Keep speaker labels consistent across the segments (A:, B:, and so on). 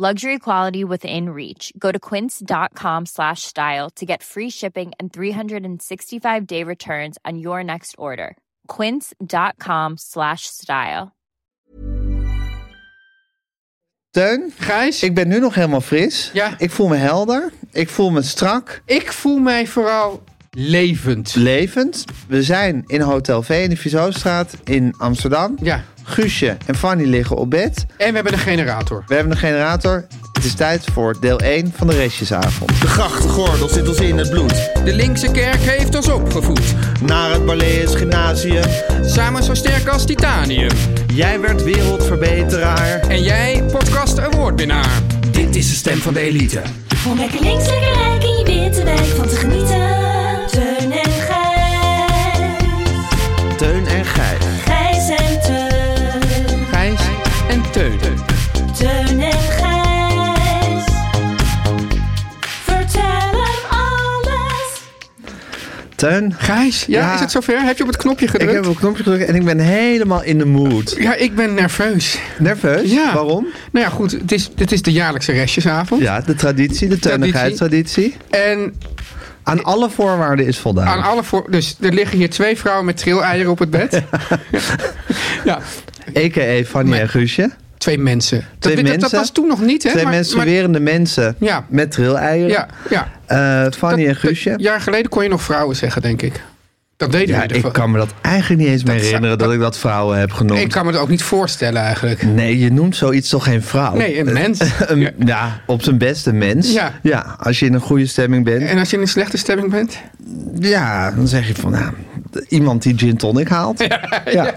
A: Luxury quality within reach. Go to quince.com slash style to get free shipping and 365 day returns on your next order. Quince.com slash style.
B: Teun,
C: Gijs, ik,
B: ik ben nu nog helemaal fris.
C: Ja.
B: Ik voel me helder. Ik voel me strak,
C: voel mij vooral levend.
B: levend. We zijn in Hotel V in de Vizostraat in Amsterdam.
C: ja,
B: Guusje en Fanny liggen op bed.
C: en we hebben een generator.
B: We hebben een generator. Het is tijd voor deel 1 van de restjesavond.
D: De grachtengordel zit ons in het bloed.
E: De linkse kerk heeft ons opgevoed.
D: Naar het Balees Gymnasium.
E: Samen zo sterk als titanium.
D: Jij werd wereldverbeteraar.
E: En jij, podcast awardwinnaar. Dit is de stem van de elite.
F: Om lekker links, lekker rijk in je witte wijk van te genieten. Teun en Gijs.
D: Teun en Gijs.
F: Gijs en Teun.
C: Gijs en Teun.
F: Teun en Gijs. Vertel hem alles.
B: Teun,
C: Gijs, ja,
B: Ja.
C: is het zover? Heb je op het knopje
B: ik
C: gedrukt?
B: heb op het knopje gedrukt en ik ben helemaal in de mood.
C: Ja, ik ben nerveus.
B: Nerveus?
C: Ja.
B: Waarom?
C: Nou ja, goed, het is, dit is de jaarlijkse restjesavond.
B: Ja, de traditie, de teunigheidstraditie.
C: En
B: Aan alle voorwaarden is voldaan.
C: aan alle voor... Dus er liggen hier twee vrouwen met trilleieren op het bed. ja,
B: A.k.a. Fanny
C: Nee.
B: en Guusje.
C: twee mensen. Dat-
B: Twee
C: dat, dat,
B: mensen?
C: was toen nog niet, hè?
B: Twee
C: maar-
B: menstruerende mensen
C: Ja.
B: met trilleieren.
C: maar- Ja, ja.
B: Eh, Fanny
C: Dat-
B: en Guusje.
C: dat- Jaar geleden kon je nog vrouwen zeggen, denk ik. Dat deden
B: Ja,
C: we in ieder
B: ik
C: geval.
B: kan me dat eigenlijk niet eens meer
C: Dat-
B: herinneren dat ik dat vrouwen heb genoemd.
C: Ik kan me dat ook niet voorstellen, eigenlijk.
B: Nee, je noemt zoiets toch geen vrouw?
C: Nee, een
B: Eh,
C: mens.
B: een-
C: Ja.
B: ja. op zijn best een mens.
C: Ja.
B: als je in een goede stemming bent.
C: En als je in een slechte stemming bent?
B: Ja, dan zeg je van, nou, iemand die gin tonic haalt. Ja,
C: ja.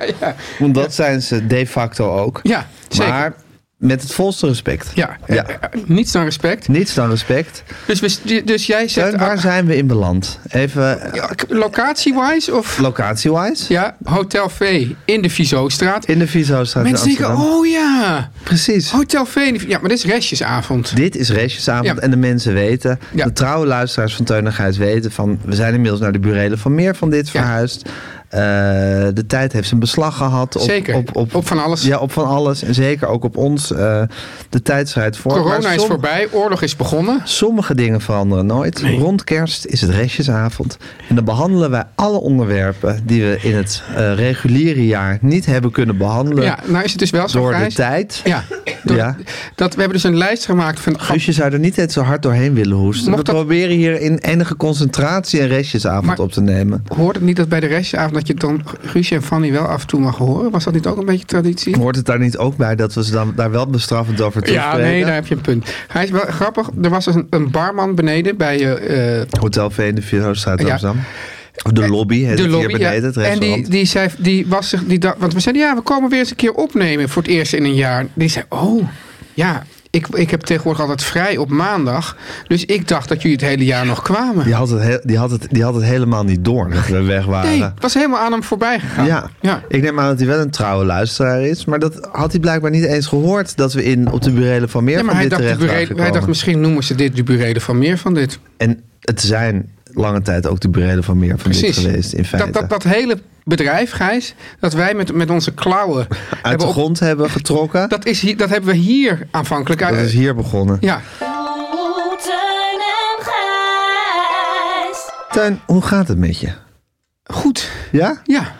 B: Want dat zijn ze de facto ook.
C: Ja, zeker.
B: Maar met het volste respect.
C: Ja, eh, eh, niets dan respect.
B: Niets dan respect.
C: Dus, we- dus jij zegt...
B: Teun, waar zijn we in beland? Even eh,
C: Ja, Locatie-wise of...
B: locatie-wise.
C: Ja, Hotel V in de Vizostraat.
B: In de Vizostraat in
C: Mensen denken,
B: Amsterdam.
C: oh ja,
B: Precies.
C: Hotel V. in de- Ja, maar dit is restjesavond.
B: Dit is restjesavond
C: Ja.
B: en de mensen weten,
C: Ja.
B: de trouwe luisteraars van Teunigheid weten van, we zijn inmiddels naar de burelen van meer van dit
C: Ja.
B: verhuisd. Eh, de tijd heeft zijn beslag gehad. Op,
C: Zeker.
B: Op, op,
C: Op van alles.
B: Ja, op van alles. En zeker ook op ons. eh, de tijd schrijdt voor. Maar
C: Corona is
B: som-
C: voorbij, oorlog is begonnen.
B: Sommige dingen veranderen nooit. Rond kerst is het restjesavond. En dan behandelen wij alle onderwerpen die we in het eh, reguliere jaar niet hebben kunnen behandelen.
C: Ja, nou is het dus wel zo,
B: door de
C: Gijs.
B: tijd.
C: Ja, door-
B: Ja.
C: Dat, we hebben dus een lijst gemaakt van...
B: Dus je zou er niet net zo hard doorheen willen hoesten.
C: Mocht
B: we
C: dat-
B: proberen hier in enige concentratie een restjesavond
C: Maar-
B: op te nemen.
C: Hoort het niet dat bij de restjesavond dat je dan Guusje en Fanny wel af en toe mag horen? Was dat niet ook een beetje traditie?
B: Hoort het daar niet ook bij dat we ze dan daar wel bestraffend over
C: Ja,
B: toespreken?
C: nee, daar heb je een punt. Hij is wel grappig. Er was dus een, een barman beneden bij eh, eh,
B: Hotel oh, V in de Vierhoofdstraat in
C: Ja. Eh,
B: Amsterdam. Of De lobby heet
C: de
B: het
C: lobby.
B: hier beneden, het
C: ja. En
B: restaurant.
C: die, die zei, die was zich, die dacht, want we zeiden ja, we komen weer eens een keer opnemen voor het eerst in een jaar. Die zei, oh, ja, ik, ik heb tegenwoordig altijd vrij op maandag. Dus ik dacht dat jullie het hele jaar nog kwamen.
B: Die had, het heel- die, had het, die had het helemaal niet door dat we weg waren.
C: Nee, het was helemaal aan hem voorbij gegaan.
B: Ja.
C: ja.
B: ik neem aan dat hij wel een trouwe luisteraar is. Maar dat had hij blijkbaar niet eens gehoord dat we in, op de burelen van meer
C: Ja, maar
B: van
C: hij
B: dit
C: dacht, de
B: terecht waren
C: burelen- hij
B: gekomen.
C: dacht, misschien noemen ze dit de burelen van meer van dit.
B: En het zijn lange tijd ook de burelen van meer van dit
C: Precies.
B: geweest in feite.
C: Dat, dat, dat hele bedrijf, Gijs, dat wij met, met onze klauwen
B: Uit de
C: op-
B: grond hebben getrokken.
C: dat, is hier, dat hebben we hier aanvankelijk uit.
B: Dat is hier begonnen.
C: Ja,
F: Oh, Teun en Gijs.
B: Tuin, hoe gaat het met je?
C: goed.
B: Ja?
C: Ja.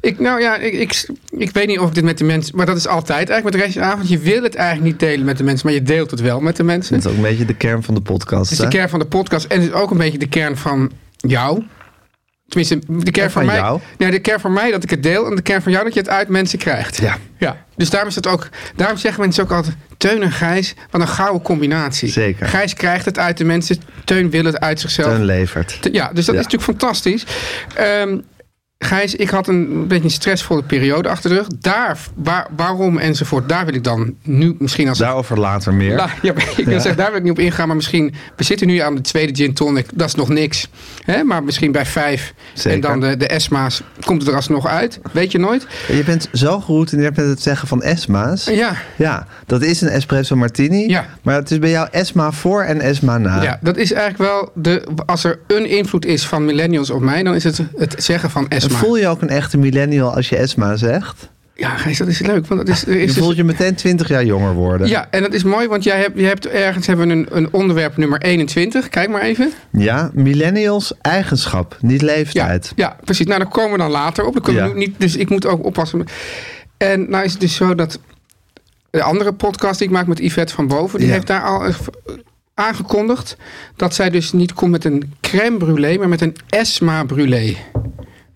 C: Ik, nou ja, ik, ik, ik weet niet of ik dit met de mensen... Maar dat is altijd eigenlijk met de restjesavond. Je wil het eigenlijk niet delen met de mensen, maar je deelt het wel met de mensen.
B: Dat is ook een beetje de kern van de podcast.
C: Het is de
B: hè?
C: kern van de podcast en het is ook een beetje de kern van jou. Tenminste, de kern
B: En
C: van,
B: van
C: mij.
B: jou.
C: Nee, de kern van mij dat ik het deel en de kern van jou dat je het uit mensen krijgt.
B: Ja.
C: ja. Dus daarom is het ook. Daarom zeggen mensen ook altijd: Teun en Gijs, wat een gouden combinatie.
B: Zeker.
C: Gijs krijgt het uit de mensen, Teun wil het uit zichzelf.
B: Teun levert.
C: Te- Ja, dus dat
B: Ja.
C: is natuurlijk fantastisch. Ehm, Gijs, ik had een beetje een stressvolle periode achter de rug. Daar, waar, waarom enzovoort, daar wil ik dan nu misschien als...
B: Daarover later meer.
C: Nou, ja, maar ik wil zeggen, daar wil ik niet op ingaan, maar misschien... We zitten nu aan de tweede gin tonic, dat is nog niks. Hè? Maar misschien bij vijf
B: Zeker.
C: en dan de, de ESMA's komt het er alsnog uit. Weet je nooit.
B: Je bent zo geroutineerd met het zeggen van Esma's.
C: Ja.
B: Ja, dat is een espresso martini.
C: Ja.
B: Maar het is bij jou Esma voor en Esma na.
C: Ja, dat is eigenlijk wel... De, als er een invloed is van millennials op mij, dan is het het zeggen van
B: En
C: ESMA.
B: voel je ook een echte millennial als je Esma zegt?
C: Ja, Gijs, dat is leuk. Want dat is, er is
B: Je
C: dus-
B: voelt je meteen 20 jaar jonger worden.
C: Ja, en dat is mooi, want jij hebt, je hebt ergens hebben we een, een onderwerp nummer 21. Kijk maar even.
B: Ja, millennials eigenschap, niet
C: Ja,
B: leeftijd.
C: ja, precies. Nou, daar komen we dan later op. Daar kunnen we
B: Ja.
C: nu niet, dus ik moet ook oppassen. En nou is het dus zo dat de andere podcast die ik maak met Yvette van Boven, die
B: Ja.
C: heeft daar al eh, aangekondigd dat zij dus niet komt met een crème brûlée, maar met een esma brûlée.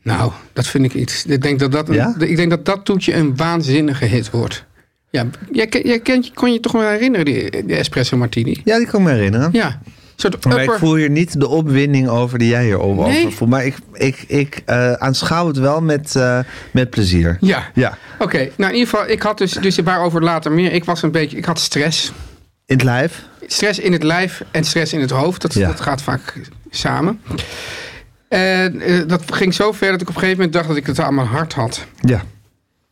C: Nou, dat vind ik iets. Ik denk dat dat, een-
B: Ja?
C: ik denk dat, dat toetje een waanzinnige hit wordt. Ja, jij, ken- jij kent, kon je toch wel herinneren, die, die espresso martini?
B: Ja, die kan ik me herinneren.
C: Ja, een soort
B: Maar
C: upper.
B: ik voel hier niet de opwinding over die jij hier over
C: Nee.
B: voelt. Maar ik, ik, ik eh, aanschouw het wel met, eh, met plezier.
C: Ja.
B: Ja.
C: Oké, nou in ieder geval, ik had dus, dus waarover later meer. Ik was een beetje, ik had stress.
B: In het lijf.
C: Stress in het lijf en stress in het hoofd, dat,
B: Ja.
C: dat gaat vaak samen. En eh, dat ging zo ver dat ik op een gegeven moment dacht dat ik het aan mijn hart had.
B: Ja.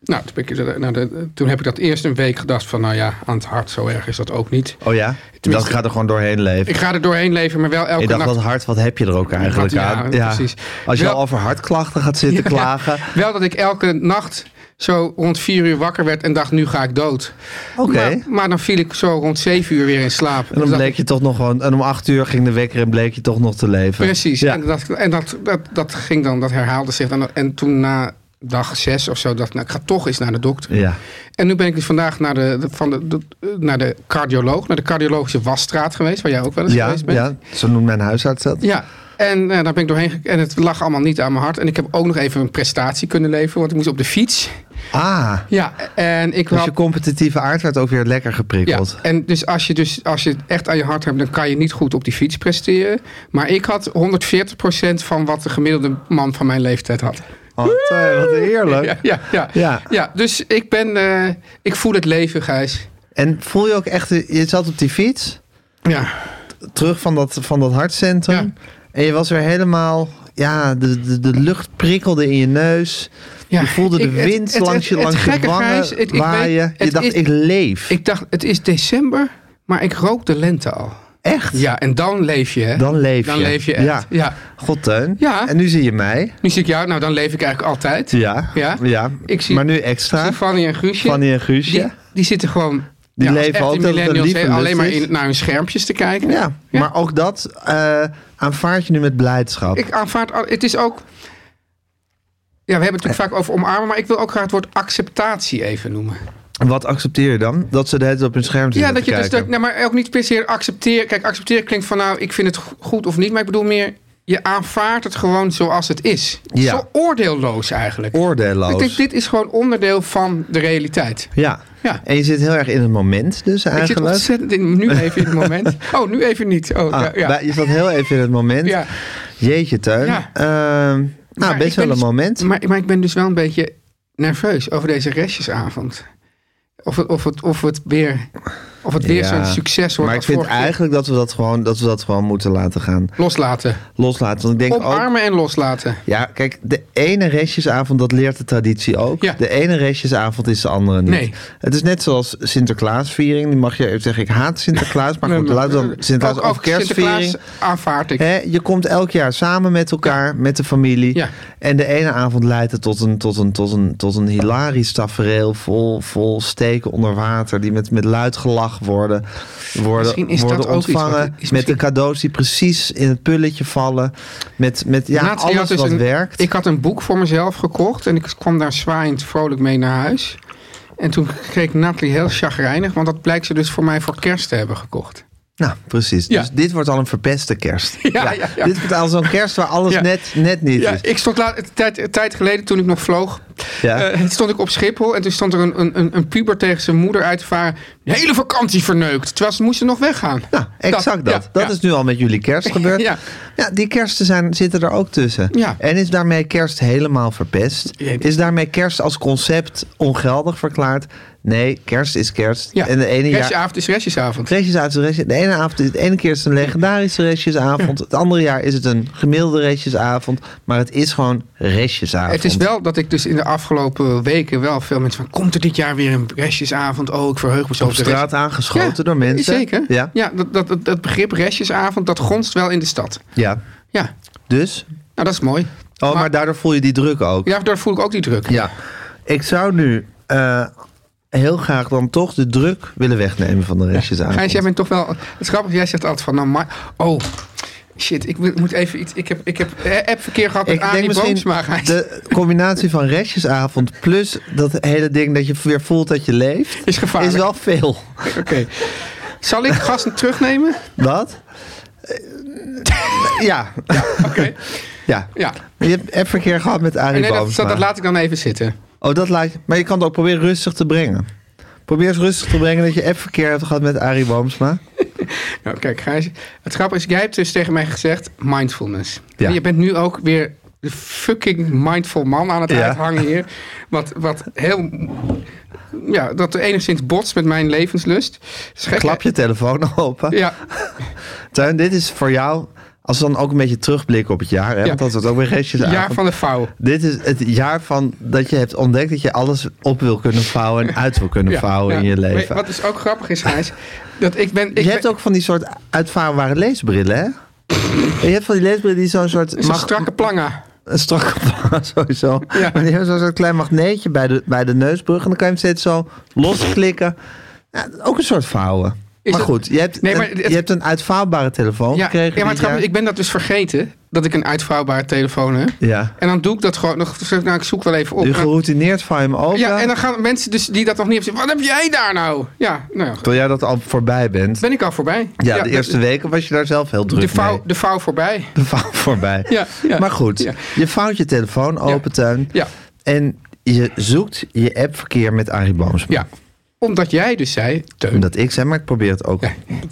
C: Nou, toen, ben ik, eh, naar de- toen heb ik dat eerst een week gedacht van, nou ja, aan het hart, zo erg is dat ook niet.
B: Oh ja? Dat gaat er gewoon doorheen leven.
C: Ik ga er doorheen leven, maar wel elke
B: Ik dacht,
C: nacht.
B: wat hart, wat heb je er ook eigenlijk
C: Ja,
B: aan?
C: precies.
B: Als je
C: Wel-
B: al over hartklachten gaat zitten klagen.
C: Wel dat ik elke nacht zo rond vier uur wakker werd en dacht, nu ga ik dood.
B: Oké.
C: Maar, maar dan viel ik zo rond zeven uur weer in slaap.
B: En
C: Dus
B: dan
C: dacht
B: bleek je toch nog gewoon... En om acht uur ging de wekker en bleek je toch nog te leven.
C: Precies.
B: Ja.
C: En, dat, en dat, dat, dat ging dan, dat herhaalde zich. En, en toen na dag zes of zo dacht ik, nou, ik ga toch eens naar de dokter.
B: ja.
C: En nu ben ik dus vandaag naar de, de- van de, de- naar de cardioloog, naar de cardiologische wasstraat geweest, waar jij ook wel eens
B: Ja,
C: geweest bent.
B: ja, zo noemt mijn huisarts dat.
C: Ja, en eh, daar ben ik doorheen gek- En het lag allemaal niet aan mijn hart. En ik heb ook nog even een prestatie kunnen leveren, want ik moest op de fiets.
B: Ah,
C: Ja, en ik
B: dus
C: had-
B: je competitieve aard werd ook weer lekker
C: Ja,
B: geprikkeld.
C: en dus als, je dus als je het echt aan je hart hebt, dan kan je niet goed op die fiets presteren. Maar ik had 140% van wat de gemiddelde man van mijn leeftijd had.
B: Oh, Teun, wat heerlijk.
C: Ja, ja, ja.
B: Ja.
C: ja. dus ik ben, eh, ik voel het leven, Gijs.
B: En voel je ook echt... Je zat op die fiets,
C: Ja,
B: terug van dat, van dat hartcentrum.
C: Ja.
B: En je was weer helemaal... Ja, de, de, de lucht prikkelde in je neus.
C: ja.
B: je voelde de
C: Ik- het-
B: wind
C: het- het-
B: langs je,
C: het
B: langs je
C: gekke,
B: wangen
C: Gijs, het- ik weet-
B: waaien. je
C: het
B: dacht,
C: is-
B: ik leef.
C: ik dacht, het is december, maar ik rook de lente al.
B: echt?
C: Ja, en dan leef je, hè?
B: Dan leef
C: dan
B: je.
C: leef je echt.
B: Ja.
C: Ja.
B: God, Teun.
C: Ja.
B: En nu zie je mij.
C: Nu zie ik jou, nou dan leef ik eigenlijk altijd.
B: Ja.
C: Ja. Ik zie-
B: maar nu extra.
C: Ik zie Fanny en Guusje.
B: Fanny en Guusje.
C: Die, die zitten gewoon...
B: Die
C: ja, als
B: leven
C: echte
B: ook dat het een
C: millennials,
B: lieve
C: hè,
B: lust
C: Alleen maar
B: is.
C: in, naar hun schermpjes te kijken.
B: Ja, maar ook dat eh, aanvaard je nu met blijdschap.
C: Ik aanvaard... al- Het is ook... Ja, we hebben het natuurlijk vaak over omarmen, maar ik wil ook graag het woord acceptatie even noemen.
B: Wat accepteer je dan? Dat ze de hele tijd op hun scherm zitten
C: Ja, dat
B: te
C: je dus
B: kijken.
C: dat, nou, maar ook niet per se accepteren. Kijk, accepteren klinkt van nou, ik vind het go- goed of niet, maar ik bedoel meer, je aanvaardt het gewoon zoals het is.
B: Ja.
C: Zo oordeelloos eigenlijk.
B: Oordeelloos.
C: nou, Ik denk, dit is gewoon onderdeel van de realiteit.
B: Ja.
C: Ja.
B: En je zit heel erg in het moment dus
C: Ik zit
B: eigenlijk.
C: ontzettend in, nu even in het moment. Oh, nu even niet. Oh,
B: Ah,
C: ja, ja.
B: bij- Je zat heel even in het moment.
C: Ja.
B: Jeetje, Teun.
C: Ja.
B: Ehm, nou,
C: Maar
B: best
C: ik
B: wel
C: ben
B: een
C: dus-
B: moment.
C: Maar, maar ik ben dus wel een beetje nerveus over deze restjesavond. Of het, of het, of het weer, of het weer
B: Ja.
C: zo'n succes wordt.
B: Maar ik
C: als
B: vind
C: vorig jaar.
B: eigenlijk dat we dat, gewoon, dat we dat gewoon moeten laten gaan.
C: Loslaten.
B: Loslaten. Want ik denk ook,
C: Omarmen en loslaten.
B: Ja, kijk, de ene restjesavond, dat leert de traditie ook.
C: Ja.
B: De ene restjesavond is de andere niet.
C: Nee.
B: Het is net zoals Sinterklaasviering. Die mag je even zeggen, ik haat Sinterklaas. Maar goed, laten we dan Sinterklaas
C: Ehm, eh, Ook- ook
B: of kerstviering.
C: Sinterklaas aanvaard ik.
B: Hè, je komt elk jaar samen met elkaar, met de familie.
C: Ja.
B: En de ene avond leidt het tot een, tot een, tot een, tot een hilarisch tafereel. Vol, vol steken onder water. Die met, met luid gelach worden, worden,
C: Misschien is dat
B: worden
C: ook iets wat-
B: ontvangen.
C: is misschien-
B: Met de cadeaus die precies in het pulletje vallen. Met, met ja,
C: Laatst, ik had
B: alles
C: dus
B: wat
C: een-
B: werkt.
C: Ik had een boek voor mezelf gekocht en ik kwam daar zwaaiend vrolijk mee naar huis. En toen keek Natalie heel chagrijnig, want dat blijkt ze dus voor mij voor kerst te hebben gekocht.
B: Nou, precies.
C: Ja.
B: Dus dit wordt al een verpeste kerst.
C: Ja, ja, ja.
B: Dit wordt al zo'n kerst waar alles
C: Ja.
B: net, net niet
C: Ja,
B: is.
C: ik stond laat, een tijd, een tijd geleden toen ik nog vloog.
B: Ja.
C: eh, stond ik op Schiphol en toen stond er een, een- een, een puber tegen zijn moeder uit te varen. De hele vakantie verneukt. Terwijl ze moesten nog weggaan.
B: Nou, exact dat.
C: ja,
B: dat
C: ja.
B: is nu al met jullie kerst gebeurd.
C: Ja.
B: Ja, die kersten zijn, zitten er ook tussen.
C: Ja.
B: En is daarmee kerst helemaal verpest?
C: Jeetje.
B: Is daarmee kerst als concept ongeldig verklaard? Nee, kerst is kerst.
C: Ja.
B: En de ene jaar...
C: Restjesavond is restjesavond.
B: Restjesavond is restje- De ene, avond is, de ene keer is het een legendarische restjesavond. Het andere jaar is het een gemiddelde restjesavond. Maar het is gewoon restjesavond.
C: Het is wel dat ik dus in de afgelopen weken wel veel mensen van... Komt er dit jaar weer een restjesavond? Oh, ik verheug me zo
B: op
C: op de
B: straat
C: rest-
B: aangeschoten
C: Ja,
B: door mensen.
C: Zeker.
B: Ja.
C: Ja, dat, dat, dat, dat begrip restjesavond, dat gonst wel in de stad.
B: ja.
C: Ja,
B: Dus?
C: nou dat is mooi.
B: Oh, maar,
C: Maar-
B: daardoor voel je die druk ook.
C: Ja, daar voel ik ook die druk.
B: Ja. Ik zou nu eh, heel graag dan toch de druk willen wegnemen van de restjesavond.
C: Gijs, jij bent toch wel... Het grappige, jij zegt altijd van... Nou, maar, oh, shit, ik moet moet even iets... Ik heb, ik heb eh, appverkeer gehad met
B: Ik denk
C: Arie
B: misschien
C: Boomsma, Gijs.
B: de combinatie van restjesavond plus dat hele ding dat je weer voelt dat je leeft,
C: Is gevaarlijk.
B: wel veel.
C: Oké. Zal ik gasten terugnemen?
B: Wat? Eh, ja,
C: Oké.
B: ja.
C: Ja.
B: Je hebt appverkeer gehad met Arie
C: Nee, dat,
B: Boomsma.
C: dat, dat laat ik dan even zitten.
B: Oh, dat laat je. Maar je kan het ook proberen rustig te brengen. Probeer eens rustig te brengen dat je appverkeer hebt gehad met Arie Boomsma.
C: Nou, kijk, Gijs. Het grappige is, jij hebt dus tegen mij gezegd mindfulness.
B: Ja.
C: En je bent nu ook weer de fucking mindful man aan het
B: Ja.
C: uithangen hier. Wat, wat heel... Ja, dat enigszins botst met mijn levenslust. Dus gek, hè?
B: Klap je telefoon open.
C: Ja,
B: Tuin, dit is voor jou, als we dan ook een beetje terugblikken op het jaar, hè,
C: Ja.
B: want dat was ook weer restjes
C: jaar van de vouw.
B: Dit is het jaar van dat je hebt ontdekt dat je alles op wil kunnen vouwen en uit wil kunnen
C: Ja,
B: vouwen
C: ja.
B: in je
C: Maar
B: leven.
C: Wat dus ook grappig is, Gijs, dat ik ben... Ik
B: je
C: ben-
B: hebt ook van die soort uitvouwbare leesbrillen, hè? Je hebt van die leesbrillen die zo'n soort...
C: Zo'n
B: mag-
C: strakke planga.
B: Een strakke sowieso.
C: Ja.
B: Maar die hebben zo'n soort klein magneetje bij de, bij de neusbrug. En dan kan je hem steeds zo losklikken. Ja, ook een soort vouwen.
C: Is
B: maar
C: het-
B: goed, je hebt,
C: Nee,
B: een,
C: maar het-
B: je hebt een uitvouwbare telefoon
C: Ja, ja,
B: gekregen.
C: maar het
B: dit jaar.
C: grappige is, ik ben dat dus vergeten, dat ik een uitvouwbare telefoon heb.
B: Ja.
C: En dan doe ik dat gewoon nog, zeg ik, nou, ik zoek wel even op.
B: Je
C: En dan-
B: geroutineerd van hem open.
C: Ja, en dan gaan mensen dus die dat nog niet hebben zeggen, wat heb jij daar nou? Ja, nou ja, goed.
B: Terwijl jij dat al voorbij bent.
C: ben ik al voorbij.
B: Ja, de eerste weken was je daar zelf heel druk
C: De vouw,
B: mee.
C: de vouw voorbij.
B: De vouw voorbij.
C: Ja, ja.
B: maar goed,
C: Ja.
B: je vouwt je telefoon open, Tuin.
C: Ja.
B: En je zoekt je appverkeer met Arie Boomsma.
C: Ja, omdat jij dus zei, Teun,
B: Omdat ik zei, maar ik probeer het ook
C: Ja.
B: een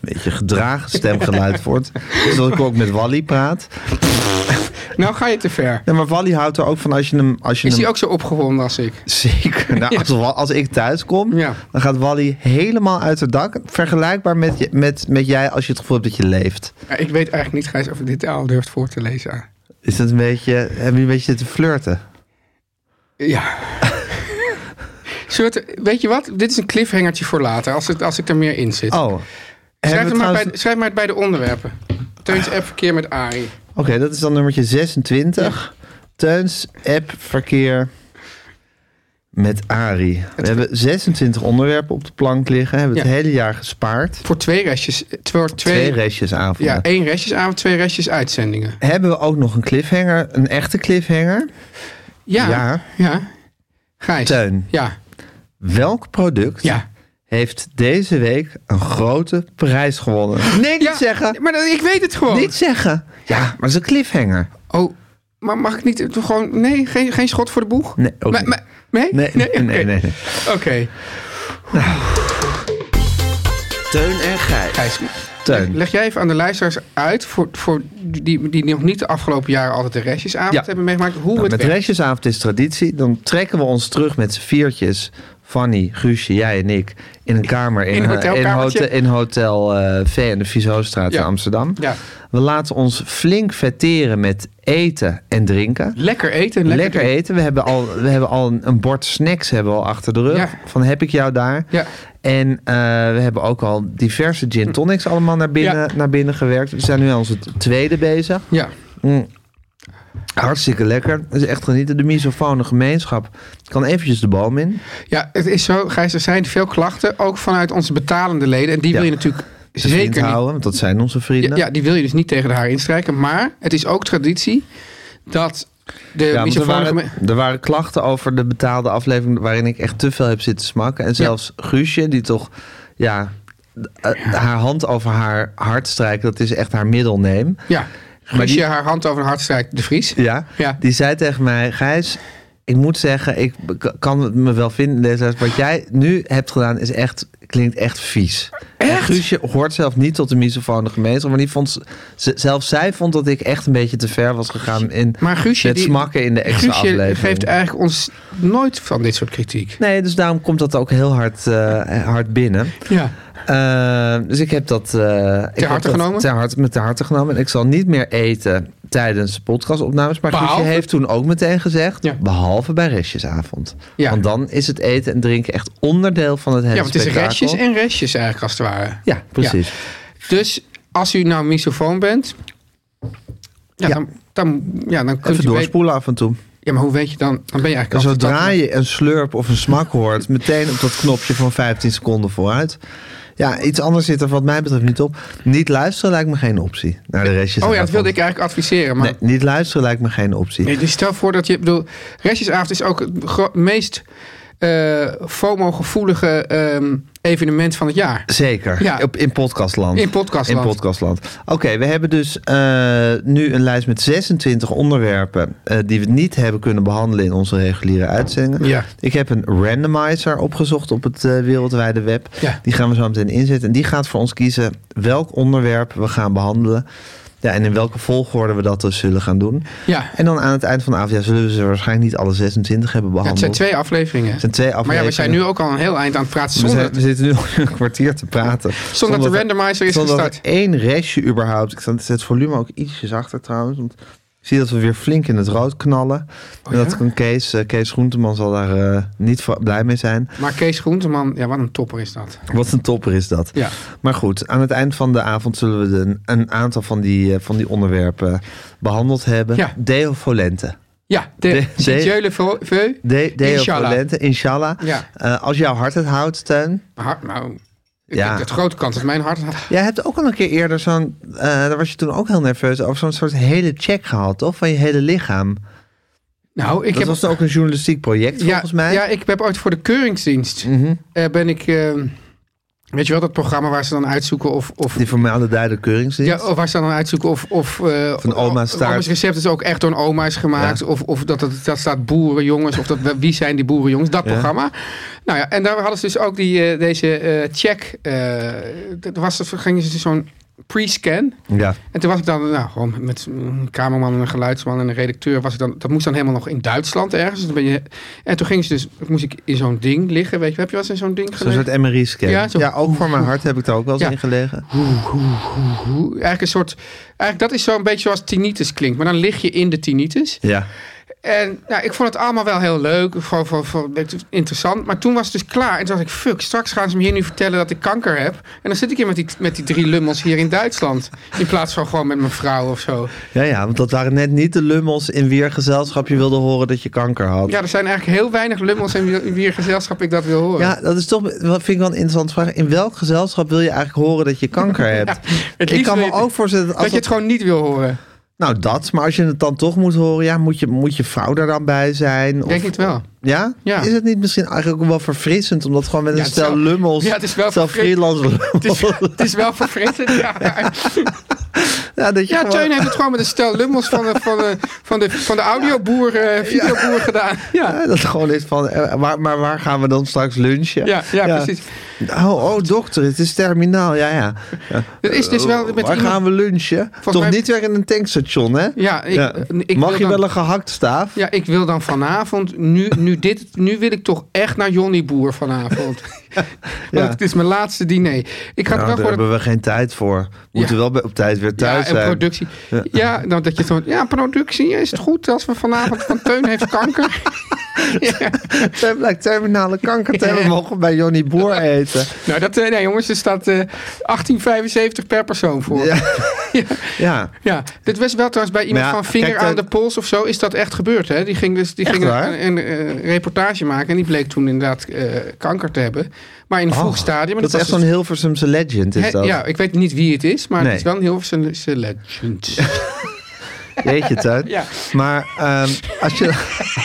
B: beetje gedragen stemgeluid wordt. Zodat ik ook met Wally praat.
C: nou ga je te ver.
B: Nee, maar Wally houdt er ook van als je hem... Als je
C: Is
B: hem
C: hij ook zo opgewonden als ik?
B: Zeker. Nou, als, Wa- als ik thuis kom,
C: Ja.
B: dan gaat Wally helemaal uit het dak. Vergelijkbaar met, je- met, met jij als je het gevoel hebt dat je leeft.
C: Ja, ik weet eigenlijk niet, Gijs, of ik dit al durft voor te lezen.
B: Is dat een beetje... Hebben jullie een beetje zitten flirten?
C: Oh. Ja. Zullen we het- weet je wat? Dit is een cliffhangertje voor later, als, het, als ik er meer in zit.
B: Oh.
C: schrijf,
B: Hebben
C: het
B: we
C: maar
B: trouwens-
C: bij, schrijf maar het bij de onderwerpen. Teuns app verkeer met Ari.
B: Oké, dat is dan nummertje 26. Teuns app verkeer met Ari. We hebben 26 onderwerpen op de plank liggen. Hebben het
C: Ja.
B: hele jaar gespaard.
C: Voor twee restjes. Voor
B: Twee
C: twee,
B: restjesavonden.
C: ja, één restjesavond, twee restjes uitzendingen.
B: Hebben we ook nog een cliffhanger, een echte cliffhanger?
C: Ja.
B: Ja.
C: Ja. Gijs.
B: Teun.
C: Ja.
B: Welk product
C: Ja.
B: heeft deze week een grote prijs gewonnen? Nee, niet
C: ja.
B: zeggen.
C: Maar dat- ik weet het gewoon.
B: Niet zeggen. Ja, maar het is een cliffhanger.
C: Oh, maar mag ik niet eh, gewoon... Nee, geen, geen schot voor de boeg?
B: Nee, ook
C: Maar-
B: niet.
C: maar- nee?
B: Nee, nee,
C: Oké.
B: nee, nee, nee.
C: Oké.
D: Teun en Gijs.
C: Gijs,
B: Teun.
C: leg jij even aan de luisteraars uit... voor, voor die, die nog niet de afgelopen jaren altijd de restjesavond
B: Ja.
C: hebben meegemaakt... hoe
B: Nou,
C: het
B: met
C: werkt.
B: restjesavond is traditie. Dan trekken we ons terug met z'n viertjes. Fanny, Guusje, jij en ik. In een kamer in,
C: In een
B: eh, in
C: hotelkamertje.
B: hotel, in hotel eh, V in de Vizostraat
C: Ja.
B: in Amsterdam.
C: Ja.
B: We laten ons flink vetteren met eten en drinken.
C: Lekker eten.
B: Lekker,
C: Lekker, drinken.
B: eten. We hebben al, we hebben al een, een bord snacks hebben we al achter de rug.
C: Ja.
B: Van heb ik jou daar.
C: Ja.
B: En eh, we hebben ook al diverse gin tonics allemaal naar binnen,
C: Ja.
B: naar binnen gewerkt. We zijn nu aan onze tweede bezig.
C: Ja.
B: Mm. Hartstikke lekker. Het is echt genieten. De misofone gemeenschap kan eventjes de boom in.
C: ja, het is zo, Gijs, er zijn veel klachten... ook vanuit onze betalende leden. En die
B: Ja.
C: wil je natuurlijk
B: Ze vriend
C: zeker niet
B: houden, want dat zijn onze vrienden.
C: Ja, ja, die wil je dus niet tegen de haar instrijken. Maar het is ook traditie dat
B: Ja,
C: de
B: want er,
C: misofone
B: waren,
C: geme-
B: er waren klachten over de betaalde aflevering waarin ik echt te veel heb zitten smakken. En zelfs Guusje, die toch ja, eh, haar hand over haar hart strijken, dat is echt haar middelneem.
C: Ja. Als
B: die-
C: je haar hand over een hart strijkt, de Vries.
B: Ja,
C: Ja.
B: die zei tegen mij, Gijs, ik moet zeggen, ik k- kan het me wel vinden in deze les. Wat jij nu hebt gedaan is echt, klinkt echt vies. En Guusje hoort zelf niet tot de misofone gemeenschap, maar die vond, z- ze- zelfs zij vond dat ik echt een beetje te ver was gegaan in
C: Maar Guusje,
B: het
C: die-
B: smakken in de extra
C: Guusje
B: aflevering.
C: geeft eigenlijk ons nooit van dit soort kritiek.
B: Nee, dus daarom komt dat ook heel hard, eh, hard binnen.
C: Ja.
B: Eh, dus ik heb dat... eh, ik heb
C: harte
B: dat
C: genomen?
B: Ter harte, met de harte genomen. En ik zal niet meer eten tijdens de podcastopnames. Maar Guusje
C: Behalve-
B: heeft toen ook meteen gezegd...
C: Ja.
B: behalve bij restjesavond.
C: Ja.
B: Want dan is het eten en drinken echt onderdeel van het hele
C: Ja, want het is
B: spektakel.
C: restjes en restjes eigenlijk als het ware.
B: Ja, precies.
C: Dus als u nou misofoon bent,
B: Ja.
C: ja, Dan, dan, ja, dan kunt
B: Even
C: u weten-
B: doorspoelen af en toe.
C: Ja, maar hoe weet je dan? Dan ben je eigenlijk
B: En
C: al
B: zodra
C: vertapt.
B: je een slurp of een smak hoort... meteen op dat knopje van 15 seconden vooruit. Ja, iets anders zit er wat mij betreft niet op. Niet luisteren lijkt me geen optie. Naar de restjesavond.
C: Oh ja, dat wilde ik eigenlijk adviseren. Maar
B: Nee, niet luisteren lijkt me geen optie.
C: nee, dus stel voor dat je, ik bedoel, restjesavond is ook het gro- meest eh, FOMO-gevoelige ehm, evenement van het jaar.
B: Zeker.
C: Ja.
B: Op, in podcastland.
C: In podcastland.
B: In podcastland. Oké, we hebben dus eh, nu een lijst met 26 onderwerpen eh, die we niet hebben kunnen behandelen in onze reguliere uitzendingen.
C: Ja.
B: Ik heb een randomizer opgezocht op het eh, wereldwijde web.
C: Ja.
B: Die gaan we zo meteen inzetten. En die gaat voor ons kiezen welk onderwerp we gaan behandelen. Ja, en in welke volgorde we dat dus zullen gaan doen.
C: Ja.
B: En dan aan het eind van de avond ja, zullen we ze waarschijnlijk niet alle 26 hebben
C: Ja, het
B: behandeld.
C: zijn twee afleveringen.
B: Het zijn twee
C: Maar ja, we
B: afleveringen.
C: zijn nu ook al een heel eind aan het praten
B: We,
C: zonder...
B: zijn- we zitten nu al een kwartier te praten.
C: Zonder dat de randomizer is
B: zonder dat
C: gestart.
B: er één restje überhaupt. Ik zet het volume ook ietsjes achter trouwens. Want ik zie dat we weer flink in het rood knallen. en dat
C: Oh ja?
B: kan Kees, eh, Kees Groenteman zal daar eh, niet va- blij mee zijn.
C: Maar Kees Groenteman, ja, wat een topper is dat.
B: Wat een topper is dat.
C: Ja.
B: Maar goed, aan het eind van de avond zullen we de, een aantal van die, eh, van die onderwerpen behandeld hebben.
C: Ja.
B: Deo Volente.
C: Ja,
B: De-
C: de,
B: de-
C: de, Veu.
B: De, Deo
C: Inshallah.
B: Volente, inshallah.
C: Ja.
B: Eh, als jouw hart het houdt, Teun.
C: Hart, nou, ik
B: Ja.
C: denk dat grote kans dat mijn hart...
B: Jij hebt ook al een keer eerder zo'n, eh, daar was je toen ook heel nerveus over, zo'n soort hele check gehad, toch? Van je hele lichaam.
C: Nou, ik
B: dat
C: heb...
B: was ook een journalistiek project,
C: ja,
B: volgens mij. Mhm.
C: Ja, ik heb ooit voor de keuringsdienst... eh, ben ik... eh, weet je wel, dat programma waar ze dan uitzoeken of... of
B: Die formale duidelijke keuringsdienst.
C: ja, of waar ze dan uitzoeken of... of eh,
B: Van oma's
C: o-
B: taart.
C: Oma's recept is ook echt door een oma is gemaakt.
B: Ja.
C: Of, of dat, dat, dat staat boerenjongens. Of dat, wie zijn die boerenjongens? Dat
B: Ja.
C: programma. Nou ja, en daar hadden ze dus ook die, eh, deze eh, check. eh, dat was, dat gingen ze dus zo'n pre-scan.
B: Ja.
C: En toen was ik dan, nou, gewoon met een cameraman en een geluidsman en een redacteur. Was ik dan, dat moest dan helemaal nog in Duitsland ergens. Dus dan ben je, en toen ging ze dus, moest ik in zo'n ding liggen. Weet je, heb je wel eens in zo'n ding
B: Zo'n
C: gelegen?
B: soort MRI-scan. Ja,
C: Ja, zo-
B: ook voor mijn hart heb ik daar ook wel eens
C: Ja.
B: in gelegen.
C: Hoe- Eigenlijk een soort, eigenlijk dat is zo'n beetje zoals tinnitus klinkt. Maar dan lig je in de tinnitus.
B: Ja.
C: En nou, ik vond het allemaal wel heel leuk, gewoon voor, voor, interessant. Maar toen was het dus klaar. En toen dacht ik, fuck, straks gaan ze me hier nu vertellen dat ik kanker heb. En dan zit ik hier met die, met die drie lummels hier in Duitsland. In plaats van gewoon met mijn vrouw of zo.
B: ja, ja, want dat waren net niet de lummels in weer gezelschap je wilde horen dat je kanker had.
C: Ja, er zijn eigenlijk heel weinig lummels in wie- in wier gezelschap ik dat wil horen.
B: Ja, dat is toch, wat vind ik wel een interessante vraag. In welk gezelschap wil je eigenlijk horen dat je kanker hebt?
C: het
B: ik
C: liefst
B: kan
C: wil
B: me
C: je-
B: ook voorstellen dat
C: dat
B: als
C: je het gewoon niet wil horen.
B: Nou, dat. Maar als je het dan toch moet horen, ja, moet, je, moet je vrouw daar dan bij zijn?
C: Ik denk het wel.
B: Ja?
C: Ja.
B: Is het niet misschien eigenlijk ook wel verfrissend om dat gewoon met een
C: Ja, het
B: stel
C: zou-
B: lummels,
C: Ja, het is wel
B: stel
C: verfris-
B: freelance
C: Het is, het is wel verfrissend. Ja,
B: ja, dat je
C: ja
B: gewoon-
C: Teun heeft het gewoon met een stel lummels van de, van de, van de, van de audioboer, eh, videoboer gedaan. Ja.
B: Ja, dat het gewoon is van, eh, waar, maar waar gaan we dan straks lunchen?
C: Ja, ja, precies.
B: Oh, oh, dokter, het is terminaal, ja, ja.
C: Het is dus wel met
B: Eh, waar
C: iemand-
B: gaan we lunchen? Toch
C: mij-
B: niet weer in een tankstation, hè?
C: Ja, ik- ik
B: Mag
C: wil
B: je
C: dan-
B: wel een gehaktstaaf?
C: Ja, ik wil dan vanavond, nu, nu, dit, nu wil ik toch echt naar Johnny Boer vanavond. Want
B: Ja.
C: het is mijn laatste diner. Ik ga
B: Nou,
C: het
B: daar
C: wel voor de
B: hebben we geen tijd voor. We moeten
C: Ja.
B: wel bij- op tijd weer thuis
C: ja, en
B: zijn.
C: productie. Ja, nou, dat je zo'n. Ja, productie, is het goed als we vanavond van Teun heeft kanker? ja.
B: Ter- Blijkt terminale kanker te hebben. We mogen bij Johnny Boer eten.
C: Nou, dat, eh, nee jongens, er staat eh 18,75 per persoon voor. Ja.
B: Ja. ja.
C: dit was wel trouwens bij iemand
B: Maar ja,
C: van vinger
B: kijk,
C: aan
B: dat-
C: de pols of zo is dat echt gebeurd. Hè? Die ging dus die
B: Echt
C: ging
B: waar?
C: een, een, eh, reportage maken en die bleek toen inderdaad eh, kanker te hebben. Maar in een vroeg stadium. en
B: Oh, Dat is echt
C: was
B: zo'n Hilversumse legend, is
C: dus- hè,
B: dat?
C: Ja, ik weet niet wie het is, maar
B: Nee.
C: het is wel een heel Hilversumse legend.
B: Weet je het, uit?
C: Ja.
B: Maar ehm, als, je,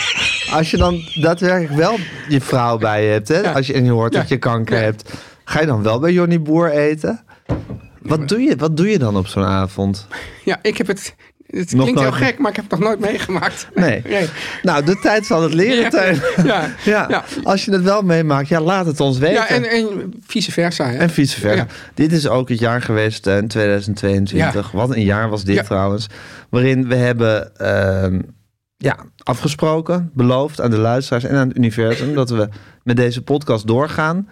B: als je dan daadwerkelijk wel je vrouw bij je hebt, hè?
C: Ja.
B: als je, en je hoort
C: Ja.
B: dat je kanker
C: Ja.
B: hebt, Ga je dan wel bij Johnny Boer eten? Wat doe je, wat doe je dan op zo'n avond?
C: Ja, ik heb het. Het
B: Nog
C: klinkt heel
B: nooit.
C: gek, maar ik heb het nog nooit meegemaakt.
B: Nee. Nou, de tijd zal het leren,
C: Ja,
B: Teun.
C: ja,
B: Ja.
C: ja.
B: Als je het wel meemaakt, ja, laat het ons weten.
C: Ja, en,
B: en,
C: en vice versa. Hè?
B: vice versa.
C: Ja.
B: Dit is ook het jaar geweest, eh, in 2022. Wat een jaar was dit
C: Ja.
B: trouwens. Waarin we hebben ehm, ja, afgesproken, beloofd aan de luisteraars en aan het universum... dat we met deze podcast doorgaan.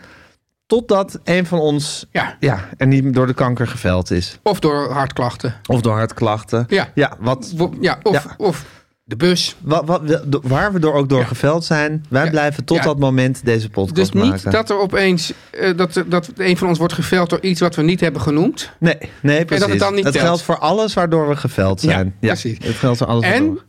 B: Totdat een van ons
C: Ja.
B: ja, er niet door de kanker geveld is.
C: Of door hartklachten.
B: Of door hartklachten.
C: Ja.
B: ja wat,
C: Wo- Ja, of,
B: Ja.
C: of de bus.
B: Wa- wa- de- de- waar we door ook door
C: Ja.
B: geveld zijn, wij
C: Ja.
B: blijven tot
C: Ja.
B: dat moment deze podcast
C: Dus niet
B: maken.
C: dat er opeens eh, dat, er- dat een van ons wordt geveld door iets wat we niet hebben genoemd.
B: Nee, nee, precies.
C: het dan niet telt.
B: geldt voor alles waardoor we geveld
C: Ja,
B: zijn. Ja,
C: precies.
B: Het geldt voor alles.
C: En
B: waardoor-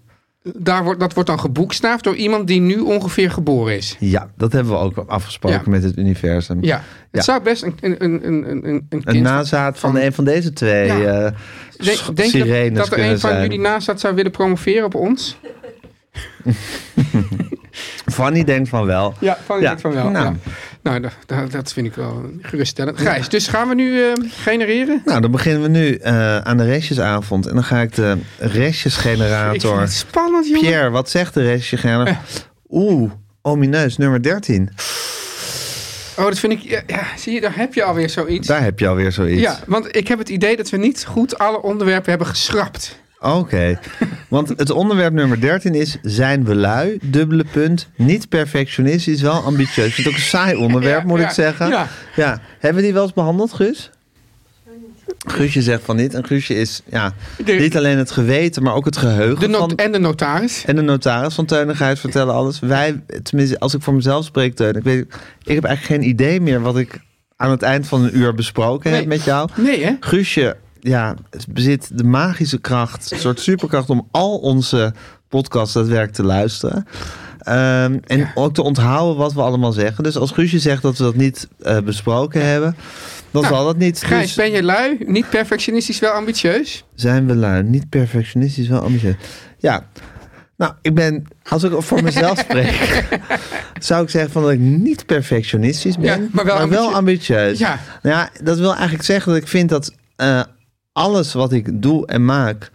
C: daar wordt, dat wordt dan geboekstaafd door iemand die nu ongeveer geboren is.
B: Ja, dat hebben we ook afgesproken
C: Ja.
B: met het universum.
C: Ja, het
B: Hm. Ja.
C: zou best een, een, een, een, een, een
B: Een
C: kind-
B: nazaat van, een van deze twee eh
C: Ja.
B: sch-
C: Denk, denk je
B: sirenes
C: dat, dat er
B: kunnen
C: een van
B: zijn.
C: jullie naast dat zou willen promoveren op ons?
B: Fanny denkt van wel.
C: Ja, van,
B: Ja.
C: ik van wel.
B: Nou.
C: Nou, nou dat- dat, dat vind ik wel geruststellend. Gijs, dus gaan we nu eh, genereren?
B: Nou, dan beginnen we nu eh, aan de restjesavond. En dan ga ik de
C: Ik vind
B: restjesgenerator...
C: het spannend, jongen.
B: Pierre, wat zegt de restjesgenerator? Oeh, omineus, nummer 13.
C: Oh, dat vind ik... Ja, ja, zie je, daar heb je alweer zoiets.
B: Daar heb je alweer zoiets.
C: Ja, want ik heb het idee dat we niet goed alle onderwerpen hebben geschrapt.
B: Oké. Want het onderwerp nummer 13 is: zijn we lui? Dubbele punt. Niet perfectionistisch, wel ambitieus. Ik vind het ook een saai onderwerp,
C: Ja,
B: moet
C: ja,
B: ik zeggen.
C: ja.
B: ja. Hebben we die wel eens behandeld, Guus? Guusje zegt van niet. En Guusje is ja,
C: De-
B: niet alleen het geweten, maar ook het
C: De
B: geheugen.
C: not-
B: van,
C: en de notaris.
B: en de notaris van Teunigheid vertellen alles. Wij, tenminste, als ik voor mezelf spreek, Teun, ik, weet, ik heb eigenlijk geen idee meer wat ik aan het eind van een uur besproken heb
C: Nee.
B: met jou.
C: Nee, hè?
B: Guusje ja, bezit de magische kracht, een soort superkracht om al onze podcasts daadwerkelijk te luisteren. Ehm, en ook te onthouden wat we allemaal zeggen. Dus als Guusje zegt dat we dat niet eh, besproken hebben, dan
C: Nou,
B: zal dat niet.
C: Gijs,
B: Dus
C: ben je lui? Niet perfectionistisch, wel ambitieus?
B: zijn we lui, niet perfectionistisch, wel ambitieus. Ja. Nou, ik ben, als ik voor mezelf spreek, zou ik zeggen van dat ik niet perfectionistisch ben,
C: Ja, maar wel ambitie-
B: ambitieus.
C: Ja.
B: Nou ja, dat wil eigenlijk zeggen dat ik vind dat eh, alles wat ik doe en maak,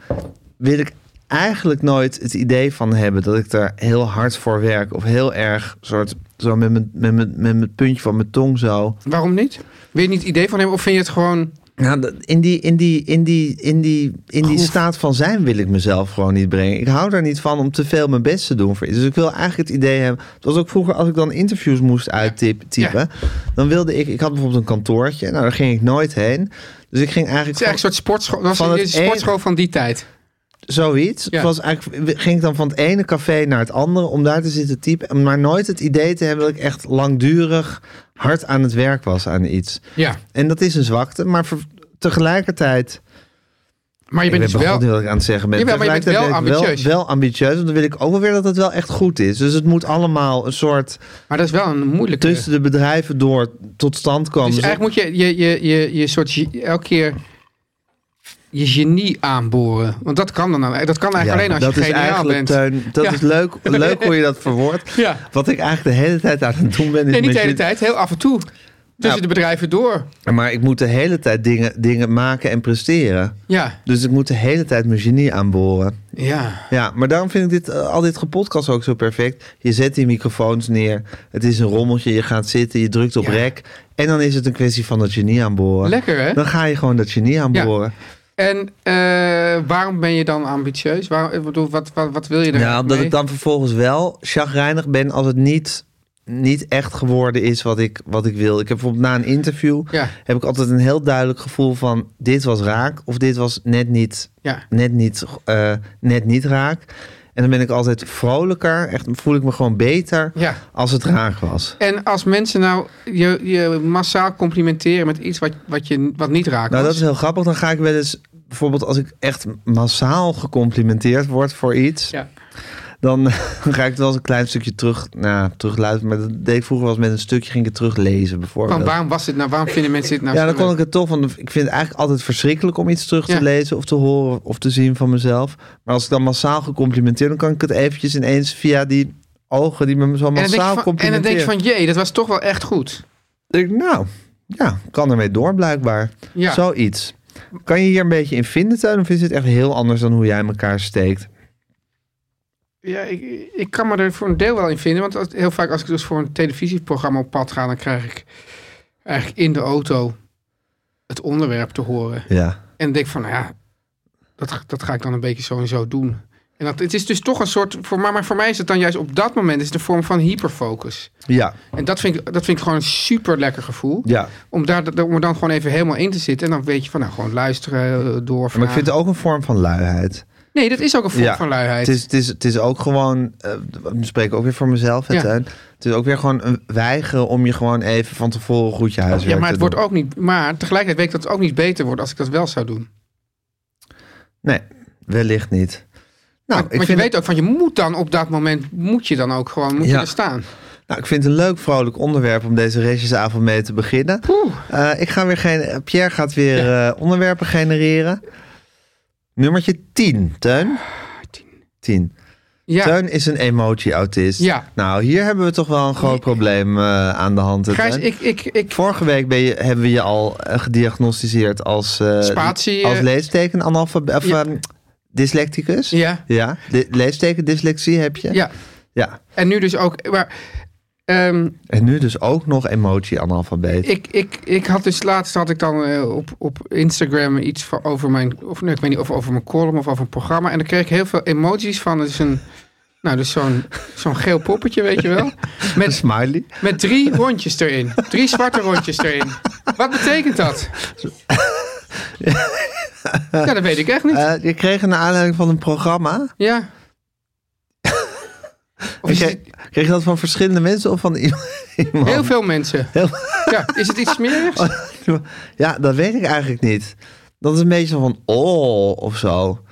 B: wil ik eigenlijk nooit het idee van hebben dat ik daar heel hard voor werk of heel erg soort zo met mijn met mijn- met mijn puntje van mijn tong zo.
C: Waarom niet? Wil je niet idee van hem of vind je het gewoon...
B: Nou, dat- in die, in die, in die, in die, in die staat van zijn wil ik mezelf gewoon niet brengen. Ik hou daar niet van om te veel mijn best te doen voor iets. Dus ik wil eigenlijk het idee hebben. Het was ook vroeger als ik dan interviews moest uittypen.
C: Ja.
B: Dan wilde ik. Ik had bijvoorbeeld een kantoortje. Nou, daar ging ik nooit heen. Dus ik ging eigenlijk.
C: Het is echt een soort sportschool. Dat
B: Van
C: was een
B: het ene-
C: sportschool van die tijd.
B: Zoiets.
C: Ja.
B: Het Was eigenlijk, ging ik dan van het ene café naar het andere om daar te zitten typen. Maar nooit het idee te hebben dat ik echt langdurig hard aan het werk was aan iets.
C: Ja,
B: En dat is een zwakte. Maar ver- tegelijkertijd.
C: maar je
B: ik
C: bent
B: ben
C: dus wel...
B: begonnen wat ik aan het zeggen ben.
C: Jawel, maar je bent
B: Tegelijkertijd
C: wel
B: ben ik
C: ambitieus.
B: Wel, wel ambitieus. Want dan wil ik ook wel weer dat het wel echt goed is. Dus het moet allemaal een soort
C: Maar dat is wel een moeilijke...
B: tussen de bedrijven door tot stand komen.
C: Dus eigenlijk moet je je, je, je, je soort ge- elke keer je genie aanboren. Want dat kan dan nou- dat kan eigenlijk alleen als
B: dat
C: je
B: is
C: geniaal
B: eigenlijk, eh,
C: bent.
B: Teun, dat
C: Ja.
B: is leuk, leuk hoe je dat verwoordt.
C: Ja.
B: Wat ik eigenlijk de hele tijd aan het doen ben. is
C: Nee, niet
B: met
C: de hele
B: je-
C: tijd, heel af en toe. Tussen
B: Nou.
C: de bedrijven door.
B: Maar ik moet de hele tijd dingen, dingen maken en presteren.
C: Ja,
B: Dus ik moet de hele tijd mijn genie aanboren.
C: ja.
B: Ja, maar daarom vind ik dit, eh, al dit gepodcast ook zo perfect. Je zet die microfoons neer. Het is een rommeltje. Je gaat zitten. Je drukt op
C: Ja.
B: rek. En dan is het een kwestie van dat genie aanboren.
C: Lekker hè?
B: Dan ga je gewoon dat genie aanboren.
C: En eh, waarom ben je dan ambitieus? Waarom, ik bedoel, wat, wat, wat wil je er
B: Ja, omdat
C: mee?
B: ik dan vervolgens wel chagrijnig ben als het niet, niet echt geworden is wat ik, wat ik wil. Ik heb bijvoorbeeld na een interview...
C: Ja.
B: heb ik altijd een heel duidelijk gevoel van... dit was raak of dit was net niet
C: Ja.
B: net niet, eh, net niet raak. En dan ben ik altijd vrolijker. Echt voel ik me gewoon beter
C: Ja.
B: als het raak was.
C: En als mensen nou je, je massaal complimenteren met iets wat, wat, je, wat niet raakt.
B: Nou, dat
C: was.
B: is heel grappig. Dan ga ik wel eens bijvoorbeeld als ik echt massaal gecomplimenteerd word voor iets,
C: Ja.
B: dan ga ik wel eens een klein stukje terug, nou, terugluisteren. Maar dat deed ik vroeger was met een stukje ging ik het teruglezen bijvoorbeeld.
C: Want waarom was dit nou? Waarom vinden mensen dit nou
B: ja,
C: zo
B: dan kon
C: leuk?
B: ik het toch van. Ik vind het eigenlijk altijd verschrikkelijk om iets terug te
C: Ja.
B: lezen of te horen of te zien van mezelf. Maar als ik dan massaal gecomplimenteerd, dan kan ik het eventjes ineens via die ogen die me zo
C: En dan, denk
B: massaal
C: je van, en dan denk
B: complimenteren.
C: je van, jee, dat was toch wel echt goed.
B: denk ik, nou, Ja, kan ermee door blijkbaar.
C: Ja.
B: Zoiets. Kan je hier een beetje in vinden, Tuin? Of is het echt heel anders dan hoe jij in elkaar steekt?
C: Ja, ik, ik kan me er voor een deel wel in vinden. Want als- heel vaak als ik dus voor een televisieprogramma op pad ga, dan krijg ik eigenlijk in de auto het onderwerp te horen.
B: Ja.
C: En denk van, nou ja, dat, dat ga ik dan een beetje zo en zo doen. En dat, het is dus toch een soort, voor, maar, maar voor mij is het dan juist op dat moment is het een vorm van hyperfocus.
B: Ja,
C: En dat vind ik, dat vind ik gewoon een super lekker gevoel.
B: ja.
C: Om, daar, om er dan gewoon even helemaal in te zitten. En dan weet je van, nou gewoon luisteren, eh, doorvragen.
B: Maar ik vind het ook een vorm van luiheid.
C: Nee, dat is ook een vorm van luiheid.
B: Het is, het is, het is ook gewoon, eh, ik spreek ook weer voor mezelf, hè,
C: Ja.
B: Teun. Het is ook weer gewoon een weigeren om je gewoon even van tevoren goed je huiswerk
C: ja, maar het
B: te
C: wordt
B: doen.
C: ook niet. Maar tegelijkertijd weet ik dat het ook niet beter wordt als ik dat wel zou
B: Nou,
C: doen.
B: Nee, wellicht niet. Nou,
C: want want je
B: vind
C: weet ook van je moet dan op dat moment moet je dan ook gewoon moet
B: Ja.
C: je er staan.
B: Nou, ik vind het een leuk, vrolijk onderwerp om deze raceavond mee te beginnen. Eh, ik ga weer geen, eh, Pierre gaat weer eh, onderwerpen genereren. Nummertje 10, Teun. 10.
C: Ja.
B: Teun is een emotie-autist.
C: Ja.
B: Nou, hier hebben we toch wel een groot probleem eh, aan de hand. hè,
C: Gijs,
B: Teun?
C: ik, ik, ik,
B: Vorige week ben je, hebben we je al eh, gediagnosticeerd als, eh,
C: Spatie, eh,
B: als leesteken analfabe- of,
C: ja.
B: ehm, dyslecticus.
C: Ja.
B: ja. De, leesteken dyslexie heb je.
C: ja.
B: Ja.
C: En nu dus ook. Maar, ehm,
B: En nu dus ook nog emotie-analfabeet.
C: ik, ik, ik had dus laatst had ik dan eh, op, op Instagram iets van over mijn. Of nee, ik weet niet of over mijn column of over een programma. En dan kreeg ik heel veel emoties van. Dus een, nou, dus zo'n zo'n geel poppetje, weet je wel.
B: Met smiley.
C: Met drie rondjes erin. Drie zwarte rondjes erin. Wat betekent dat? Ja, dat weet ik echt niet.
B: Eh, je kreeg een aanleiding van een programma.
C: Ja. Of is
B: Kreeg,
C: het
B: kreeg je dat van verschillende mensen of van i- iemand?
C: heel veel mensen. Ja, is het iets smerigs?
B: Ja, dat weet ik eigenlijk niet. Dat is een beetje zo van oh of zo.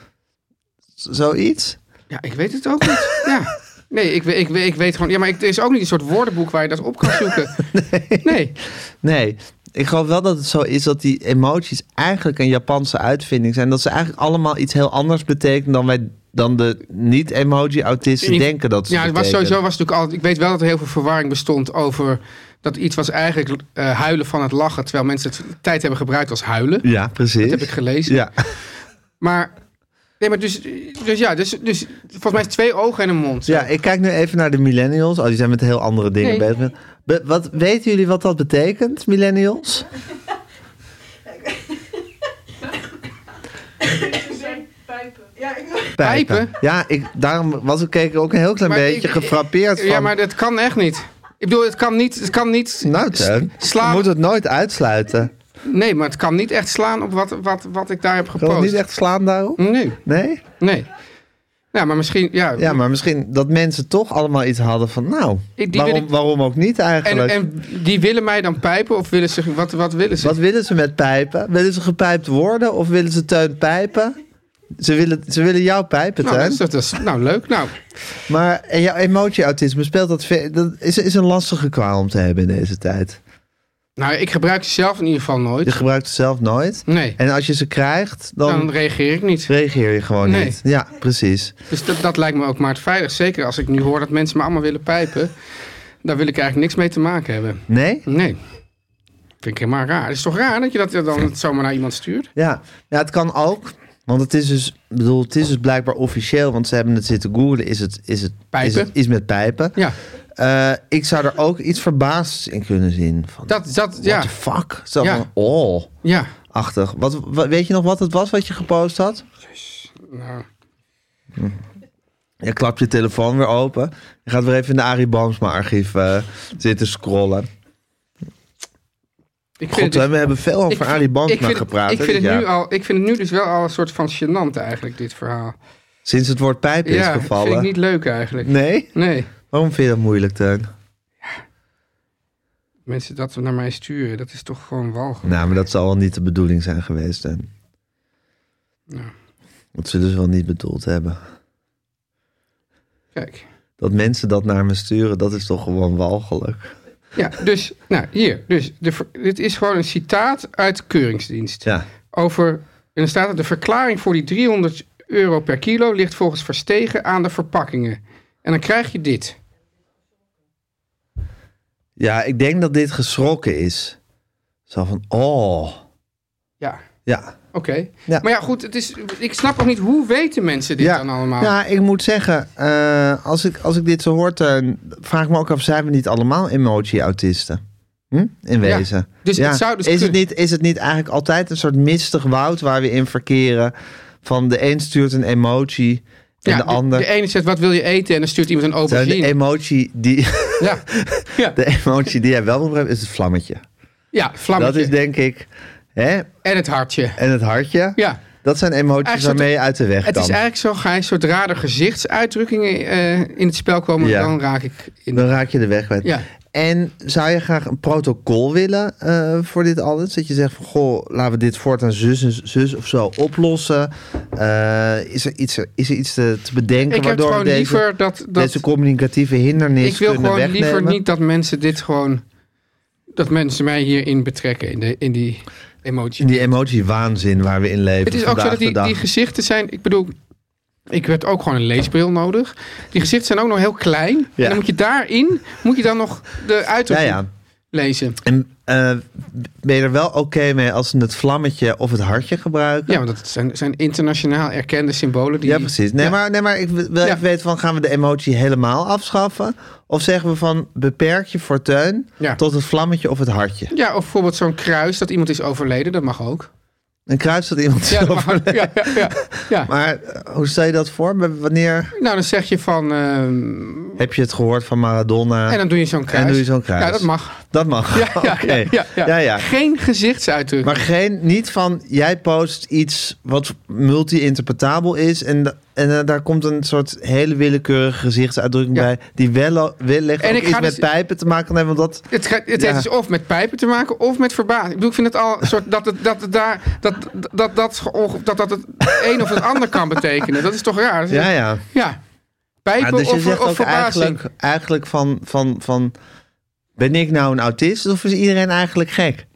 B: Z- Zoiets.
C: Ja, ik weet het ook niet. Ja. Nee, ik, we- ik, we- ik weet gewoon... Ja, maar ik, er is ook niet een soort woordenboek waar je dat op kan zoeken. Nee.
B: Nee, ik geloof wel dat het zo is dat die emoties eigenlijk een Japanse uitvinding zijn. Dat ze eigenlijk allemaal iets heel anders betekenen dan wij dan de niet-emoji-autisten
C: Ik-
B: denken dat ze
C: Ja, het was
B: betekenen.
C: sowieso was het natuurlijk altijd... Ik weet wel dat er heel veel verwarring bestond over... Dat iets was eigenlijk eh, huilen van het lachen. Terwijl mensen het tijd hebben gebruikt als huilen.
B: Ja, precies.
C: Dat heb ik gelezen.
B: Ja,
C: Maar, nee, maar dus, dus ja, dus, dus volgens mij is twee ogen en een mond.
B: ja, ik kijk nu even naar de millennials. Oh, die zijn met heel andere dingen
C: Nee.
B: bezig. Be- wat, weten jullie wat dat betekent, millennials? Pijpen.
C: Pijpen?
B: Ja, ik, daarom was ik, keek ik ook een heel klein
C: Maar
B: beetje
C: ik-
B: gefrappeerd van...
C: Ja, maar dat kan echt niet. Ik bedoel, het kan niet, het kan niet
B: Nou, Teun,
C: slaan.
B: je moet het nooit uitsluiten.
C: Nee, maar het kan niet echt slaan op wat, wat, wat ik daar heb
B: Kan
C: gepost.
B: het niet echt slaan daarop?
C: Nee,
B: Nee?
C: nee. Ja, maar misschien, ja.
B: Ja, maar misschien dat mensen toch allemaal iets hadden van... Nou,
C: Ik- die
B: waarom,
C: wil ik-
B: waarom ook niet
C: en,
B: eigenlijk?
C: en die willen mij dan pijpen of willen ze, wat, wat willen ze?
B: Wat willen ze met pijpen? Willen ze gepijpt worden of willen ze Teun pijpen? Ze willen, ze willen jou pijpen,
C: nou,
B: Teun.
C: dat is, dat is, nou, leuk. Nou,
B: Maar en jouw emotie-autisme speelt dat... ve- Dat is, is een lastige kwaal om te hebben in deze tijd.
C: nou, ik gebruik ze zelf in ieder geval
B: Je
C: nooit.
B: gebruikt het zelf nooit.
C: Nee,
B: En als je ze krijgt,
C: dan
B: dan
C: reageer ik niet.
B: reageer je gewoon
C: Nee.
B: niet. Ja, precies.
C: Dus dat, dat lijkt me ook maar het veilig. Zeker als ik nu hoor dat mensen me allemaal willen pijpen. Daar wil ik eigenlijk niks mee te maken hebben.
B: Nee?
C: Nee. Vind ik helemaal raar. Het is toch raar dat je dat dan zomaar naar iemand stuurt?
B: Ja, ja het kan ook. Want het is dus, ik bedoel, het is dus blijkbaar officieel, want ze hebben het zitten googlen, is het, is het, is
C: Pijpen?
B: het iets met pijpen.
C: Ja,
B: Eh, ik zou er ook iets verbaasds in kunnen zien. Van,
C: dat, dat,
B: what
C: ja.
B: the fuck? Zo
C: Ja.
B: van, oh,
C: Ja.
B: achtig. Wat, wat- weet je nog wat het was wat je gepost had?
C: Nou,
B: Je klapt je telefoon weer open. Je gaat weer even in de Arie Boomsma archief eh, zitten scrollen.
C: ik
B: God,
C: dus-
B: we hebben veel
C: ik
B: over
C: vind-
B: Arie
C: ik vind
B: Boomsma
C: het-
B: gepraat.
C: Ik
B: hè,
C: vind,
B: dit
C: het nu
B: jaar.
C: al, ik vind het nu dus wel al een soort van gênant eigenlijk, dit verhaal.
B: Sinds het woord pijpen
C: ja,
B: is
C: dat vind
B: gevallen.
C: ik niet leuk eigenlijk.
B: Nee?
C: Nee.
B: Waarom vind je dat moeilijk, Teun?
C: Mensen dat naar mij sturen, dat is toch gewoon walgelijk.
B: Nou, maar dat zal wel niet de bedoeling zijn geweest. Hè. Dat zullen ze wel niet bedoeld hebben.
C: Kijk.
B: Dat mensen dat naar me sturen, dat is toch gewoon walgelijk.
C: Ja, dus, nou hier. Dus de, ver- dit is gewoon een citaat uit de keuringsdienst.
B: Ja,
C: over. En dan staat er: de verklaring voor die 300 euro per kilo ligt volgens Verstegen aan de verpakkingen. En dan krijg je dit.
B: ja ik denk dat dit geschrokken is. Zo van, oh.
C: Ja,
B: Ja.
C: oké.
B: Ja.
C: Maar ja, goed, het is, ik snap ook niet, hoe weten mensen dit
B: ja.
C: dan allemaal?
B: Ja, ik moet zeggen, eh, als, ik, als ik dit zo hoor, Teun, vraag ik me ook af, zijn we niet allemaal emoji-autisten? Hm? In
C: Ja.
B: wezen.
C: Dus het zou dus
B: is, het
C: kunnen.
B: niet, is het niet eigenlijk altijd een soort mistig woud waar we in verkeren? Van de een stuurt een emoji en
C: Ja,
B: de ander...
C: De ene zegt, wat wil je eten? En dan stuurt iemand een
B: Teun,
C: aubergine.
B: de emoji die,
C: ja. Ja.
B: de emoji die jij wel moet brengen is het vlammetje.
C: ja,
B: Dat
C: vlammetje.
B: is denk ik... Hè?
C: En het hartje.
B: En het hartje.
C: Ja.
B: Dat zijn emoties
C: Eigenlijk
B: waarmee je uit de weg
C: Het
B: kan.
C: is eigenlijk zo, Gijs, zodra er gezichtsuitdrukkingen eh, in het spel komen,
B: Ja.
C: dan raak ik in
B: Dan raak je de weg kwijt.
C: Ja.
B: En zou je graag een protocol willen eh, voor dit alles? Dat je zegt van, goh, laten we dit voortaan zus en zus of zo oplossen. Eh, is, er iets, is er iets te, te bedenken
C: Ik heb
B: waardoor we
C: gewoon
B: deze,
C: liever dat... dat
B: deze communicatieve hindernis
C: ik wil
B: kunnen
C: gewoon
B: wegnemen?
C: liever niet dat mensen dit gewoon... Dat mensen mij hierin betrekken, in, de, in die emotie.
B: In die emotiewaanzin waar we in leven
C: Het is ook
B: vandaag
C: zo dat
B: de
C: die,
B: dag.
C: die gezichten zijn... Ik bedoel, ik werd ook gewoon een leesbril nodig. Die gezichten zijn ook nog heel klein. En dan moet je daarin, moet je dan nog de
B: ja,
C: uitdrukking
B: ja.
C: lezen.
B: En eh, ben je er wel oké mee als ze het vlammetje of het hartje gebruiken?
C: Ja, want dat zijn, zijn internationaal erkende symbolen. Die,
B: Ja, precies. Nee,
C: Ja.
B: maar, nee, maar ik wil even
C: Ja.
B: weten van gaan we de emotie helemaal afschaffen? Of zeggen we van beperk je fortuin
C: Ja.
B: tot het vlammetje of het hartje?
C: Ja, of bijvoorbeeld zo'n kruis dat iemand is overleden, dat mag ook.
B: Een kruis dat iemand
C: Ja,
B: zelf
C: dat mag ook. Ja, ja, ja, ja.
B: Maar eh, hoe stel je dat voor? B- Wanneer
C: Nou, dan zeg je van. ehm,
B: heb je het gehoord van Maradona?
C: en dan doe je zo'n kruis.
B: En doe je zo'n kruis.
C: Ja, dat mag.
B: Dat mag.
C: Ja, ja,
B: Oké.
C: ja, ja, ja.
B: Ja, ja.
C: Geen gezichtsuitdrukking.
B: Maar geen, niet van jij post iets wat multi-interpretabel is en, da- en eh, daar komt een soort hele willekeurige gezichtsuitdrukking
C: Ja.
B: bij die wel, wellicht
C: En
B: ook
C: ik
B: iets
C: ga
B: met
C: dus-
B: pijpen te maken kan hebben, want dat
C: Het, ge- het heeft
B: Ja.
C: dus of met pijpen te maken of met verbazing. Ik bedoel, ik vind het al een soort dat het, dat het daar dat dat dat geonge- dat, dat het een of het ander kan betekenen. Dat is toch raar? Dat is-
B: ja, ja.
C: ja.
B: Ja,
C: Pijpen
B: dus je
C: of,
B: zegt
C: of
B: ook
C: verbazing.
B: eigenlijk, eigenlijk van, van, van... Ben ik nou een autist of is iedereen eigenlijk gek?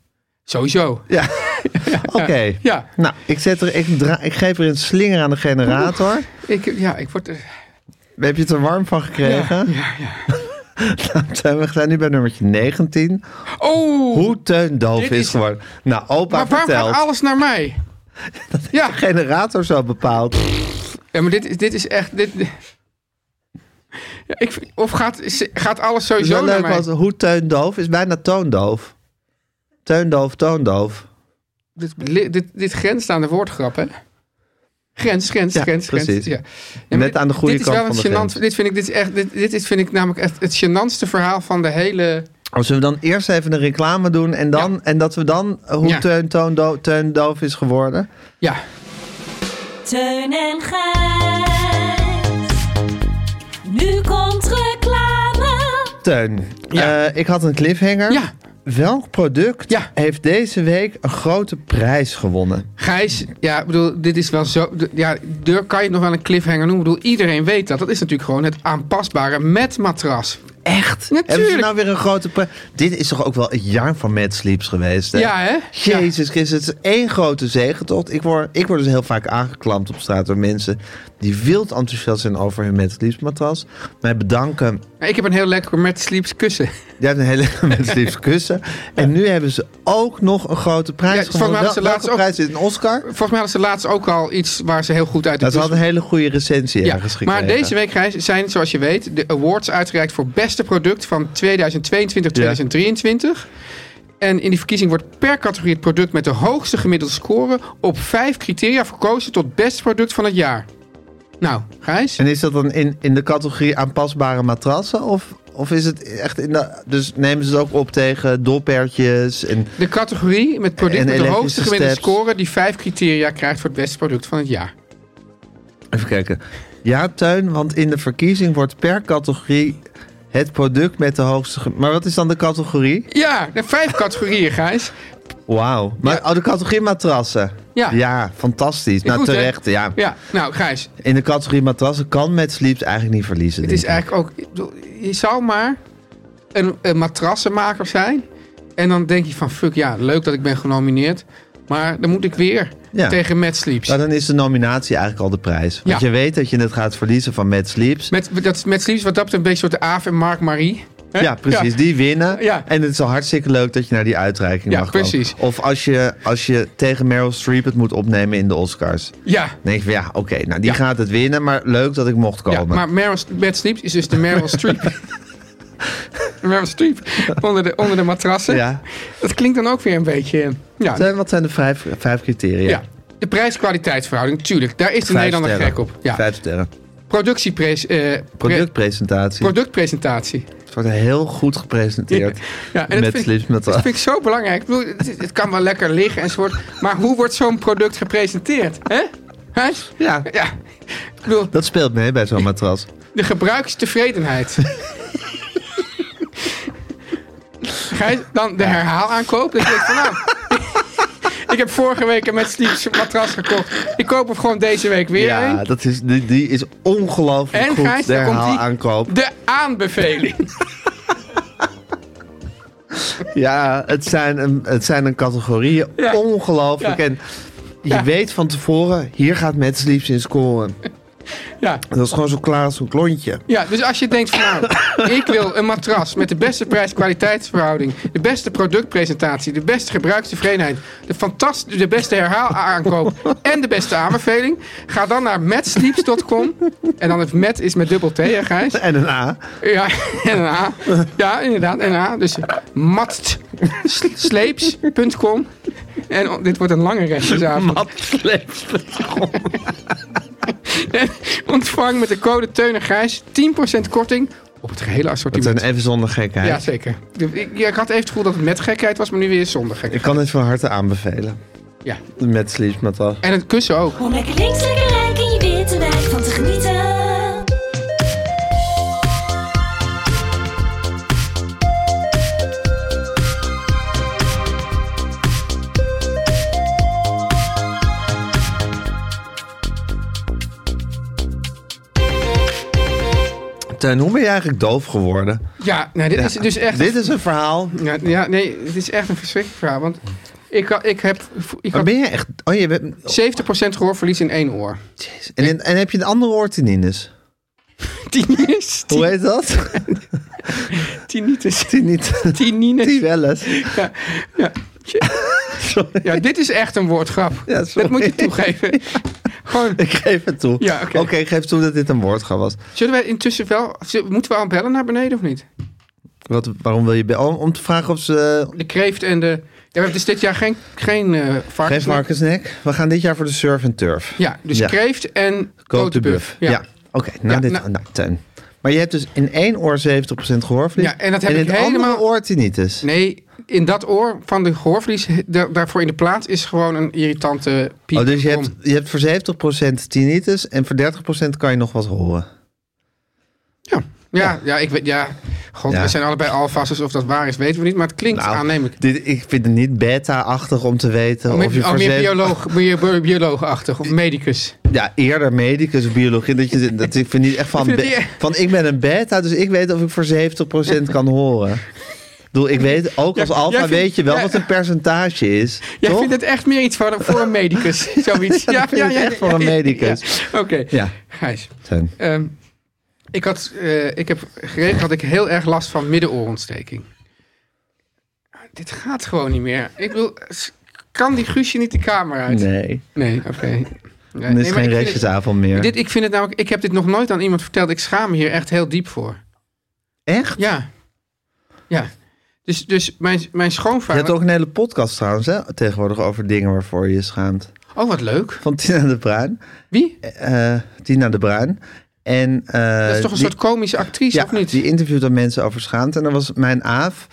C: Sowieso.
B: Ja, oké.
C: Ja.
B: Nou, ik, zet er, ik, dra- ik geef er een slinger aan de generator.
C: Ik, ja, ik word. er-
B: Heb je het er warm van gekregen? Ja, ja. we zijn nu bij nummertje 19.
C: Oh,
B: Hoe Teun doof is,
C: Dit is-
B: geworden. Nou, opa
C: maar waarom
B: vertelt.
C: gaat alles naar mij? Ja.
B: Generator zo bepaald.
C: Ja, maar dit, is- dit is echt. Dit... Ja, ik, vind- of gaat, is- gaat alles
B: Het is wel
C: sowieso naar
B: leuk,
C: mij?
B: want hoe Teun doof is bijna toondoof. Teundoof, toondoof.
C: Dit, li- dit, dit grenst aan de woordgrap, hè? Grens, grens,
B: Ja,
C: grens, grens.
B: precies.
C: Ja. Ja, maar
B: Net
C: dit-
B: aan de goede
C: dit is
B: kant
C: wel een
B: van de
C: gênant-
B: grens.
C: Dit vind ik, dit is echt, dit, dit is, vind ik namelijk echt het gênantste verhaal van de hele...
B: Als we dan eerst even een reclame doen en, dan,
C: Ja.
B: en dat we dan eh, hoe
C: Ja.
B: Teun, Toon Do- Teun doof is geworden.
C: Ja,
F: Teun en Gijs. Nu komt reclame.
B: Teun,
C: Ja.
B: eh, ik had een cliffhanger.
C: Ja.
B: Welk product
C: Ja.
B: heeft deze week een grote prijs gewonnen?
C: Gijs, ja, ik bedoel, dit is wel zo... d- Ja, deur kan je het nog wel een cliffhanger noemen. Ik bedoel, iedereen weet dat. Dat is natuurlijk gewoon het aanpasbare met matras.
B: Echt? Hebben ze
C: Natuurlijk.
B: nou weer een grote prijs? Dit is toch ook wel het jaar van Mad Sleeps geweest? Hè?
C: Ja, hè? Ja.
B: Jezus Christus, het is één grote zegentocht. Ik word, ik word dus heel vaak aangeklampt op straat door mensen die wild enthousiast zijn over hun Mad Sleeps matras. Mij bedanken
C: Ik heb een heel lekker met sleeps kussen.
B: Jij hebt een hele met liefst kussen. En nu hebben ze ook nog een grote
C: Ja,
B: prijs
C: volgens mij
B: gewonnen.
C: hadden ze
B: Wel-
C: laatst
B: welke
C: ook-
B: prijs is het? Een Oscar?
C: Volgens mij hadden ze laatst ook al iets waar ze heel goed uit de
B: Dat ze
C: bus-
B: hadden een hele goede recensie
C: Ja,
B: ergens gekregen.
C: maar deze week Gijs, zijn, zoals je weet, de awards uitgereikt voor beste product van 2022-2023. En in die verkiezing wordt per categorie het product met de hoogste gemiddelde score op vijf criteria verkozen tot best product van het jaar. Nou, Gijs?
B: En is dat dan in, in de categorie aanpasbare matrassen? Of, of is het echt in de... Dus nemen ze het ook op tegen dolpertjes en...
C: De categorie met product
B: En
C: met de
B: elektrische
C: hoogste gemiddelde
B: steps.
C: score die vijf criteria krijgt voor het beste product van het jaar.
B: Even kijken. Ja, Tuin, want in de verkiezing wordt per categorie het product met de hoogste... ge- Maar wat is dan de categorie?
C: Ja, de vijf categorieën, Gijs.
B: Wauw. Maar
C: Ja.
B: oh, de categorie matrassen.
C: Ja.
B: Ja, fantastisch. Nou,
C: Goed, hè?
B: terecht. Ja.
C: Ja, nou, Gijs,
B: In de categorie matrassen kan met Sleeps eigenlijk niet verliezen.
C: Het is
B: denk ik.
C: eigenlijk ook. ik bedoel, Je zou maar een, een matrassenmaker zijn. En dan denk je van fuck ja, leuk dat ik ben genomineerd. Maar dan moet ik weer
B: Ja.
C: tegen Mad Sleeps.
B: Maar dan is de nominatie eigenlijk al de prijs. Want
C: Ja.
B: je weet dat je het gaat verliezen van Mad Sleeps.
C: Met, dat is Mad Sleeps, wat dat betreft een beetje een soort Aaf en Mark Marie. Hè?
B: Ja, precies. Die winnen.
C: Ja.
B: En het is al hartstikke leuk dat je naar die uitreiking
C: Ja,
B: mag komen.
C: precies.
B: Of als je, als je tegen Meryl Streep het moet opnemen in de Oscars. Dan
C: Ja.
B: denk je van ja, oké, nou die
C: Ja.
B: gaat het winnen, maar leuk dat ik mocht
C: Ja,
B: komen.
C: maar Meryl Bad Sleep is dus de Meryl Streep. Meryl Streep onder de, onder de matrassen.
B: Ja.
C: Dat klinkt dan ook weer een beetje... eh, Ja,
B: Zijn- wat zijn de vijf, vijf criteria?
C: ja. de prijs-kwaliteitsverhouding, tuurlijk. Daar is de
B: Vijf
C: Nederlander
B: sterren.
C: gek op. Ja.
B: Vijf sterren.
C: Productiepres, eh, pre-
B: Productpresentatie.
C: productpresentatie.
B: het wordt heel goed gepresenteerd.
C: Ja, en
B: met
C: dat vind,
B: slips
C: ik, dat
B: met
C: vind ik zo belangrijk. Ik bedoel, het, het kan wel lekker liggen enzovoort. Maar hoe wordt zo'n product gepresenteerd? Hè? Huis?
B: Ja,
C: Ja. Ik bedoel,
B: dat speelt mee bij zo'n matras.
C: de gebruikstevredenheid. Gijs, dan de herhaalaankoop. Dat je denkt van nou... Ik heb vorige week een met Sleeps matras gekocht. Ik koop er gewoon deze week weer een.
B: Ja, dat is, die, die is ongelooflijk
C: En
B: goed.
C: Gijs,
B: de
C: daar komt die-
B: herhaalaankoop.
C: De aanbeveling.
B: Ja, het zijn een, het zijn een categorieën.
C: Ja.
B: Ongelooflijk.
C: Ja.
B: En je
C: Ja.
B: weet van tevoren, hier gaat Mets liefst in scoren.
C: Ja.
B: Dat is gewoon zo klaar als een klontje.
C: Ja, dus als je denkt van nou, ik wil een matras met de beste prijs-kwaliteitsverhouding, de beste productpresentatie, de beste gebruikstevredenheid, de, fantastische, de beste herhaalaankoop en de beste aanbeveling, ga dan naar matsleeps.com. En dan het met is met dubbel T, hè Gijs?
B: En een A.
C: Ja, en een A. Ja, inderdaad, en een A. Dus matsleeps.com. En oh, dit wordt een lange restjesavond. En ontvang met de code Teun en Gijs 10% korting op het gehele
B: Het
C: assortiment.
B: zijn even zonder gekheid.
C: Ja, zeker. Ik, ja, ik had even het gevoel dat het met gekheid was, maar nu weer zonder
B: Ik
C: gekheid.
B: kan dit van harte aanbevelen.
C: Ja.
B: De Mets liefst matras.
C: En het kussen ook.
F: Om lekker links, lekker rijk in je witte wijk van te genieten.
B: Teun, hoe ben je eigenlijk doof geworden?
C: Ja, nou, dit is dus echt...
B: Dit is een verhaal.
C: Ja, ja, nee, het is echt een verschrikkelijk verhaal. Want ik, ha- ik heb ik
B: Maar
C: had
B: ben je echt... Oh, je bent...
C: 70% gehoorverlies in één oor.
B: Jezus. En, en, en heb je een andere oortinines?
C: Tinnitus.
B: Hoe heet dat?
C: Tinnitus.
B: Die niet... Die
C: Tinnitus.
B: wel eens.
C: Ja, ja.
B: Sorry.
C: ja, dit is echt een woordgrap.
B: Ja, sorry.
C: dat moet je toegeven. Gewoon,
B: Ik geef het toe.
C: Ja, oké.
B: ik geef toe dat dit een woordgrap was.
C: zullen wij intussen wel... zullen- Moeten we al bellen naar beneden of niet?
B: Wat, waarom wil je... be- oh, Om, om te vragen of ze...
C: De kreeft en de... Ja, we hebben dus dit jaar geen, geen eh varkens.
B: Geen varkensnek. We gaan dit jaar voor de surf en turf.
C: Ja, dus
B: Ja.
C: kreeft en
B: Koop de buff. Ja.
C: Ja.
B: Oké, nou
C: Ja,
B: dit...
C: nou-
B: Nou, Teun. Maar je hebt dus in één oor 70% gehoorvlies.
C: Ja, en dat heb
B: in
C: ik
B: het andere
C: helemaal-
B: oor tinnitus.
C: Nee, in dat oor van de gehoorvlies, da- daarvoor in de plaats, is gewoon een irritante piep.
B: Oh, dus je hebt,
C: Om-
B: je hebt voor 70% tinnitus en voor 30% kan je nog wat horen.
C: Ja, ja, ja, ik weet, ja. God,
B: Ja.
C: we zijn allebei alvast, dus of dat waar is weten we niet, maar het klinkt
B: Nou,
C: aannemelijk.
B: Dit, ik vind het niet beta-achtig om te weten
C: Of
B: of je
C: meer, oh,
B: voor
C: meer
B: zeven-
C: bioloog, meer bio- bioloogachtig, of medicus.
B: Ja, eerder medicus of biologie. Dat je, dat, ik vind niet echt van,
C: Ik vind het
B: be-
C: niet-
B: van ik ben een beta, dus ik weet of ik voor 70% kan horen. Ik bedoel, ik weet, ook als
C: Ja,
B: alfa
C: jij vindt-
B: weet je wel
C: ja.
B: wat een percentage is.
C: Jij
B: toch?
C: vindt het echt meer iets voor, voor een medicus, zoiets.
B: Ja, ik vind het echt voor een medicus.
C: ja. Oké,
B: Ja,
C: Gijs.
B: Teun.
C: ehm, ik, had, eh, ik heb geregeld dat ik heel erg last van middenoorontsteking. Ah, Dit gaat gewoon niet meer. Ik bedoel, s- kan die Guusje niet de kamer uit?
B: Nee,
C: Nee, oké. Nee,
B: dan
C: nee,
B: is
C: maar
B: geen
C: ik vind het-
B: restjesavond meer.
C: Dit, ik vind het namelijk, ik heb dit nog nooit aan iemand verteld. Ik schaam me hier echt heel diep voor.
B: Echt?
C: Ja. Ja. Dus, dus mijn, mijn
B: Je hebt
C: schoonvader...
B: ook een hele podcast trouwens, hè, tegenwoordig over dingen waarvoor je je schaamt.
C: Oh, wat leuk.
B: Van Tina de Bruin.
C: Wie?
B: eh, Tina de Bruin. En, eh,
C: Dat is toch een
B: die-
C: soort komische actrice,
B: ja,
C: of niet?
B: Die interviewt dan mensen over schaamte. En dan was mijn Aaf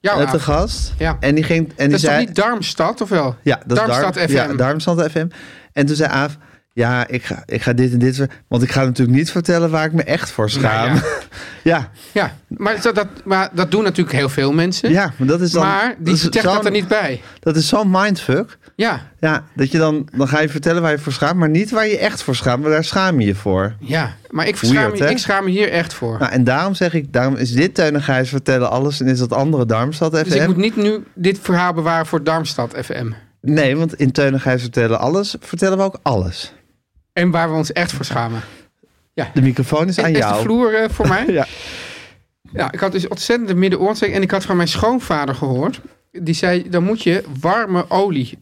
C: Jouw
B: eh,
C: Aaf.
B: te gast.
C: Ja.
B: En die ging. En die
C: Dat is toch
B: zei,
C: niet Darmstad, of wel?
B: Ja, dat
C: Darmstad
B: is Darm-
C: FM.
B: Ja, Darmstad FM. En toen zei Aaf, ja, ik ga, ik ga dit en dit... ver- Want ik ga natuurlijk niet vertellen waar ik me echt voor schaam.
C: Nou
B: ja.
C: Ja, maar dat, dat, maar dat doen natuurlijk heel veel mensen.
B: ja, maar dat is dan... dus
C: maar die
B: is
C: zegt dat
B: zo'n-
C: er niet bij.
B: Dat is zo'n mindfuck.
C: Ja,
B: Ja, dat je dan... Dan ga je vertellen waar je voor schaamt, maar niet waar je echt voor schaamt. Maar daar schaam je je voor.
C: ja. Maar ik schaam,
B: Weird,
C: me,
B: hè?
C: ik schaam me hier echt voor.
B: Nou, en daarom zeg ik... Daarom is dit Teun en Gijs vertellen alles... en is dat andere Darmstad FM.
C: dus ik moet niet nu dit verhaal bewaren voor Darmstad FM.
B: Nee, want in Teun en Gijs vertellen alles... vertellen we ook alles.
C: En waar we ons echt voor schamen.
B: De microfoon is aan
C: is
B: jou.
C: de vloer eh, voor mij?
B: Ja.
C: Ja, ik had dus ontzettende middenoortsteek. En ik had van mijn schoonvader gehoord. Die zei, dan moet je warme olie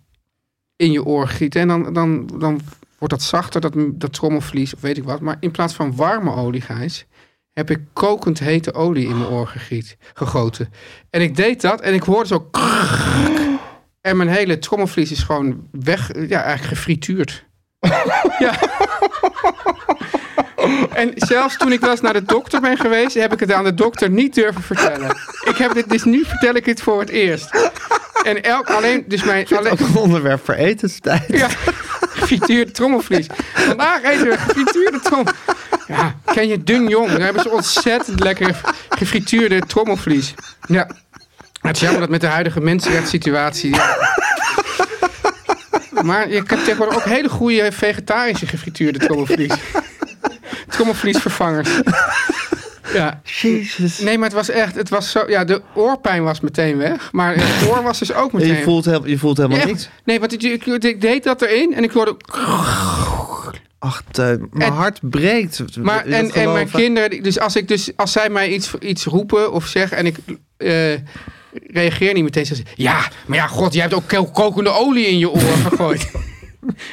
C: in je oor gieten. En dan, dan, dan wordt dat zachter, dat, dat trommelvlies of weet ik wat. Maar in plaats van warme olie, Gijs, heb ik kokend hete olie in mijn oor gegiet, gegoten. En ik deed dat en ik hoorde zo... krrrk. en mijn hele trommelvlies is gewoon weg, ja, eigenlijk gefrituurd. ja. En zelfs toen ik wel eens naar de dokter ben geweest, heb ik het aan de dokter niet durven vertellen. Ik heb dit, dus nu vertel ik het voor het eerst. En elk, alleen, dus mijn, alleen,
B: Ook een onderwerp voor etenstijd.
C: ja, gefrituurde trommelvlies. Vandaag eten we gefrituurde trommel. Ja, ken je Dun Jong? Daar hebben ze ontzettend lekkere gefrituurde trommelvlies. Ja. Het is jammer dat met de huidige mensenrechtssituatie... ja. Maar je hebt tegenwoordig ook hele goede vegetarische gefrituurde trommelvlies. Trommelvliesvervangers. Ja.
B: Jezus.
C: Nee, maar het was echt... Het was zo, ja, de oorpijn was meteen weg. Maar het oor was dus ook
B: En
C: meteen...
B: je, voelt heel, je voelt helemaal
C: Ja,
B: niks.
C: Nee, want ik, ik, ik deed dat erin en ik hoorde.
B: Ach, Teun, mijn
C: En-
B: hart breekt.
C: Maar,
B: Wil je dat
C: en, en mijn
B: geloven?
C: kinderen, die- dus als, ik dus als zij mij iets, iets roepen of zeggen en ik eh, reageer niet meteen, zeggen ze: Ja, maar ja, god, jij hebt ook ko- kokende olie in je oren gegooid.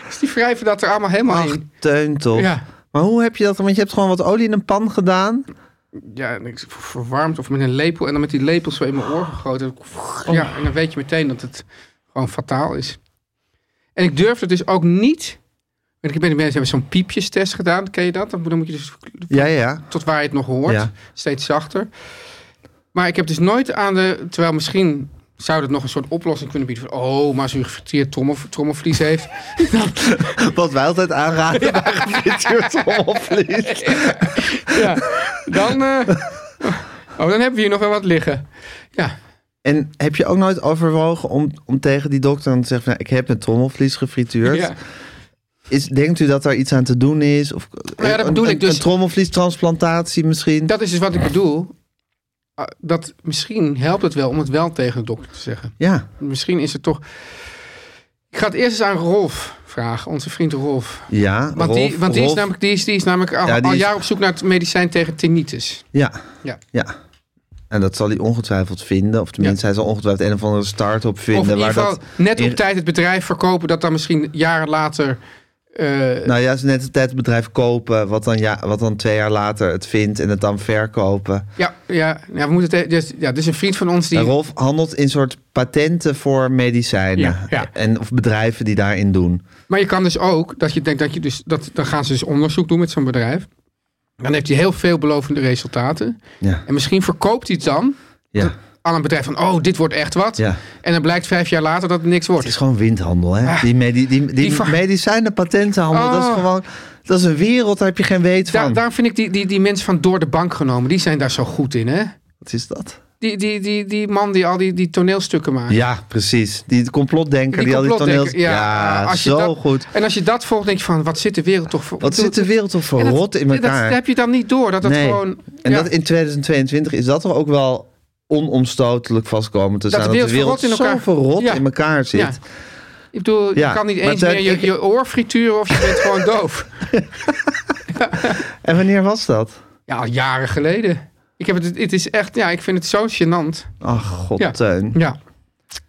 C: dus die wrijven dat er allemaal helemaal
B: Ach,
C: in.
B: Teun toch.
C: Ja.
B: Maar hoe heb je dat? Want je hebt gewoon wat olie in een pan gedaan.
C: Ja, en ik ver- verwarmd of met een lepel en dan met die lepel zo in mijn oor gegoten. Ja, en dan weet je meteen dat het gewoon fataal is. En ik durfde dus ook niet. want Ik ben mensen hebben zo'n piepjestest gedaan, ken je dat? Dan moet dan moet je dus
B: Ja, ja.
C: tot waar je het nog hoort.
B: Ja.
C: Steeds zachter. Maar ik heb dus nooit aan de... Terwijl misschien zou dat nog een soort oplossing kunnen bieden. Van, oh, maar als u een gefrituurd trommel, trommelvlies heeft...
B: Wat wij altijd aanraden bij gefrituurd trommelvlies.
C: ja, dan... eh, oh, dan hebben we hier nog wel wat liggen. Ja.
B: En heb je ook nooit overwogen om, om tegen die dokter dan te zeggen... van, nou, ik heb een trommelvlies gefrituurd.
C: ja.
B: Is, denkt u dat daar iets aan te doen is? Of,
C: Nou ja, dat
B: een,
C: bedoel
B: een-
C: ik dus.
B: Een trommelvliestransplantatie misschien?
C: Dat is dus wat ik bedoel. Ah, Dat, misschien helpt het wel om het wel tegen de dokter te zeggen.
B: Ja.
C: Misschien is het toch... Ik ga het eerst eens aan Rolf vragen. Onze vriend Rolf.
B: Ja,
C: Want, die,
B: Rolf-
C: want die, is
B: Rolf-
C: namelijk, die, is, die is namelijk al,
B: Ja, die
C: al
B: is-
C: jaren op zoek naar het medicijn tegen tinnitus.
B: Ja.
C: Ja.
B: ja. En dat zal hij ongetwijfeld vinden. Of tenminste, hij zal ongetwijfeld een of andere start-up
C: Of in
B: vinden.
C: ieder
B: Waar
C: geval
B: dat,
C: net op
B: in-
C: tijd het bedrijf verkopen, dat dan misschien jaren later. eh,
B: nou ja, ze net een tijd het bedrijf kopen. Wat dan, ja, wat dan twee jaar later het vindt en het dan verkopen.
C: ja, ja, ja, we moeten het, dus, ja, dus een vriend van ons die.
B: En Rolf handelt in soort patenten voor medicijnen.
C: Ja, ja.
B: En, of bedrijven die daarin doen.
C: Maar je kan dus ook, dat je denkt dat je dus, dat, dan gaan ze dus onderzoek doen met zo'n bedrijf. Dan heeft hij heel veelbelovende resultaten.
B: Ja.
C: En misschien verkoopt hij het dan
B: Ja.
C: aan een bedrijf van, oh, dit wordt echt wat.
B: ja.
C: En dan blijkt vijf jaar later dat het niks wordt.
B: Het is gewoon windhandel, hè? Die, medi die, die,
C: Ah, die ver-
B: medicijnen, patentenhandel, dat is
C: Oh.
B: gewoon... Dat is een wereld, daar heb je geen weet
C: Daar,
B: van.
C: daarom vind ik die, die, die mensen van Door de Bank genomen, die zijn daar zo goed in, hè?
B: Wat is dat?
C: Die, die, die, die man die al die, die toneelstukken maakt.
B: Ja, precies. Die complotdenker, die, al die
C: complotdenker,
B: toneels... Ja, eh,
C: als je
B: zo
C: dat-
B: goed.
C: En als je dat volgt, denk je van, wat zit de wereld toch voor?
B: Wat zit de wereld toch voor
C: En dat-
B: rot in
C: dat-
B: elkaar?
C: Dat, heb je dan niet door. Dat dat
B: nee.
C: gewoon.
B: en
C: ja,
B: dat in 2022 is dat toch ook wel onomstotelijk vastkomen te
C: Dat
B: zijn.
C: de
B: dat de
C: wereld
B: wereld
C: verrot in
B: zo
C: elkaar-
B: verrot
C: Ja.
B: in elkaar zit.
C: Ja. Ik bedoel,
B: Ja,
C: je kan niet
B: maar
C: eens
B: Teun,
C: meer je,
B: ik-
C: je oor frituren of je bent gewoon doof.
B: En wanneer was dat?
C: Ja, al jaren geleden. Ik heb het, het is echt, ja, ik vind het zo gênant.
B: Ach, god,
C: Ja.
B: Teun.
C: Ja.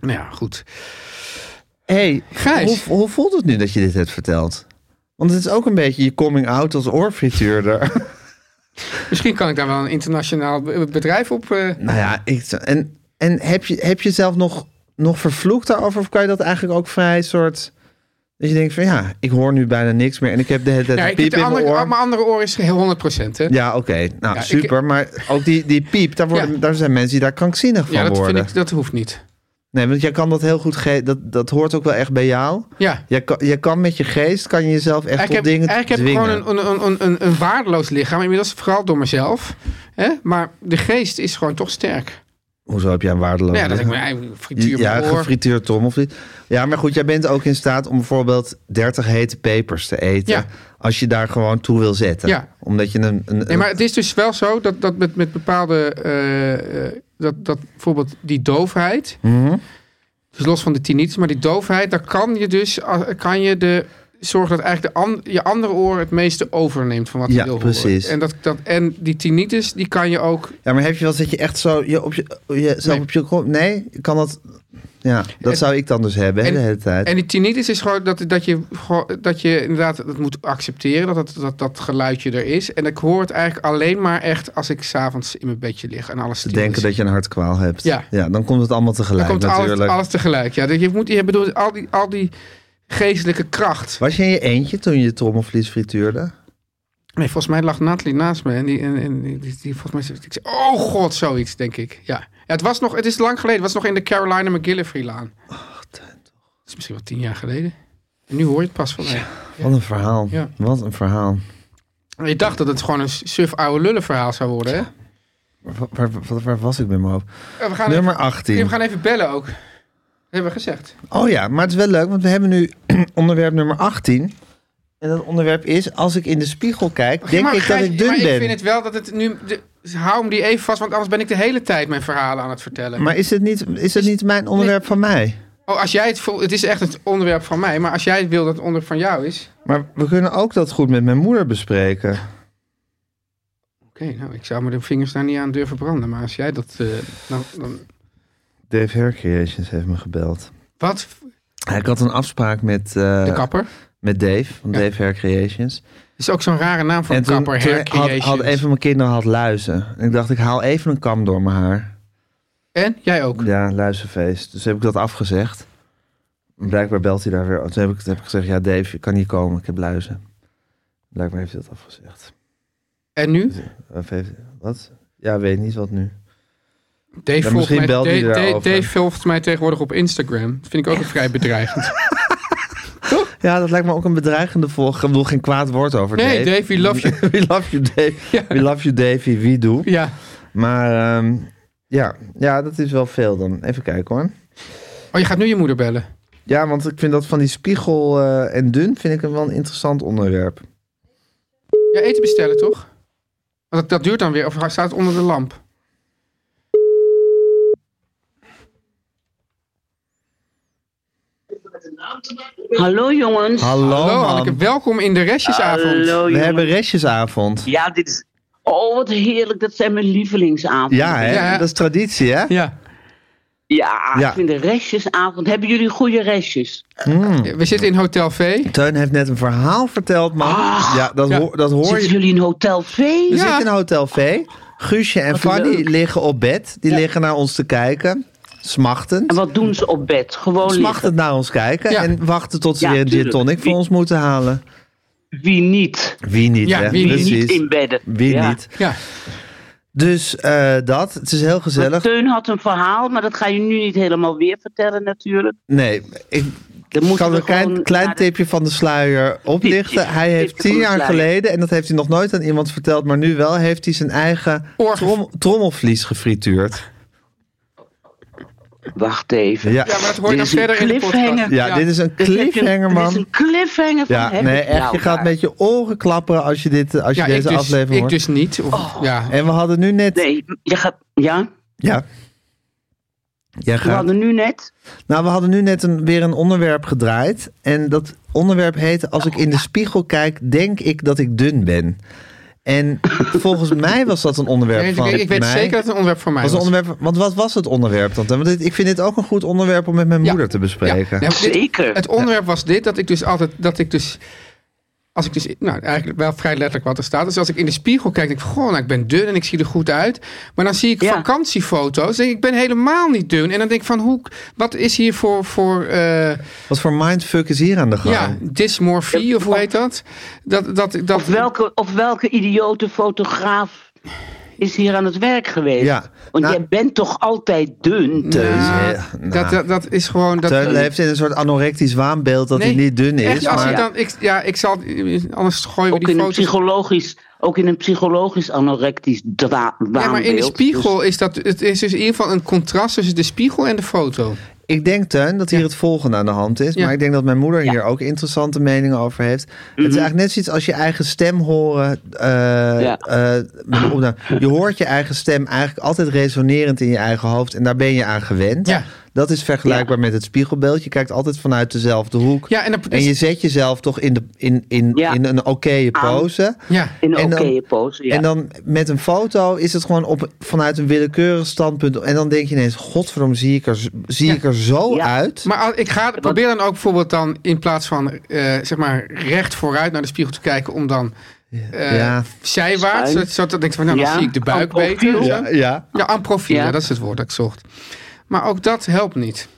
C: Nou ja, goed.
B: Hey, hoe,
C: Gijs.
B: hoe voelt het nu dat je dit hebt verteld? Want het is ook een beetje je coming out als oorfrituurder.
C: Misschien kan ik daar wel een internationaal be- bedrijf op. eh,
B: nou ja, ik, en, en heb, je, heb je zelf nog, nog vervloekt daarover? Of kan je dat eigenlijk ook vrij soort... Dat je denkt van ja, ik hoor nu bijna niks meer. En ik heb de hele tijd
C: ja,
B: een
C: ik, de
B: piep in mijn
C: andere,
B: oor.
C: mijn andere oor is geheel 100 hè?
B: Ja, oké. Nou,
C: Ja, ik-
B: super. Maar ook die, die piep, daar, worden,
C: Ja.
B: daar zijn mensen die daar krankzinnig van
C: Ja, dat, vind
B: worden.
C: ik, dat hoeft niet.
B: Nee, want jij kan dat heel goed geven. Dat, dat hoort ook wel echt bij jou.
C: Ja.
B: Jij kan, jij kan met je geest, kan je jezelf echt tot
C: Eigenlijk heb,
B: dingen
C: eigenlijk heb ik
B: dwingen.
C: gewoon een, een, een, een, een waardeloos lichaam. Inmiddels vooral door mezelf. Hè? Maar de geest is gewoon toch sterk.
B: Hoezo heb jij een waardeloos
C: Nou ja, dat ik
B: lichaam?
C: mijn eigen frituur
B: Oh, ja,
C: mijn oor.
B: gefrituurd trommelvlies. Ja, maar goed, jij bent ook in staat om bijvoorbeeld 30 hete pepers te eten.
C: Ja.
B: Als je daar gewoon toe wil zetten.
C: Ja.
B: Omdat je een... een
C: Nee, maar het is dus wel zo dat, dat met, met bepaalde... eh, eh, dat, dat bijvoorbeeld die doofheid...
B: Mhm.
C: Dus los van de tinnitus, maar die doofheid... daar kan je dus... ah, kan je de zorgen dat eigenlijk de an- je andere oor het meeste overneemt van wat je
B: Ja,
C: wil
B: precies.
C: horen. En, dat, dat, en die tinnitus, die kan je ook...
B: Ja, maar heb je wel eens dat je echt zo je op je, je zelf
C: Nee.
B: op je kop... Nee, kan dat... Ja, dat
C: En-
B: zou ik dan dus hebben hè,
C: en-
B: de hele tijd.
C: En die tinnitus is gewoon dat, dat, je, gewoon- dat je inderdaad dat moet accepteren dat, dat, dat dat geluidje er is. En ik hoor het eigenlijk alleen maar echt als ik s'avonds in mijn bedje lig en alles
B: te denken dat je een hartkwaal hebt.
C: Ja.
B: dan komt het allemaal
C: Dan
B: tegelijk
C: komt alles,
B: natuurlijk.
C: alles tegelijk. Ja, dat je moet, je bedoelt al die, al die geestelijke kracht.
B: Was je in je eentje toen je trommelvlies frituurde?
C: Nee, volgens mij lag Natalie naast me. En die, en, en die, die, die- volgens mij zei- ik zei, oh god, zoiets, denk ik. Ja. ja, het was nog, het is lang geleden. Het was nog in de Carolina McGillivray-laan. Dat is misschien wel tien jaar geleden. En nu hoor je het pas van mij.
B: Wat een verhaal.
C: Ja.
B: Wat een verhaal.
C: Ik dacht dat het gewoon een suf oude lullen verhaal zou worden. Hè?
B: Waar, waar- waar- waar was ik met mijn hoofd?
C: Eh, We, gaan even,
B: Nummer 18.
C: we gaan even bellen ook. Dat hebben we gezegd.
B: Oh ja, maar het is wel leuk, want we hebben nu onderwerp nummer 18. En dat onderwerp is, als ik in de spiegel kijk, denk
C: Maar
B: ik dat
C: Gijs,
B: ik dun
C: maar
B: ben.
C: ik vind het wel dat het nu... de- hou hem die even vast, want anders ben ik de hele tijd mijn verhalen aan het vertellen.
B: Maar is het niet, is het niet mijn onderwerp van mij?
C: Oh, als jij het voelt... Het is echt het onderwerp van mij. Maar als jij het wil dat het onderwerp van jou is...
B: Maar we kunnen ook dat goed met mijn moeder bespreken.
C: Oké, nou, ik zou me de vingers daar niet aan durven branden. Maar als jij dat... eh, nou, dan,
B: Dave Hair Creations heeft me gebeld.
C: wat?
B: Ik had een afspraak met, eh,
C: De kapper?
B: met Dave, van
C: Ja.
B: Dave Hair Creations.
C: is ook zo'n rare naam voor een
B: toen,
C: kapper. Hair
B: toen had,
C: creations.
B: had een van mijn kinderen had luizen. En ik dacht, ik haal even een kam door mijn haar.
C: En? Jij ook?
B: Ja, luizenfeest. Dus heb ik dat afgezegd. Blijkbaar belt hij daar weer. Toen heb ik, heb ik gezegd, ja Dave, je kan niet komen, ik heb luizen. Blijkbaar heeft hij dat afgezegd.
C: En nu?
B: Of heeft- wat? Ja, weet niet wat nu.
C: Dave,
B: Ja,
C: volgt
B: misschien
C: mij,
B: belt hij
C: Dave- Dave,
B: daarover.
C: Dave volgt mij tegenwoordig op Instagram. Dat vind ik ook een vrij bedreigend.
B: Ja, dat lijkt me ook een bedreigende volg. Ik bedoel, geen kwaad woord over
C: Nee,
B: Dave.
C: Dave, we love you.
B: we love you, Dave.
C: Ja.
B: We love you, Davey. Wie doe?
C: Ja.
B: Maar ehm, ja. ja, dat is wel veel dan. Even kijken hoor.
C: Oh, je gaat nu je moeder bellen.
B: Ja, want ik vind dat van die spiegel eh, en dun vind ik hem wel een interessant onderwerp.
C: Ja, eten bestellen, toch? Want dat, dat duurt dan weer. Of hij staat onder de lamp.
B: Oh,
G: Hallo jongens.
B: Hallo,
C: Hallo,
B: man.
C: Hanneke. Welkom in de restjesavond.
G: Hallo
B: We
G: jongens.
B: hebben restjesavond.
G: Ja, dit is. Oh, wat heerlijk. Dat zijn mijn lievelingsavonden.
B: Ja, hè?
C: Ja.
B: dat is traditie, hè?
C: Ja.
G: Ja,
B: Ja.
G: ik vind de restjesavond. Hebben jullie goede restjes?
B: Hm.
C: We zitten in Hotel V.
B: Teun heeft net een verhaal verteld, man. ja, dat,
C: Ja.
B: Hoor, dat hoor
G: Zitten
B: je.
G: jullie in Hotel V?
B: We
C: Ja.
B: zitten in Hotel V. Guusje en Fanny
G: leuk.
B: liggen op bed. Die liggen naar ons te kijken. Smachtend.
G: En wat doen ze op bed? Gewoon liggen.
B: Smachtend naar ons kijken.
C: Ja.
B: En wachten tot ze
G: Ja,
B: weer een gin
G: tuurlijk.
B: tonic voor
G: Wie-
B: ons moeten halen.
G: Wie niet?
B: Wie niet,
C: Ja,
B: hè?
C: wie niet
G: Wie
B: Precies.
G: niet in bedden?
B: Wie
G: Ja.
B: niet.
C: Ja.
B: Dus eh, dat. Het is heel
G: Maar
B: gezellig.
G: Teun had een verhaal, maar dat ga je nu niet helemaal weer vertellen natuurlijk.
B: Nee, ik
G: Dan moeten
B: kan
G: we
B: een klein,
G: gewoon
B: klein
G: naar de-
B: tipje van de sluier oplichten.
G: Tipje,
B: Hij heeft
G: tipje van
B: tien
G: de
B: jaar
G: sluier.
B: geleden, en dat heeft hij nog nooit aan iemand verteld, maar nu wel, heeft hij zijn eigen
C: Oor-
B: trom- trommelvlies gefrituurd.
G: Wacht even. Dus
B: Ja,
C: Ja, maar dat hoor je dan
G: Dit is een
C: verder in de podcast.
G: cliffhanger.
B: ja, dit is een cliffhanger,
G: Dit is
B: man.
G: een cliffhanger van
B: Ja,
G: heb
B: nee,
G: ik
B: echt,
G: nou
B: je gaat
G: maar.
B: met je oren klapperen als je, dit, eh, als je
C: Ja, ik
B: deze
C: dus,
B: aflevering
C: ik
B: hoort.
C: dus niet. Of,
G: Oh.
C: ja.
B: En we hadden nu net...
G: Nee, je gaat... Ja?
B: Ja. Jij
G: We
B: gaat...
G: hadden nu net...
B: Nou, we hadden nu net een, weer een onderwerp gedraaid. En dat onderwerp heette... Als ik in de spiegel kijk, denk ik dat ik dun ben. En volgens mij was dat een onderwerp
C: Nee, ik,
B: van
C: ik weet
B: mij.
C: zeker dat het een onderwerp voor mij
B: Was
C: was.
B: een onderwerp, want wat was het onderwerp dan? Want dit, ik vind dit ook een goed onderwerp om met mijn
C: Ja.
B: moeder te bespreken.
C: Ja. Nee, dit-
G: Zeker.
C: Het onderwerp was dit, dat ik dus altijd, dat ik dus, als ik dus, nou eigenlijk wel vrij letterlijk wat er staat. Dus als ik in de spiegel kijk, denk ik, goh, nou ik ben dun en ik zie er goed uit. Maar dan zie ik
G: Ja.
C: vakantiefoto's, denk ik, ik ben helemaal niet dun. En dan denk ik van, hoe, wat is hier voor, voor eh,
B: Wat voor mindfuck is hier aan de gang?
C: ja, dysmorfie of hoe heet dat? Dat, dat, dat,
G: Of welke, of welke idiote fotograaf is hier aan het werk geweest?
B: Ja.
G: Want
B: Nou-
G: jij bent toch altijd dun,
B: Teun,
G: Teun?
C: Ja,
B: eh, nou,
C: dat, dat, dat is gewoon... Dat,
B: Teun leeft in een soort anorectisch waanbeeld dat hij
C: Nee,
B: niet dun is.
C: Echt, als
B: maar,
C: ik dan, ik, ja, ik zal, anders gooien we
G: Ook
C: die
G: in, een
C: foto's
G: psychologisch, ook in een psychologisch anorectisch dwa- waanbeeld.
C: Ja, maar in de spiegel
G: Dus
C: is dat. Het is dus in ieder geval een contrast tussen de spiegel en de foto.
B: Ik denk, Teun, dat hier het volgende aan de hand is.
C: Ja.
B: Maar ik denk dat mijn moeder hier ook interessante meningen over heeft.
G: Mhm.
B: Het is eigenlijk net zoiets als je eigen stem horen. eh, eh, met een opname. je hoort je eigen stem eigenlijk altijd resonerend in je eigen hoofd. En daar ben je aan gewend.
C: Ja.
B: Dat is vergelijkbaar met het spiegelbeeld. Je kijkt altijd vanuit dezelfde hoek.
C: Ja, en dus- dat-
B: je zet jezelf toch in, de, in, in,
G: Ja.
B: in een oké
G: Aan.
B: pose.
C: Ja.
G: In een
B: En dan-
G: oké pose, ja.
B: En dan met een foto is het gewoon op, vanuit een willekeurig standpunt. En dan denk je ineens, godverdomme, zie ik er, z- zie ik er zo
G: Ja.
B: uit.
C: Maar al- ik ga probeer dan ook bijvoorbeeld dan in plaats van eh, zeg maar recht vooruit naar de spiegel te kijken om dan eh,
B: Ja.
C: zijwaarts,
G: Schuin.
C: zodat zodat ik denk van nou dan
G: Ja,
C: zie ik de buik
G: aan profiel.
C: beter.
B: ja, ja.
C: Ja, aan profiel,
G: Ja.
C: ja, dat is het woord dat ik zocht. Maar ook dat helpt niet.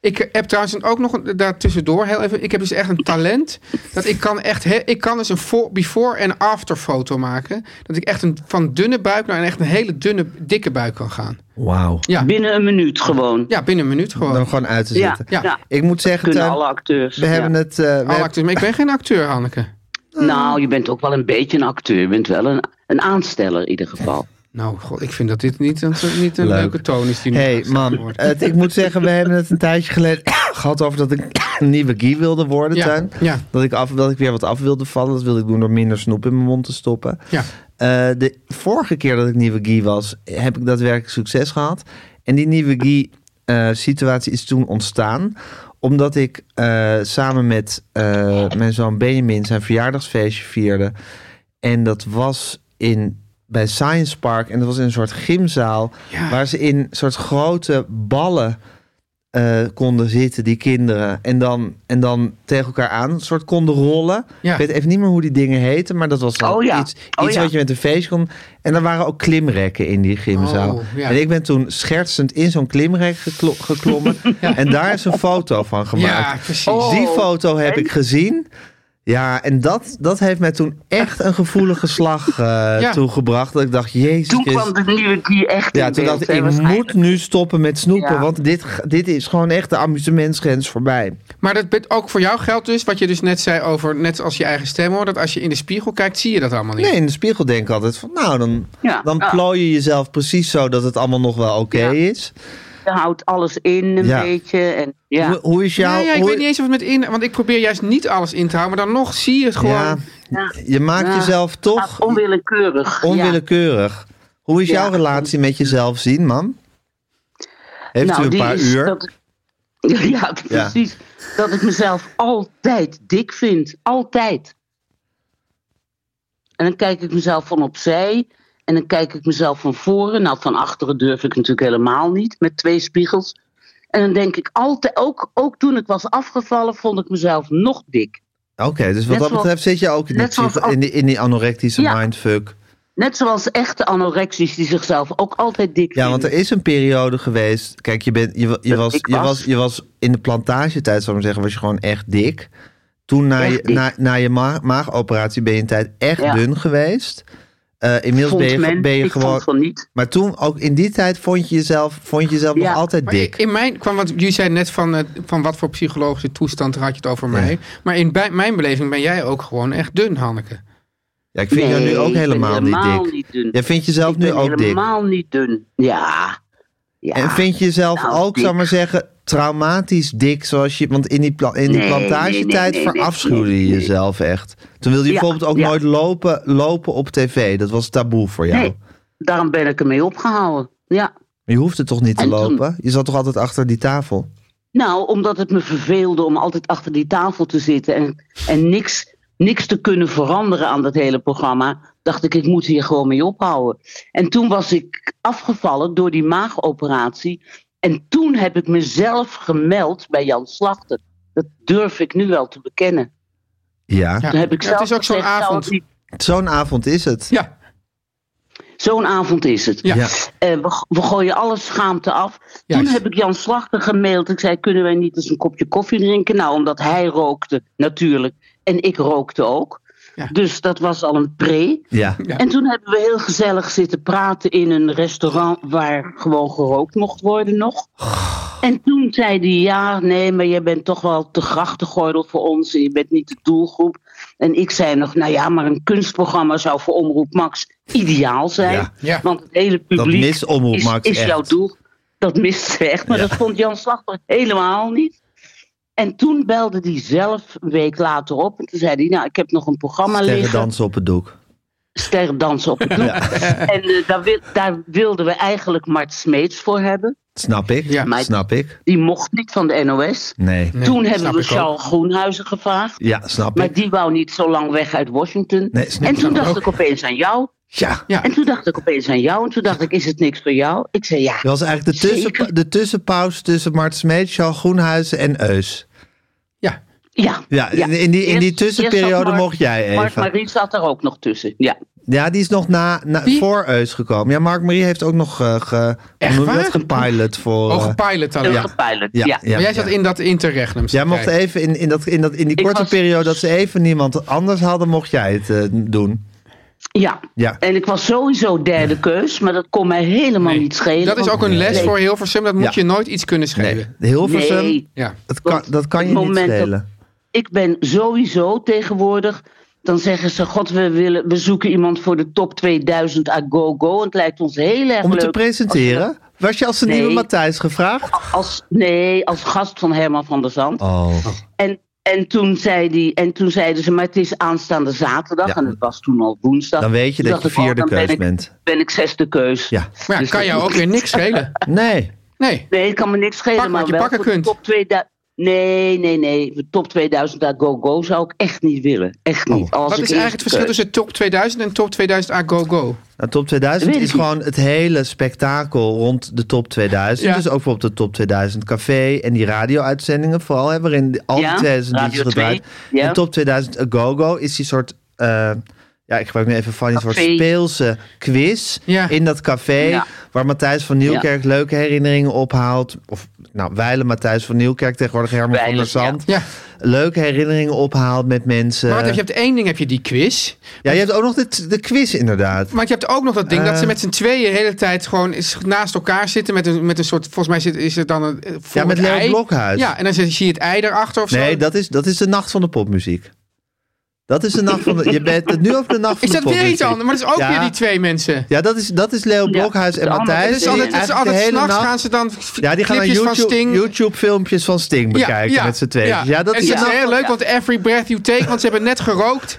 C: Ik heb trouwens ook nog een, daartussendoor heel even. Ik heb dus echt een talent. Dat ik kan echt. He, ik kan dus een voor- before- en after foto maken. Dat ik echt een, van dunne buik naar een echt een hele dunne, dikke buik kan gaan.
B: Wauw.
C: Ja,
G: Binnen een minuut gewoon.
C: ja binnen een minuut gewoon.
B: Dan gewoon uit te
G: Ja,
B: zetten.
C: Ja.
G: nou,
B: Ik moet zeggen,
G: kunnen
B: Tuin,
G: alle acteurs.
B: we
G: ja.
B: hebben het... eh, we
C: Alle
B: hebben-
C: acteurs. Maar ik ben geen acteur, Hanneke.
G: Nou, je bent ook wel een beetje een acteur. Je bent wel een, een aansteller in ieder geval.
C: Nou, god, ik vind dat dit niet een, niet een
B: Leuk.
C: leuke toon is die nu
B: hey,
C: aangezet
B: man,
C: wordt.
B: het, ik moet zeggen, we hebben het een tijdje geleden gehad over dat ik een nieuwe Guy wilde worden,
C: Ja,
B: Tuin.
C: ja.
B: Dat, ik af, dat ik weer wat af wilde vallen. Dat wilde ik doen door minder snoep in mijn mond te stoppen.
C: Ja.
B: Eh, de vorige keer dat ik nieuwe Guy was, heb ik daadwerkelijk succes gehad. En die nieuwe Guy eh, situatie is toen ontstaan omdat ik eh, samen met eh, mijn zoon Benjamin zijn verjaardagsfeestje vierde. En dat was in, bij Science Park. En dat was in een soort gymzaal.
C: Ja.
B: Waar ze in soort grote ballen eh, konden zitten, die kinderen. En dan, en dan tegen elkaar aan een soort konden rollen.
C: Ja.
B: Ik weet even niet meer hoe die dingen heten. Maar dat was dan
G: Oh ja.
B: iets,
G: Oh
B: iets
G: ja.
B: wat je met een feestje kon. En er waren ook klimrekken in die gymzaal.
C: Oh, ja.
B: En ik ben toen schertsend in zo'n klimrek geklo- geklommen. En daar is een foto van gemaakt.
C: Ja, precies.
B: Die
G: Oh,
B: foto heb
G: en?
B: ik gezien. Ja, en dat, dat heeft mij toen echt een gevoelige slag eh, toegebracht. Dat ik dacht, jezus
G: Toen kwam de nieuwe Guy echt
B: ja,
G: in
B: toen
G: beeld.
B: dacht ik,
G: hè,
B: ik
G: waarschijnlijk.
B: moet nu stoppen met snoepen.
G: Ja.
B: Want dit, ga- dit is gewoon echt de amusementsgrens voorbij.
C: Maar dat bet- ook voor jou geldt dus, wat je dus net zei over, net als je eigen stem hoor, dat als je in de spiegel kijkt, zie je dat allemaal niet.
B: Nee, in de spiegel denk ik altijd van... Nou, dan,
G: Ja,
B: dan
G: ja.
B: plooi je jezelf precies zo dat het allemaal nog wel oké is.
G: Je houdt alles in een
B: Ja.
G: beetje. En, ja.
B: Hoe, hoe is jouw...
C: Ja, ja, ik
B: hoe-
C: weet niet eens of het met in, want ik probeer juist niet alles in te houden, maar dan nog zie je het gewoon.
B: Ja, je maakt
G: Ja.
B: jezelf toch
G: Maar onwillekeurig. ja.
B: onwillekeurig. Hoe is
G: Ja.
B: jouw relatie met jezelf zien, man? Heeft
G: Nou,
B: u een
G: die
B: paar
G: is
B: uur?
G: dat ik- ja, precies. Dat ik mezelf altijd dik vind. Altijd. En dan kijk ik mezelf van opzij. En dan kijk ik mezelf van voren. Nou, van achteren durf ik natuurlijk helemaal niet. Met twee spiegels. En dan denk ik altijd, ook, ook toen ik was afgevallen, vond ik mezelf nog dik.
B: Oké, dus wat dat
G: Net zoals-
B: betreft zit je ook in die,
G: net zoals
B: psycho- in die, in die anorectische
G: Ja.
B: mindfuck.
G: Net zoals echte anorexies die zichzelf ook altijd dik
B: Ja,
G: vinden.
B: want er is een periode geweest. Kijk, je, bent, je, wa- je,
G: Dat
B: was,
G: ik
B: je,
G: was.
B: was, je was in de plantagetijd, zou ik maar zeggen, was je gewoon echt dik. Toen na,
G: Echt
B: je,
G: dik.
B: na, na je ma- maagoperatie ben je een tijd echt
G: Ja.
B: dun geweest. Eh, inmiddels
G: Vond
B: ben je,
G: men,
B: ben je
G: ik
B: gewoon.
G: vond van niet.
B: Maar toen, ook in die tijd, vond je jezelf, vond je jezelf
G: Ja.
B: nog altijd
C: Maar
B: dik.
C: in mijn kwam wat jullie zei net van, eh, van wat voor psychologische toestand had je het over mij. Maar in bij, mijn beleving ben jij ook gewoon echt dun, Hanneke.
B: ja, ik vind jou nu
G: Nee,
B: ook
G: ik ben
B: helemaal,
G: helemaal
B: niet dik.
G: niet dun.
B: Jij vindt jezelf
G: ik
B: nu
G: ben
B: ook dik.
G: helemaal niet dun. Ja. ja.
B: En vind je jezelf
G: Nou,
B: ook,
G: dik.
B: zou ik maar zeggen, traumatisch dik? Zoals je, want in die, pla in die
G: Nee, nee, nee,
B: plantagetijd
G: nee, nee,
B: verafschuwde
G: nee,
B: je
G: nee.
B: jezelf echt. Toen wilde je
G: Ja,
B: bijvoorbeeld ook
G: ja.
B: nooit lopen, lopen op tv. Dat was taboe voor jou.
C: nou?
G: Nee, daarom ben ik ermee opgehouden. Ja.
B: Maar je hoefde toch niet te
G: En toen-
B: lopen? Je zat toch altijd achter die tafel?
G: Nou, omdat het me verveelde om altijd achter die tafel te zitten en, en niks, niks te kunnen veranderen aan dat hele programma, dacht ik, ik moet hier gewoon mee ophouden. En toen was ik afgevallen door die maagoperatie. En toen heb ik mezelf gemeld bij Jan Slachter. Dat durf ik nu wel te bekennen.
B: Ja,
C: Ja.
G: Toen heb ik
C: Ja,
G: zelf
C: het is ook zo'n
G: gezegd, zou het
C: avond.
G: niet-
B: zo'n avond is het.
C: Ja,
G: Zo'n avond is het.
C: ja.
B: Ja.
G: Eh, we, go- we gooien alle schaamte af. Toen
C: Juist.
G: heb ik Jan Slachter gemaild. Ik zei, kunnen wij niet eens een kopje koffie drinken? Nou, omdat hij rookte, natuurlijk. En ik rookte ook.
C: Ja.
G: Dus dat was al een pre.
B: Ja.
C: Ja.
G: En toen hebben we heel gezellig zitten praten in een restaurant waar gewoon gerookt mocht worden nog. En toen zei hij, ja, nee, maar je bent toch wel te grachtengordel voor ons. en Je bent niet de doelgroep. En ik zei nog, nou ja, maar een kunstprogramma zou voor Omroep Max ideaal zijn.
B: Ja.
C: Ja.
G: Want het hele publiek
B: mist Omroep
G: is,
B: Max
G: is
B: echt.
G: jouw doel. Dat mist ze echt, maar dat vond Jan Slachter helemaal niet. En toen belde hij zelf een week later op. En toen zei hij, nou, ik heb nog een programma
B: Tegen
G: liggen.
B: dansen op het doek.
G: ster dansen op de doek. En eh, daar, wil- daar wilden we eigenlijk Mart Smeets voor hebben.
B: Snap ik.
C: Ja.
G: Maar-
B: Snap ik.
G: Die mocht niet van de NOS.
B: Nee.
C: Nee,
G: Toen
C: snap
G: hebben we
C: ik ook.
G: Charles Groenhuizen gevraagd.
B: Ja, snap
G: Maar
B: ik.
G: die wou niet zo lang weg uit Washington.
B: Nee, snap
G: en
B: ik
G: toen
B: ook.
G: dacht ik opeens aan jou.
B: Ja.
C: Ja.
G: En toen dacht ik opeens aan jou. En toen dacht ik, is het niks voor jou? Ik zei ja.
B: Dat was eigenlijk de, tussen,
G: Zeker.
B: de tussenpauze tussen Mart Smeet, Charles Groenhuizen en Eus.
C: Ja.
G: Ja,
B: Ja, in- in die- in die
G: Eerst- eerst zat
B: tussenperiode
G: Mark-
B: mocht jij
G: Mark
B: even.
G: Marie zat er ook nog tussen. Ja.
B: Ja, die is nog na, na,
C: Wie?
B: voor Eus gekomen. Ja, Mark Marie heeft ook nog eh ge, hoe
C: Echt
B: noem je dat?
C: waar?
B: gepilot voor...
C: Oh,
B: eh,
C: gepilot alleen.
G: Heel
C: Ja.
G: gepilot.
B: ja,
G: Ja.
B: ja,
C: maar jij zat
B: ja.
C: in dat interregnum.
B: Jij mocht
C: Kijk.
B: even in, in, dat, in, dat, in die
G: Ik
B: korte
G: was-
B: periode dat ze even niemand anders hadden, mocht jij het eh, doen.
G: Ja.
B: Ja.
G: En ik was sowieso derde keus, maar dat kon mij helemaal
C: Nee.
G: niet schelen.
C: Dat is
G: want-
C: ook een les
G: Nee.
C: voor Hilversum. Dat moet
B: Ja.
C: je nooit iets kunnen schelen.
B: Nee, Hilversum,
G: Nee.
C: Ja.
B: dat kan,
G: Want
B: dat kan
G: het
B: je niet
G: moment dat-
B: spelen.
G: Ik ben sowieso tegenwoordig. Dan zeggen ze: God, we, willen, we zoeken iemand voor de top 2000 a go-go. Het lijkt ons heel erg
B: Om het
G: leuk.
B: te presenteren, was je als de
G: Nee.
B: nieuwe Matthijs gevraagd?
G: Als, nee, als gast van Herman van der Zand.
B: Oh,
G: En, en, toen zei die, en toen zeiden ze, maar het is aanstaande zaterdag.
B: Ja.
G: En het was toen al woensdag.
B: dan weet je
G: Toen
B: dat je
G: dacht ik, oh,
B: vierde
G: dan
B: keus
G: ben ik,
B: bent.
G: ben ik zesde keus.
B: Ja.
C: Maar ja,
G: Dus
C: kan
G: dat-
C: jou ook weer niks schelen.
B: Nee,
C: Nee.
G: Nee, het kan me niks schelen.
C: Pak wat
G: maar
C: je
G: wel
C: pakken
G: voor de
C: kunt.
G: Top 2000, nee, nee, nee. De Top 2000 daar go-go zou ik echt niet willen. Echt niet.
B: Oh.
G: Als
C: Wat
G: ik
C: is eigenlijk
G: eerste
C: het verschil
G: keus-
C: tussen top 2000 en top 2000 a go go?
B: nou, top 2000
G: Weet ik
B: is
G: niet.
B: gewoon het hele spektakel rond de top 2000.
C: Ja.
B: Dus ook op de top 2000 café en die radio-uitzendingen vooral, hè, waarin die- al die
G: Ja,
B: 2000 liedjes
G: Radio
B: gedraaid.
G: 2, ja.
B: En top 2000 A Go-Go is die soort... eh, ja, ik gebruik nu even van die soort
G: Café.
B: speelse quiz
C: Ja.
B: in dat café.
G: Ja.
B: Waar Matthijs van Nieuwkerk leuke herinneringen ophaalt. Of nou, wijlen Matthijs van Nieuwkerk, tegenwoordig Herman van
G: Wijlen,
B: der Zand.
C: Ja.
B: Leuke herinneringen ophaalt met mensen.
C: Maar wat heb je, je hebt één ding, heb je die quiz.
B: Ja, je hebt ook nog dit, de quiz inderdaad.
C: Maar je hebt ook nog dat ding
B: Eh.
C: dat ze met z'n tweeën de hele tijd gewoon eens naast elkaar zitten. Met een, met een soort, volgens mij zit, is het dan een. eh, voor
B: Ja, met
C: het
B: Leo
C: ei.
B: Blokhuis.
C: Ja, en dan zie zie je het ei erachter of zo.
B: Nee, dat is, dat is de nacht van de popmuziek. Dat is de nacht van de... Je bent het nu over de nacht van
C: is
B: de
C: dat
B: popmuziek.
C: weer iets anders? Maar dat is ook
B: Ja.
C: weer die twee mensen.
B: Ja, dat is, dat is Leo Blokhuis en
G: het is allemaal-
B: Matthijs.
C: Het is
G: die
C: altijd, het is
B: eigenlijk
C: altijd
B: de hele
C: s'nachts
B: nacht-
C: gaan ze dan
B: Ja, die gaan dan
C: clipjes van
B: YouTube,
C: Sting.
B: YouTube-filmpjes van Sting
C: Ja,
B: bekijken
C: ja,
B: met z'n tweeën. Ja. dat
C: en
B: is
C: dat
B: een
C: is
B: nacht-
C: heel leuk, want every breath you take, want ze hebben net gerookt.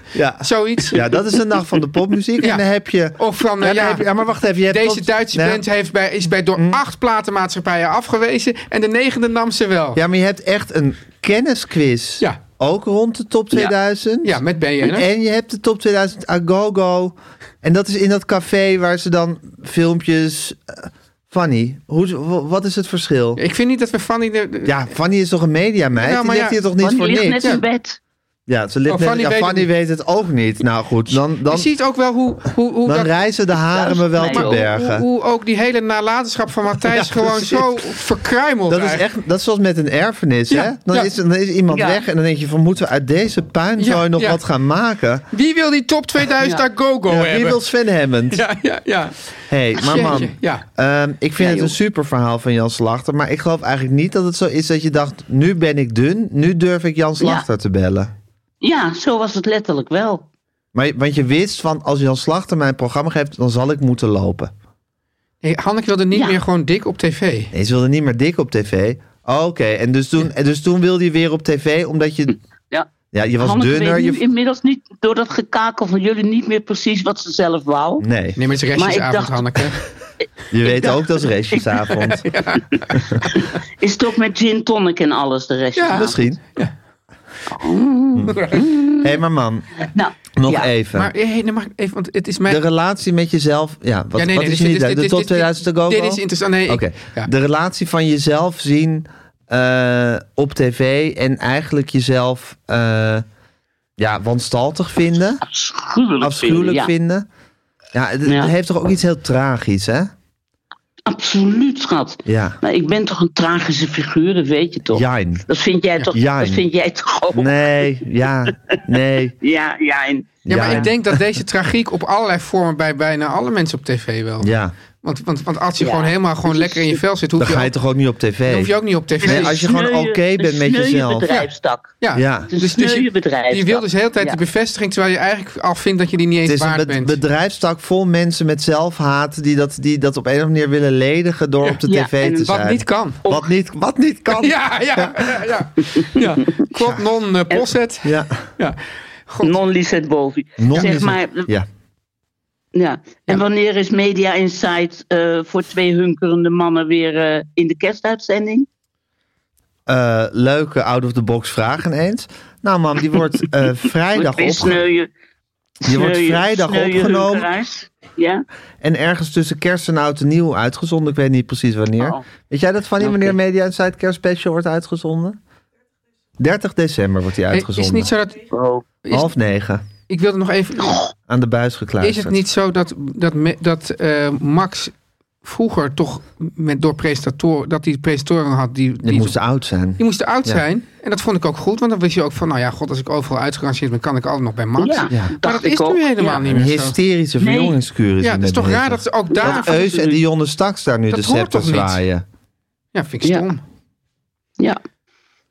B: ja.
C: Zoiets.
B: ja, dat is de nacht van de popmuziek.
C: Ja.
B: En dan heb je...
C: Of van,
B: Ja, dan
C: eh, ja,
B: heb je- ja, Hm. maar wacht even. Je hebt
C: deze
B: tot-
C: Duitse
B: nou,
C: band heeft bij, is bij door acht platenmaatschappijen afgewezen. En de negende nam ze wel. Ja,
B: Ja, maar je hebt echt een kennisquiz.
C: Ja.
B: Ook rond de top 2000.
C: met BN'ers.
B: En je hebt de top 2000 Agogo. En dat is in dat café waar ze dan filmpjes... eh, Fanny, hoe, w- wat is het verschil?
C: Ik vind niet dat we Fanny... De, de-
B: Ja, Fanny is toch een mediameid?
C: Ja,
B: Die
C: maar
B: ligt
C: ja,
B: hier toch niet
G: Want
B: voor
G: die ligt
B: niks?
G: net in bed.
B: Ja, ze ligt
C: Oh,
B: net-
C: Fanny
B: ja,
C: weet het
B: Fanny
C: niet.
B: weet het ook niet. Nou goed, dan,
C: Je
B: dan,
C: ziet ook wel hoe, hoe, hoe,
B: dan
C: dat-
B: reizen de haren me wel
G: Nee,
B: te
G: maar-
C: hoe,
B: bergen.
C: hoe ook die hele nalatenschap van Matthijs
B: Ja,
C: gewoon
B: precies.
C: zo verkruimelt.
B: Dat is,
C: eigenlijk.
B: echt, dat is zoals met een erfenis,
C: Ja,
B: hè? Dan,
C: ja.
B: is, dan is iemand
G: Ja.
B: weg en dan denk je van... moeten we uit deze puin
C: Ja,
B: nog
C: ja.
B: wat gaan maken?
C: Wie wil die top 2000 daar go-go
B: Ja, wie
C: hebben?
B: wil Sven Hammond?
C: Ja, ja, ja.
B: hey, maar man,
C: Ah, Jeetje, ja.
B: ehm, ik vind het een super verhaal van Jan Slachter... maar ik geloof eigenlijk niet dat het zo is dat je dacht... nu ben ik dun, nu durf ik Jan Slachter te bellen.
G: Ja, zo was het letterlijk wel.
B: Maar, want je wist van, als Jan Slachter mijn programma geeft... dan zal ik moeten lopen.
C: Hey, Hanneke wilde niet
G: Ja.
C: meer gewoon dik op tv.
B: Nee, ze wilde niet meer dik op tv. Oké, en dus toen, en dus toen wilde je weer op tv omdat je...
G: Ja.
B: Ja, je was
G: Hanneke
B: dunner.
G: weet nu
B: Je...
G: inmiddels niet, door dat gekakel van jullie, niet meer precies wat ze zelf wou.
B: Nee,
C: Neem eens restjesavond,
G: Maar ik dacht-
C: Hanneke.
B: je weet ook dat is restjesavond.
G: Is het ook met gin tonic en alles de rest? Nou,
C: Ja,
G: dat
B: Misschien. Hé, hey, maar man,
G: Nou,
B: nog
G: ja.
B: even.
C: Maar, eh, hey, nee, maar even, want het is mijn...
B: De relatie met jezelf... Ja, wat,
C: Ja, nee,
B: wat
C: nee,
B: is
C: dit
B: je niet
C: dit-
B: leuk? De
C: dit-
B: top
C: dit-
B: 2000 te go
C: Dit is interessant. Nee, ik-
B: Oké,
C: ja.
B: de relatie van jezelf zien eh, op tv en eigenlijk jezelf eh, ja, wanstaltig vinden.
G: Afschuwelijk, vinden,
B: afschuwelijk
G: ja.
B: vinden. Ja, het
G: Ja.
B: het heeft toch ook iets heel tragisch, hè?
G: Absoluut, schat.
B: Ja.
G: Nou, ik ben toch een tragische figuur, dat weet je toch?
B: Jijn.
G: Dat vind jij toch,
B: Ja.
G: dat vind jij toch ook?
B: Nee, ja, nee.
G: Ja, ja. En,
C: Ja, maar
B: Ja.
C: ik denk dat deze tragiek op allerlei vormen bij bijna alle mensen op tv wel.
B: Ja,
C: Want, want, want als je
G: Ja. Dus-
C: gewoon helemaal gewoon lekker in je vel zit,
B: dan
C: hoef je,
B: ga je
C: ook,
B: toch ook niet op tv?
C: hoef je ook niet op tv.
B: Nee, als je gewoon oké bent met jezelf.
G: bedrijfstak.
C: ja. Dus
B: Ja.
G: Het is een sneu bedrijf.
C: je wil dus de hele tijd
G: Ja.
C: die bevestiging, terwijl je eigenlijk al vindt dat je die niet eens
B: Het is een
C: waard
B: bed-
C: bent.
B: bedrijfstak vol mensen met zelfhaat die dat, die dat op een of andere manier willen ledigen door
C: Ja.
B: op de
G: Ja,
B: tv
G: en
B: te
C: wat
B: zijn.
C: niet kan.
B: Wat niet, wat niet kan.
C: Ja, ja, ja. ja, ja. Klopt, non eh, posset.
B: Ja.
C: Ja.
G: Non-Lisette Bovi.
B: Non
G: Zeg
B: is het-
G: maar,
B: ja.
G: Ja. En wanneer is Media Insight eh, voor twee hunkerende mannen weer eh, in de kerstuitzending?
B: Eh, leuke out-of-the-box vragen eens. Nou, mam, die wordt eh, vrijdag
G: Wordt weer
B: opge-
G: sneuien.
B: Die wordt
G: sneuien-
B: vrijdag
G: sneuien
B: opgenomen.
G: hunkeraars. Ja.
B: En ergens tussen kerst en oud en nieuw uitgezonden. Ik weet niet precies wanneer.
G: Oh.
B: Weet jij dat van die
G: Oké.
B: wanneer Media Insight kerstspecial wordt uitgezonden? 30 december wordt die
C: Eh, Is
B: uitgezonden.
C: het niet zo dat.
G: Oh.
C: is-
B: Half negen.
C: Ik wilde nog even.
B: Aan de buis gekluisterd.
C: Is het niet zo dat, dat, me- dat eh, Max vroeger toch met, door presentatoren, dat hij presentatoren had die, die,
B: Die moest oud zijn.
C: die moesten oud
B: Ja.
C: zijn. En dat vond ik ook goed, want dan wist je ook van, nou ja, god, als ik overal uitgerangeerd ben, kan ik altijd nog bij Max.
G: Ja,
B: Ja.
C: Maar
G: dacht
C: dat is
G: ik ook.
C: nu helemaal
G: Ja.
C: niet
B: Een
C: meer zo.
B: hysterische
G: Nee.
B: verjongingskuur is
C: Ja,
B: het
C: het is
B: net
C: toch
B: bezig.
C: raar dat ze ook daar...
B: Dat Eus en Dionne Staks daar nu
C: Dat
B: de
C: hoort
B: scepter
C: toch niet?
B: zwaaien.
C: Ja, vind ik stom.
G: Ja.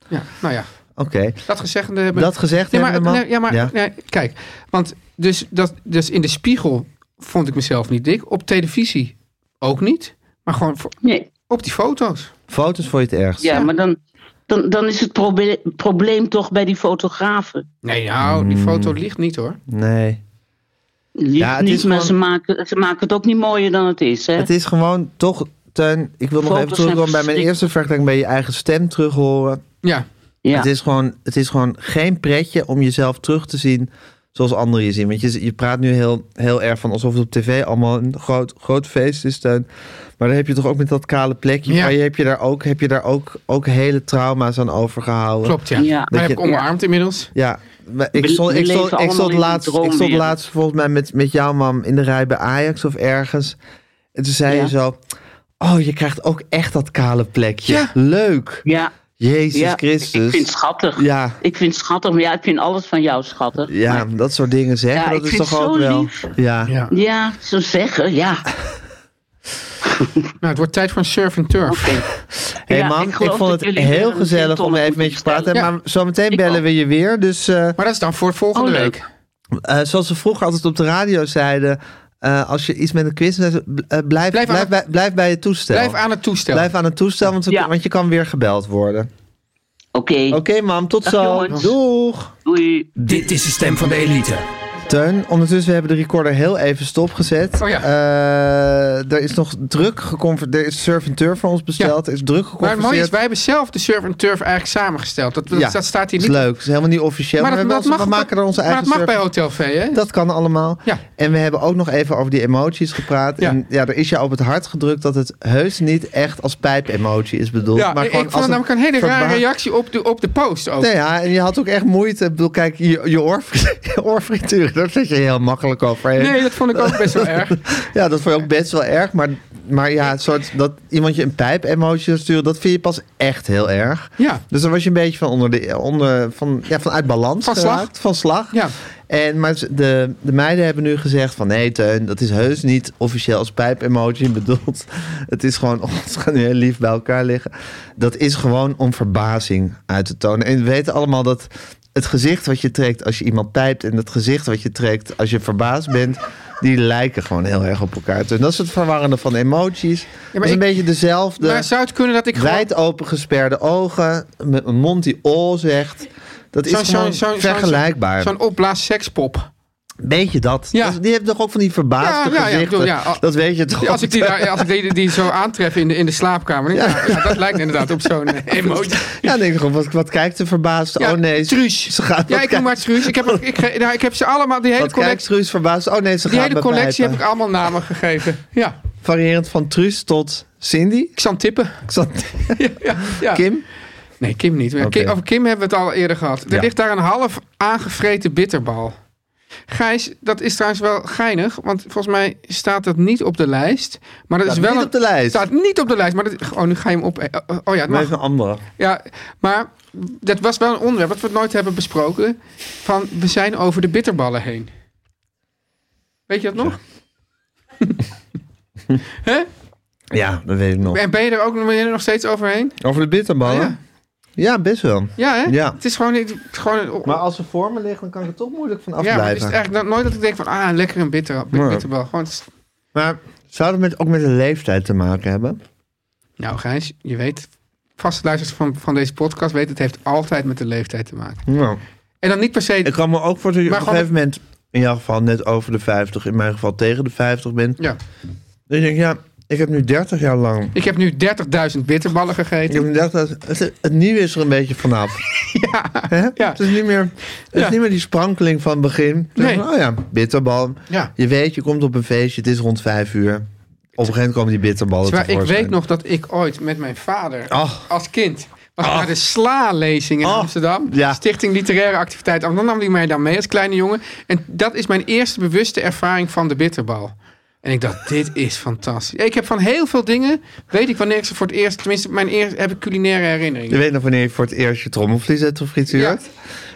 C: Ja, nou ja,
B: Oké,
C: dat gezegd hebben...
B: dat gezegd
C: Nee, maar,
B: hebben man.
C: nee, ja, maar nee, kijk, want dus, dat, dus in de spiegel vond ik mezelf niet dik. Op televisie ook niet. Maar gewoon voor-
G: Nee.
C: op die foto's.
B: Foto's voor je het ergst.
G: Ja, maar dan, dan, dan is het proble- probleem toch bij die fotografen.
C: Nee, nou, die foto
B: Hmm.
C: ligt niet hoor.
B: Nee.
G: Lief
B: Ja, het
G: niet,
B: is
G: maar
B: gewoon-
G: ze, maken, ze maken het ook niet mooier dan het is. Hè?
B: Het is gewoon toch, Teun, ik wil nog
G: Eh? Foto's
B: even terugkomen bij
G: zijn
B: mijn eerste vergelijking bij je eigen stem terughoren.
C: Ja,
G: ja.
B: Het, is gewoon, het is gewoon geen pretje om jezelf terug te zien zoals anderen je zien. Want je, je praat nu heel, heel erg van alsof het op tv allemaal een groot, groot feest is, Teun. Maar dan heb je toch ook met dat kale plekje,
C: Ja.
B: maar je heb je daar, ook, heb je daar ook, ook hele trauma's aan overgehouden.
C: klopt ja.
G: Ja.
C: Maar heb ik
B: Ja.
C: omarmd inmiddels.
B: Ja, maar ik
G: We-
B: stond,
G: we
B: ik
G: leven
B: stond, ik
G: allemaal
B: stond,
G: in die
B: laatst, ik stond
G: droomwereld.
B: laatst volgens mij met, met jou, mam, in de rij bij Ajax of ergens. En toen zei
G: Ja.
B: je zo, oh, je krijgt ook echt dat kale plekje.
C: Ja.
B: Leuk.
G: ja,
B: Jezus
G: ja.
B: Christus.
G: Ik vind het schattig.
B: ja,
G: Ik vind het schattig, maar ja, ik vind alles van jou schattig.
B: ja,
G: Maar-
B: dat soort dingen zeggen,
G: Ja,
B: dat
G: ik
B: is
G: vind
B: toch
G: het
B: ook
G: zo
B: wel...
G: lief.
B: Ja.
C: Ja.
G: ja, zo zeggen, ja.
C: Nou, het wordt tijd voor een surf and turf.
G: Oké.
B: Hey
G: Ja,
B: man,
G: ik
B: ik,
G: geloof
B: vond
G: dat
B: het
G: jullie weer
B: heel
G: een
B: gezellig om
G: tientallen
B: even met je te
G: moeten
B: praten.
C: bestellen.
B: Maar zometeen
G: Ik
B: bellen
G: ook.
B: we je weer. Dus eh,
C: Maar dat is dan voor volgende
G: Oh, leuk.
C: week.
B: eh, zoals ze vroeger altijd op de radio zeiden... eh, als je iets met een quiz... eh, blijf, blijf,
C: aan
B: blijf,
C: het-
B: bij, blijf bij je toestel.
C: Blijf aan het toestel.
B: Blijf aan het toestel, want, we-
G: Ja.
B: want je kan weer gebeld worden.
G: Oké,
B: Oké, mam, tot
G: Dag,
B: zo.
G: jongens.
B: Doeg.
G: doei.
E: Dit is de stem van de elite.
B: Teun, ondertussen hebben we de recorder heel even stopgezet.
C: Oh ja.
B: Eh, er is nog druk geconfronteerd. Er is surf and turf voor ons besteld. Er is druk
C: Maar het mooie is,
B: geconfronteerd.
C: wij hebben zelf de surf and turf eigenlijk samengesteld. Dat, dat, dat staat hier
B: is
C: niet.
B: leuk. Het is helemaal niet officieel.
C: Maar
B: Maar,
C: dat,
B: we,
C: dat
B: hebben
C: mag,
B: onze- we maken er onze
C: maar
B: eigen
C: dat mag
B: surf-
C: bij Hotel V, hè?
B: Dat kan allemaal.
C: Ja.
B: En we hebben ook nog even over die emoties gepraat.
C: Ja.
B: En ja, er is jou op het hart gedrukt dat het heus niet echt als pijp-emotie is bedoeld.
C: ja,
B: maar
C: ik
B: gewoon
C: vond
B: als een
C: namelijk een hele rare
B: verbaas-
C: reactie op de, op de post ook.
B: Nou ja, en je had ook echt moeite. Ik bedoel, kijk, je, je oorf- je oorfrituur, daar zit je heel makkelijk overheen.
C: Nee, dat vond ik ook best wel erg.
B: Ja, dat vond je ook best wel erg. Maar, maar ja, het soort dat iemand je een pijp-emotie zou sturen, dat vind je pas echt heel erg.
C: Ja.
B: Dus daar was je een beetje van, onder de, eh, onder, van, ja, van uit balans
C: Van slag.
B: geraakt, Van slag.
C: Ja.
B: En, maar de, de meiden hebben nu gezegd van... nee, Teun, dat is heus niet officieel als pijp-emoji bedoeld. Het is gewoon... oh, ze gaan nu heel lief bij elkaar liggen. Dat is gewoon om verbazing uit te tonen. En we weten allemaal dat het gezicht wat je trekt als je iemand pijpt... en het gezicht wat je trekt als je verbaasd bent... die lijken gewoon heel erg op elkaar. Dus dat is het verwarrende van emoties. dat is een
C: ik-
B: beetje dezelfde...
C: Maar zou het kunnen dat ik gewoon...
B: Wijd open gesperde ogen, met een mond die o zegt. Dat is
C: zo'n- zo'n-
B: gewoon
C: zo'n- zo'n-
B: vergelijkbaar.
C: Zo'n opblaas sekspop.
B: Oh, Beetje dat.
C: Ja.
B: Dat is- die hebben toch ook van die verbaasde
C: Ja, ja, ja, ik
B: gezichten.
C: bedoel, ja, al-
B: dat weet je toch
C: Als ik die, daar- als ik die, die zo aantref in de, in de slaapkamer. denk ik, nou, ja. dat lijkt inderdaad op zo'n eh, emoji.
B: Ja, dan denk ik gewoon, wat, wat kijkt de verbaasd?
C: Ja,
B: oh nee,
C: Truus.
B: Ze gaat,
C: Ja, ik noem maar Truus. Ik heb, ook- ik, ge- nou, ik heb ze allemaal, die hele
B: Wat kijkt
C: collectie,
B: Truus verbaasd? Oh nee, ze
C: die
B: gaat
C: hele
B: me
C: collectie heb
B: pijpen.
C: ik allemaal namen gegeven. Ja,
B: Variërend van Truus tot Cindy.
C: ik zal tippen.
B: Ik zat-
C: Ja, ja.
B: Kim.
C: Nee, Kim niet. Maar
B: Oké.
C: Kim, over Kim hebben we het al eerder gehad. Er
B: Ja.
C: ligt daar een half aangevreten bitterbal. Gijs, dat is trouwens wel geinig, want volgens mij staat dat niet op de lijst. Maar dat
B: Staat
C: is wel
B: niet
C: een-
B: op de lijst.
C: Staat niet op de lijst, maar dat, oh, nu ga je hem op. eh, eh, Oh ja,
B: Maar
C: het mag.
B: even een andere.
C: Ja, maar dat was wel een onderwerp dat we het nooit hebben besproken. Van we zijn over de bitterballen heen. Weet je dat nog? Hè?
B: Ja, dat weet ik nog.
C: En ben je er ook ben je er nog steeds overheen?
B: Over de bitterballen? Ja, best wel.
C: Ja, hè?
B: Ja.
C: Het is gewoon. Het is gewoon
B: Maar als ze voor me ligt, dan kan ik er toch moeilijk van
C: ja,
B: afblijven.
C: maar het is eigenlijk no- nooit dat ik denk van, ah, lekker een bitter,
B: Nee.
C: bitterbal. Gewoon, het is-
B: Maar zou dat met, ook met de leeftijd te maken hebben?
C: nou Gijs, je weet, vaste luisteraars van, van deze podcast weten, het heeft altijd met de leeftijd te maken.
B: Nou,
C: En dan niet per se,
B: ik kan me ook voor op een
C: gewoon-
B: gegeven moment in jouw geval net over de 50, in mijn geval tegen de 50 bent.
C: Ja.
B: Dus ik denk, ja, ik heb nu 30 jaar lang.
C: Ik heb nu 30.000 bitterballen
B: Ik
C: gegeten.
B: heb nu 30 het, het nieuwe is er een beetje vanaf. Ja,
C: ja.
B: Het, is niet meer, het
C: Ja.
B: is niet meer die sprankeling van het begin. Dus
C: Nee.
B: van, oh ja, bitterbal.
C: Ja.
B: Je weet, je komt op een feestje, het is rond 5 uur. Op een gegeven moment komen die bitterballen
C: Terwijl ik
B: tevoorschijn.
C: weet nog dat ik ooit met mijn vader
B: Ach.
C: als kind was naar de SLA-lezing in
B: Ach.
C: Amsterdam.
B: Oh. Ja.
C: Stichting Literaire Activiteit Amsterdam. Dan nam hij mij daar mee als kleine jongen. En dat is mijn eerste bewuste ervaring van de bitterbal. En ik dacht, dit is fantastisch. Ik heb van heel veel dingen, weet ik wanneer ik ze voor het eerst... Tenminste, mijn eerst, heb ik culinaire
B: Je
C: herinneringen.
B: weet nog wanneer je voor het eerst je trommelvlies hebt gefrituurd.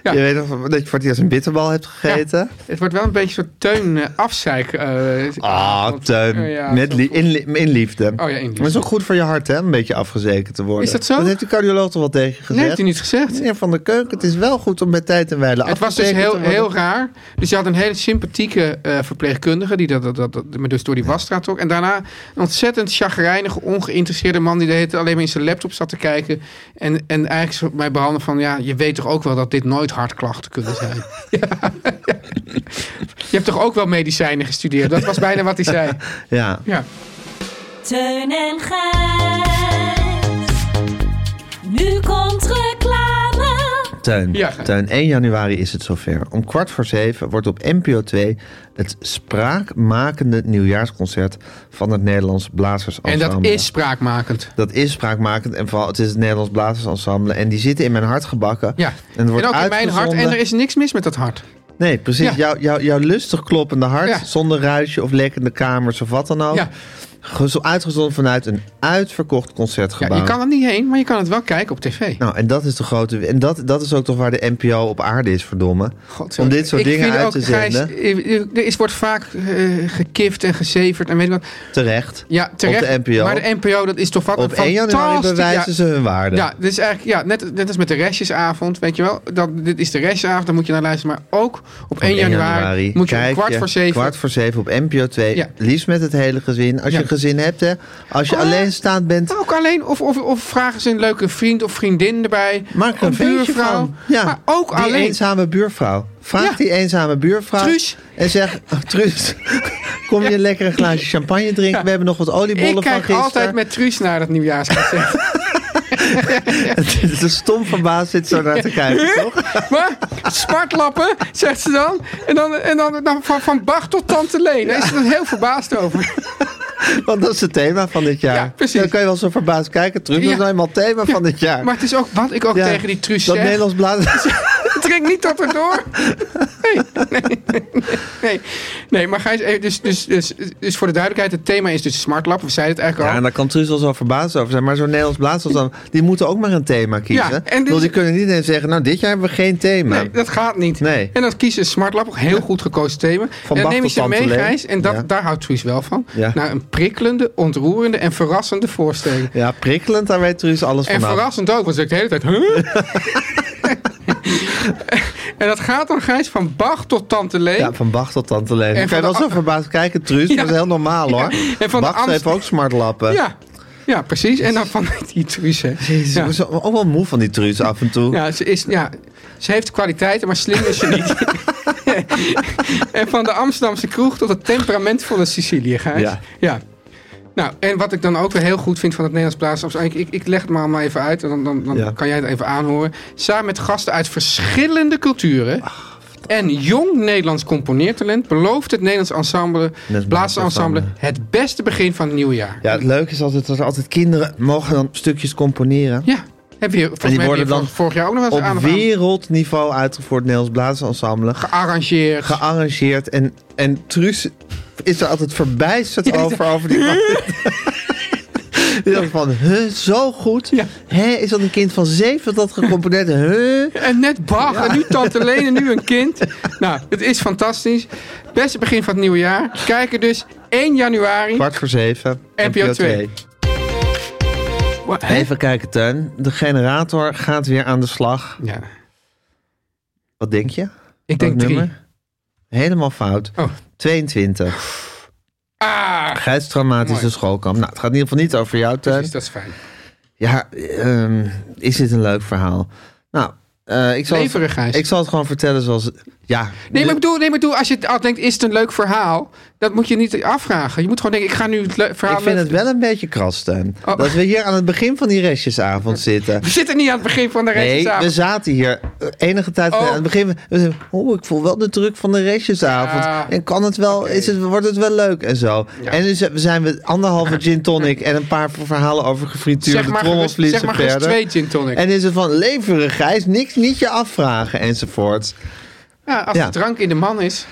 C: Ja.
B: Je weet nog dat je voor het eerst een bitterbal hebt gegeten.
C: Het wordt wel een beetje zo'n teun eh, afzeik. eh,
B: Ah,
C: avond.
B: Teun.
C: Eh, ja,
B: Met
C: zo
B: lie-
C: voelt-
B: in, li- in liefde.
C: ja, in liefde.
B: Maar het is ook goed voor je hart, hè? om Een beetje afgezekerd te worden.
C: Is dat zo?
B: Dat heeft de cardioloog toch wel tegen je gezegd?
C: Nee, heeft hij niet gezegd.
B: Meneer Van der Keuken, het is wel goed om bij tijd en wijle
C: Het was dus
B: afgezekerd
C: heel,
B: te worden.
C: heel raar. Dus je had een hele sympathieke eh, verpleegkundige die dat, dat, dat, dat- me dus door die wasstraat trok. En daarna een ontzettend chagrijnige, ongeïnteresseerde man die de hele tijd alleen maar in zijn laptop zat te kijken. En, en eigenlijk zo mij behandelde van, ja, je weet toch ook wel dat dit nooit hartklachten kunnen zijn. Ja. Je hebt toch ook wel medicijnen gestudeerd? Dat was bijna wat hij zei.
B: Ja.
C: Ja.
F: Teun en Gijs. Nu komt reclame.
B: Tuin.
C: Ja.
B: Tuin, 1 januari is het zover. Om kwart voor zeven wordt op NPO 2 het spraakmakende nieuwjaarsconcert van het Nederlands Blazers
C: En dat
B: Ensemble.
C: is spraakmakend.
B: Dat is spraakmakend en vooral het is het Nederlands Blazers Ensemble. En die zitten in mijn hart gebakken.
C: Ja.
B: En, het wordt
C: ook in mijn hart.
B: uitgezonden.
C: En er is niks mis met dat hart.
B: Nee, precies.
C: Ja.
B: Jouw, jouw, jouw lustig kloppende hart,
C: Ja.
B: zonder ruisje of lekkende kamers of wat dan ook.
C: Ja.
B: Gezo- Uitgezonden vanuit een uitverkocht
C: Ja,
B: concertgebouw.
C: je kan er niet heen, maar je kan het wel kijken op tv.
B: Nou, en dat is de grote. En dat, dat is ook toch waar de NPO op aarde is, verdomme.
C: God,
B: om dit soort
C: ik
B: dingen
C: vind
B: uit
C: ook,
B: te
C: Gijs,
B: zenden.
C: eh, er is, wordt vaak eh, gekift en gezeverd en weet ik wat.
B: Terecht.
C: Ja, terecht.
B: Op de NPO.
C: Maar de NPO, dat is toch wat
B: op
C: een
B: 1 januari
C: fantastisch-
B: bewijzen
C: ja,
B: ze hun waarde.
C: Ja, dit is eigenlijk, ja net, net als met de restjesavond, weet je wel. Dat, dit is de restjesavond, dan moet je naar luisteren. Maar ook op 1 januari, moet je om
B: Kijk
C: kwart voor zeven...
B: Kwart voor zeven op NPO 2.
C: Ja.
B: Liefst met het hele gezin. Als
C: Ja.
B: je een gezin hebt, hè. Als je
C: Oh.
B: alleen staand bent,
C: ook alleen, of, of, of vragen ze een leuke vriend of vriendin erbij.
B: Maak er een feestje
C: buurvrouw.
B: van. Ja,
C: Maar ook
B: die
C: alleen.
B: eenzame buurvrouw. Vraag
C: Ja.
B: die eenzame buurvrouw.
C: Truus.
B: En zeg, oh, Truus, kom je lekker een glaasje champagne drinken? We hebben nog wat oliebollen
C: Ik
B: van
C: kijk
B: gisteren.
C: altijd met Truus naar dat nieuwjaarsconcert.
B: Het is een stom verbaasd zit zo naar te kijken, toch?
C: Maar smartlappen, zegt ze dan. En dan, en dan, dan van, van Bach tot Tante Leen. Daar is ze er heel verbaasd over.
B: Want dat is het thema van dit jaar.
C: Ja, precies.
B: Dan kan je wel zo verbaasd kijken. Truus, dat
C: Ja.
B: is nou eenmaal het thema van dit jaar.
C: Maar het is ook wat ik ook
B: Ja,
C: tegen die truus
B: Dat
C: zeg.
B: Nederlands blad.
C: Drink niet tot er door. Nee, nee, nee, nee. Nee, maar Gijs, eh, dus, dus, dus, dus voor de duidelijkheid, het thema is dus smartlap. We zeiden het eigenlijk
B: Ja, en
C: al.
B: daar kan Truus wel zo verbaasd over zijn. Maar zo'n Nederlands blaadsels dan, die moeten ook maar een thema kiezen.
C: Ja, en dit
B: Ik bedoel,
C: is-
B: die kunnen niet eens zeggen, nou, dit jaar hebben we geen thema.
C: Nee, dat gaat niet.
B: Nee.
C: En dan kies je smartlap, ook heel goed gekozen thema.
B: Van
C: en dan
B: Bach
C: neem je
B: tot
C: ze mee,
B: Tante Leen.
C: Gijs. En dat,
B: Ja.
C: daar houdt Truus wel van.
B: Ja.
C: Naar een prikkelende, ontroerende en verrassende voorstelling.
B: Ja, prikkelend, daar weet Truus alles
C: En
B: vanaf.
C: verrassend ook, want ze zegt de hele tijd... Huh? en dat gaat dan, Gijs, van Bach tot Tante Leen.
B: Ja, van Bach tot Tante Leen. Ik
C: En
B: kan
C: van
B: wel
C: de-
B: zo verbaasd kijken, Truus.
C: Ja.
B: Dat is heel normaal, hoor.
C: En van de
B: Bach
C: Amst-
B: heeft ook smartlappen.
C: Ja, ja precies. En dan van die Truus, hè.
B: Jezus,
C: Ja.
B: ik ben zo- ook wel moe van die Truus af en toe.
C: Ja, ze, is, ja, ze heeft kwaliteiten, maar slim is ze niet. en van de Amsterdamse kroeg tot het temperamentvolle Sicilië, Gijs.
B: Ja.
C: ja. Nou, en wat ik dan ook weer heel goed vind van het Nederlands Blaasensemble... Ik, ik, ik leg het maar allemaal even uit, en dan, dan, dan
B: Ja.
C: kan jij het even aanhoren. Samen met gasten uit verschillende culturen... en jong Nederlands componeertalent... belooft het Nederlands ensemble, Blaasensemble... het beste begin van het nieuwe jaar.
B: Ja, het leuke is altijd dat er altijd kinderen mogen dan stukjes componeren.
C: Ja, heb je, volgens mij heb
B: worden
C: je
B: dan
C: vorig jaar ook nog wel eens
B: Op
C: aan of aan
B: wereldniveau uitgevoerd Nederlands Blaasensemble.
C: gearrangeerd.
B: Gearrangeerd. En, en Truus is er altijd verbijsterd over. over die Die dacht van, huh, zo goed?
C: Ja.
B: Hè, is dat een kind van zeven dat dat gecomponeerd heeft? Huh?
C: En net Bach, en nu Tante Leen, en nu een kind. Nou, het is fantastisch. Beste begin van het nieuwe jaar. Kijken dus 1 januari.
B: Kwart voor zeven.
C: NPO 2. Wa- hè?
B: Even kijken, Tuin. De generator gaat weer aan de slag.
C: Ja.
B: Wat denk je?
C: Ik denk
B: Welk
C: drie.
B: nummer? Helemaal fout.
C: Oh.
B: 22.
C: Ah,
B: Gijs traumatische
C: Mooi.
B: schoolkamp. Nou, het gaat in ieder geval niet over jou, Tuin.
C: precies, dus dat is fijn.
B: Ja, ehm, is dit een leuk verhaal? Nou, eh, ik, zal
C: Leverig, Gijs.
B: het, ik zal het gewoon vertellen zoals... Ja.
C: Nee, maar ik bedoel, nee, maar ik bedoel, als je het al denkt, is het een leuk verhaal? Dat moet je niet afvragen. Je moet gewoon denken, ik ga nu het le- verhaal...
B: Ik vind
C: leuk-
B: het wel een beetje kras, Steun.
C: Oh.
B: Dat we hier aan het begin van die restjesavond zitten.
C: We zitten niet aan het begin van de
B: Nee,
C: restjesavond.
B: we zaten hier eh, enige tijd
C: Oh.
B: aan het begin. We zeiden, oh, ik voel wel de druk van de restjesavond.
C: Ja.
B: En kan het wel, is het, wordt het wel leuk en zo. En nu zijn- zijn we anderhalve gin tonic en een paar verhalen over gefrituurde
C: Zeg maar gerust,
B: trommelvliezen
C: zeg maar gerust
B: verder.
C: twee gin tonic.
B: En is het van leverig, Gijs, niks niet je afvragen enzovoort.
C: ja, als
B: ja.
C: de drank in de man is.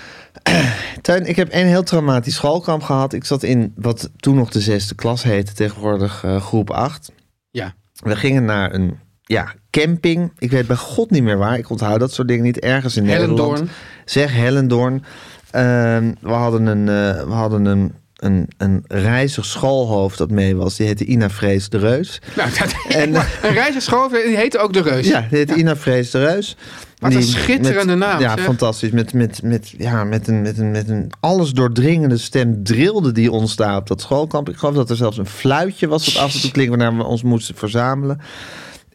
B: Tuin, ik heb één heel traumatisch schoolkamp gehad. Ik zat in wat toen nog de zesde klas heette, tegenwoordig eh, groep 8.
C: Ja.
B: We gingen naar een ja, camping. Ik weet bij God niet meer waar. Ik onthoud dat soort dingen niet. Ergens in
C: Hellendoorn.
B: Nederland. Zeg Hellendoorn. Ehm, we hadden, een, eh, we hadden een, een, een reizig schoolhoofd dat mee was. Die heette Ina Vrees de Reus.
C: Nou, dat,
B: En-
C: maar een reisjerschool, die heette ook de reus.
B: Ja, die heette Ina Vrees de Reus.
C: Wat een
B: Die
C: schitterende
B: met-
C: naam,
B: Ja,
C: zeg.
B: fantastisch. Met, met, met, ja, met, een, met, een, met een alles doordringende stem drilde die ons daar op dat schoolkamp. Ik geloof dat er zelfs een fluitje was dat af en toe klinkt waarna we ons moesten verzamelen.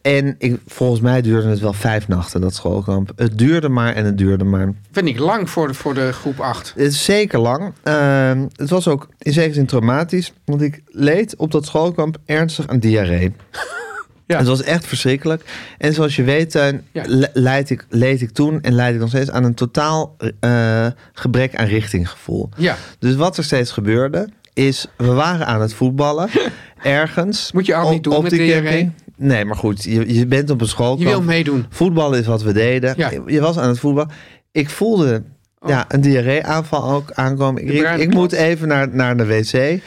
B: En ik, volgens mij duurde het wel vijf nachten, dat schoolkamp. Het duurde maar en het duurde maar.
C: Vind ik lang voor de, voor de groep 8.
B: Het is Eh, zeker lang. Ehm, het was ook in zekere zin traumatisch. Want ik leed op dat schoolkamp ernstig aan diarree.
C: Ja.
B: Het was echt verschrikkelijk. En zoals je weet, Tuin,
C: Ja.
B: le- leid ik, leed ik toen en leid ik nog steeds aan een totaal eh, gebrek aan richtinggevoel.
C: Ja.
B: Dus wat er steeds gebeurde, is we waren aan het voetballen ergens.
C: Moet je al
B: op-
C: niet doen
B: op
C: met
B: die
C: diarree.
B: camping. Nee, maar goed, je, je bent op een
C: Je
B: schoolkamp.
C: wil meedoen.
B: Voetballen is wat we deden.
C: Ja. Oh.
B: Je was aan het voetballen. Ik voelde ja, een diarree-aanval ook aankomen. Ik,
C: De
B: riep,
C: bruine
B: ik
C: plant.
B: moet even naar, naar de wc.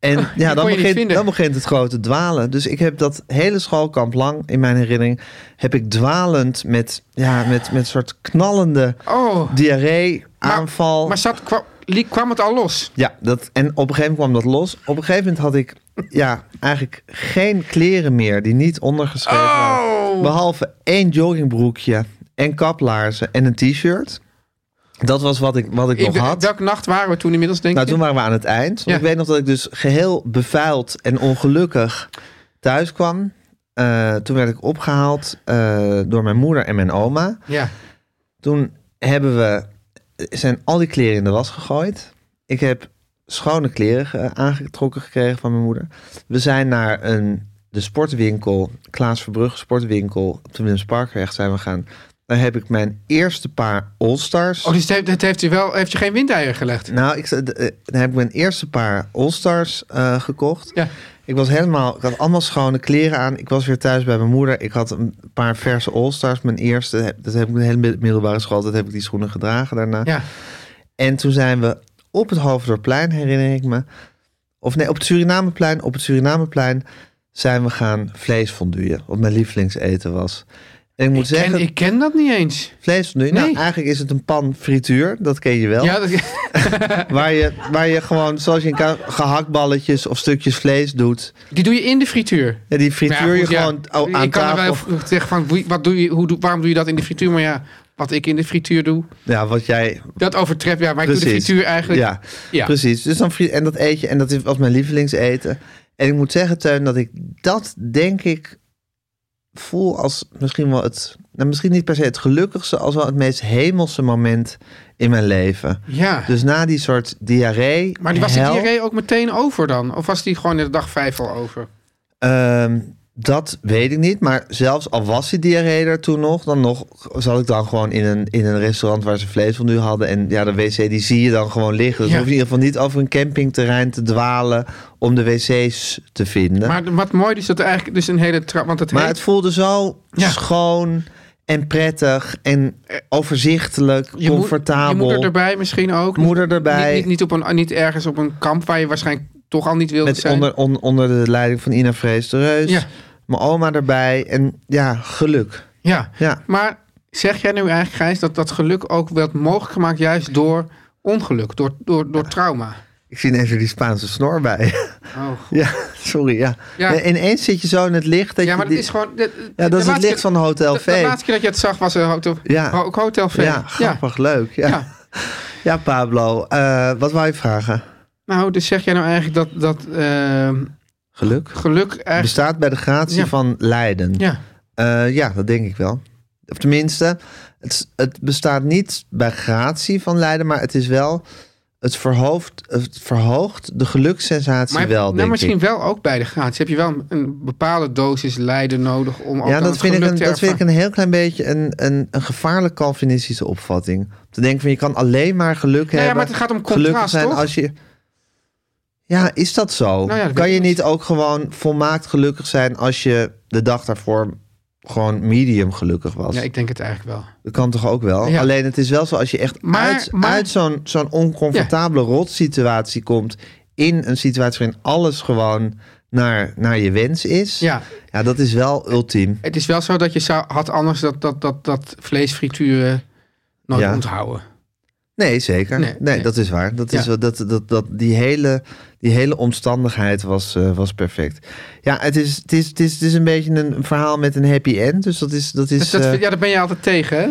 B: En ja, dan
C: kon je niet
B: begint,
C: vinden.
B: dan begint het grote dwalen. Dus ik heb dat hele schoolkamp lang, in mijn herinnering, heb ik dwalend met, ja, met, met soort knallende
C: Oh,
B: diarree-aanval.
C: maar zat, kwam, liep- kwam het al los?
B: Ja, dat, en op een gegeven moment kwam dat los. Op een gegeven moment had ik ja, eigenlijk geen kleren meer die niet ondergeschreven waren. Behalve één joggingbroekje en kaplaarzen en een t-shirt. Dat was wat ik, wat ik
C: In
B: nog
C: wel-
B: had.
C: welke nacht waren we toen inmiddels, denk
B: Nou,
C: je?
B: toen waren we aan het eind. Want
C: Ja.
B: Ik weet nog dat ik dus geheel bevuild en ongelukkig thuis kwam. Eh, toen werd ik opgehaald eh, door mijn moeder en mijn oma.
C: Ja.
B: Toen hebben we, zijn al die kleren in de was gegooid. Ik heb schone kleren ge- aangetrokken gekregen van mijn moeder. We zijn naar een, de sportwinkel, Klaas Verbrugge sportwinkel, op de Willems Parkweg zijn we gaan. Daar heb ik mijn eerste paar All-Stars.
C: Oh, dus het heeft, het heeft, je wel, heeft je geen windeieren gelegd?
B: Nou, ik, eh, dan heb ik mijn eerste paar All-Stars eh, gekocht.
C: Ja.
B: Ik was helemaal, ik had allemaal schone kleren aan. Ik was weer thuis bij mijn moeder. Ik had een paar verse All-Stars. Mijn eerste, dat heb ik de hele middelbare school. Dat heb ik die schoenen gedragen daarna.
C: Ja.
B: En toen zijn we op het Hoofddorpplein, herinner ik me. Of nee, op het Surinameplein. Op het Surinameplein zijn we gaan vlees fonduien. Wat mijn lievelingseten was. En ik moet
C: Ik
B: zeggen,
C: ken, ik ken dat niet eens.
B: vlees fonduien.
C: Nee.
B: Nou, eigenlijk is het een pan frituur. Dat ken je wel.
C: Ja, dat,
B: Waar je, waar je gewoon, zoals je in ka- gehaktballetjes of stukjes vlees doet.
C: die doe je in de frituur.
B: Ja, die frituur
C: Maar ja,
B: je
C: goed, ja.
B: gewoon oh, aan
C: Ik kan er
B: tafel.
C: wel v- zeggen van, wie- wat doe je, hoe, doe- waarom doe je dat in de frituur? Maar ja, wat ik in de frituur doe,
B: Ja, wat jij...
C: dat overtreft. Ja, maar ik doe de
B: Precies.
C: frituur eigenlijk.
B: Ja,
C: Ja.
B: precies. Dus dan, fri- en dat eet je. En dat was mijn lievelingseten. En ik moet zeggen, Teun, dat ik dat denk ik voel als misschien wel het... Nou, misschien niet per se het gelukkigste... als wel het meest hemelse moment in mijn leven.
C: Ja.
B: Dus na die soort diarree...
C: Maar die was die
B: hel,
C: diarree ook meteen over dan? Of was die gewoon in de dag vijf al over?
B: Ehm, dat weet ik niet. Maar zelfs al was die diarree er toen nog, dan nog zat ik dan gewoon in een, in een restaurant waar ze vlees van nu hadden. En ja, de wc die zie je dan gewoon liggen. Dus
C: Ja.
B: hoef je in ieder geval niet over een campingterrein te dwalen om de wc's te vinden. Maar,
C: Maar wat mooi is dat er eigenlijk dus een hele trap... Want het heet-
B: het voelde zo
C: Ja.
B: schoon en prettig en overzichtelijk,
C: je moe-
B: comfortabel.
C: je moeder erbij misschien ook.
B: Moeder erbij.
C: Niet, niet, niet, op een, niet ergens op een kamp waar je waarschijnlijk toch al niet wilde
B: Met
C: zijn.
B: onder, on- onder de leiding van Ina Vrees de Reus.
C: Ja.
B: Mijn oma erbij. En ja, geluk.
C: Ja.
B: Ja.
C: Maar zeg jij nu eigenlijk, Gijs, dat dat geluk ook werd mogelijk gemaakt juist door ongeluk, door, door, door trauma?
B: Ik zie ineens weer die Spaanse snor bij.
C: Oh.
B: Ja, sorry. Ja.
C: Ja.
B: Nee, ineens zit je zo in het licht. Dat
C: Ja, maar
B: je die-
C: dat is gewoon... de- de-
B: ja,
C: de
B: dat is het
C: laatste-
B: licht van Hotel
C: de,
B: V.
C: de laatste keer dat je het zag was een hotel,
B: Ja.
C: ook Hotel V.
B: ja, grappig, leuk. Ja, ja.
C: Ja.
B: Pablo, eh, wat wou je vragen?
C: Nou, dus zeg jij nou eigenlijk dat, dat ehm,
B: Geluk.
C: geluk eigenlijk...
B: Bestaat bij de gratie
C: Ja.
B: van lijden.
C: Ja.
B: Eh, ja, dat denk ik wel. Of tenminste, het, het bestaat niet bij gratie van lijden, maar het is wel. Het verhoogt, het verhoogt de gelukssensatie
C: Maar heb-
B: wel,
C: nou,
B: denk
C: misschien
B: ik.
C: wel ook bij de gratis. Heb je wel een, een bepaalde dosis lijden nodig om ook
B: Ja,
C: aan
B: dat
C: het
B: vind, ik
C: geluk
B: een,
C: te
B: dat vind ik
C: ervaren?
B: een heel klein beetje een, een, een gevaarlijk Calvinistische opvatting. Te denken van je kan alleen maar geluk hebben.
C: Nou ja, maar het gaat om
B: gelukkig
C: contrast,
B: zijn
C: toch?
B: als je. Ja, is dat zo?
C: Nou ja, dat
B: kan
C: weet
B: je
C: ik
B: niet ook gewoon volmaakt gelukkig zijn als je de dag daarvoor gewoon medium gelukkig was?
C: Ja, ik denk het eigenlijk wel.
B: Dat kan toch ook wel?
C: Ja.
B: Alleen het is wel zo als je echt
C: Maar-
B: uit,
C: maar-
B: uit zo'n zo'n oncomfortabele rotsituatie komt... in een situatie waarin alles gewoon naar, naar je wens is...
C: Ja.
B: ja, dat is wel ultiem.
C: Het is wel zo dat je zou, had anders dat, dat, dat, dat vleesfrituren nooit
B: Ja.
C: onthouden.
B: Nee, zeker. Nee,
C: Nee, nee.
B: dat is waar. Dat is
C: Ja.
B: wel, dat, dat, dat, die, hele, die hele omstandigheid was, eh, was perfect. Ja, het is, het, is, het, is, het is een beetje een een verhaal met een happy end. Dus dat is... Dat is
C: Dus dat,
B: eh,
C: vind- ja, daar ben je altijd tegen, hè?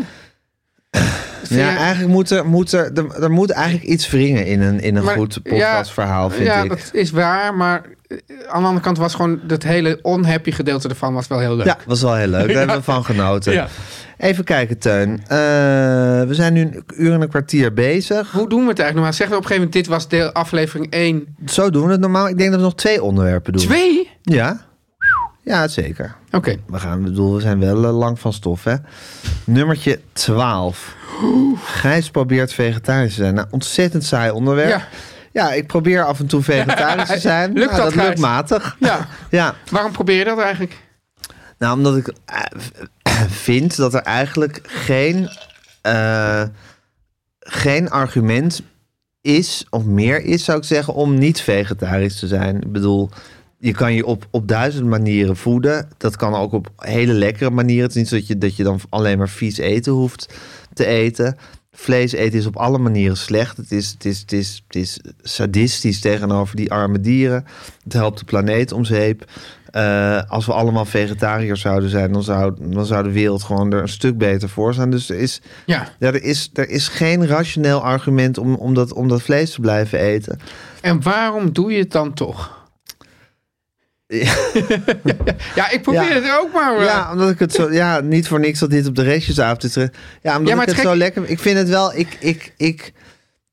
C: Vind
B: ja,
C: je-
B: eigenlijk moet er, moet er, er, er moet eigenlijk iets wringen in een, in een
C: Maar-
B: goed
C: ja,
B: podcastverhaal, vind
C: ja,
B: ik.
C: dat is waar, maar eh, aan de andere kant was gewoon dat hele onhappy gedeelte ervan was wel heel leuk.
B: Ja, was wel heel leuk. Daar hebben we van genoten.
C: Ja.
B: Even kijken, Teun. Eh, we zijn nu een uur en een kwartier bezig.
C: Hoe doen we het eigenlijk normaal? Zeggen we op een gegeven moment, dit was deel aflevering 1,
B: Zo doen we het normaal. Ik denk dat we nog twee onderwerpen doen.
C: 2? Oké.
B: Ja? Ja, zeker. We, gaan, ik bedoel, we zijn wel eh, lang van stof, hè? Nummertje 12. Gijs probeert vegetarisch te zijn. Nou, ontzettend saai onderwerp. Ja.
C: Ja.
B: ik probeer af en toe vegetarisch te zijn.
C: Lukt
B: Nou,
C: dat,
B: dat lukt
C: Gijs?
B: matig.
C: Ja.
B: Ja,
C: Waarom probeer je dat eigenlijk?
B: Nou, omdat ik eh, vind dat er eigenlijk geen, eh, geen argument is, of meer is, zou ik zeggen, om niet vegetarisch te zijn. Ik bedoel, je kan je op, op duizend manieren voeden. Dat kan ook op hele lekkere manieren. Het is niet zo dat je, dat je dan alleen maar vies eten hoeft te eten. Vlees eten is op alle manieren slecht. Het is, het is, het is, het is sadistisch tegenover die arme dieren. Het helpt de planeet om zeep. Eh, als we allemaal vegetariërs zouden zijn, dan zou, dan zou de wereld gewoon er een stuk beter voor zijn. Dus er is,
C: Ja.
B: ja, er is, er is geen rationeel argument om, om, dat, om dat vlees te blijven eten.
C: En waarom doe je het dan toch?
B: Ja.
C: ja, ik probeer
B: Ja.
C: het ook maar. eh.
B: Ja, omdat ik het zo. Ja, niet voor niks dat dit op de restjesavond is. terecht. Ja, omdat
C: Ja, maar
B: ik het,
C: het
B: zo
C: gek-
B: lekker. Ik vind het wel. Ik, ik, ik,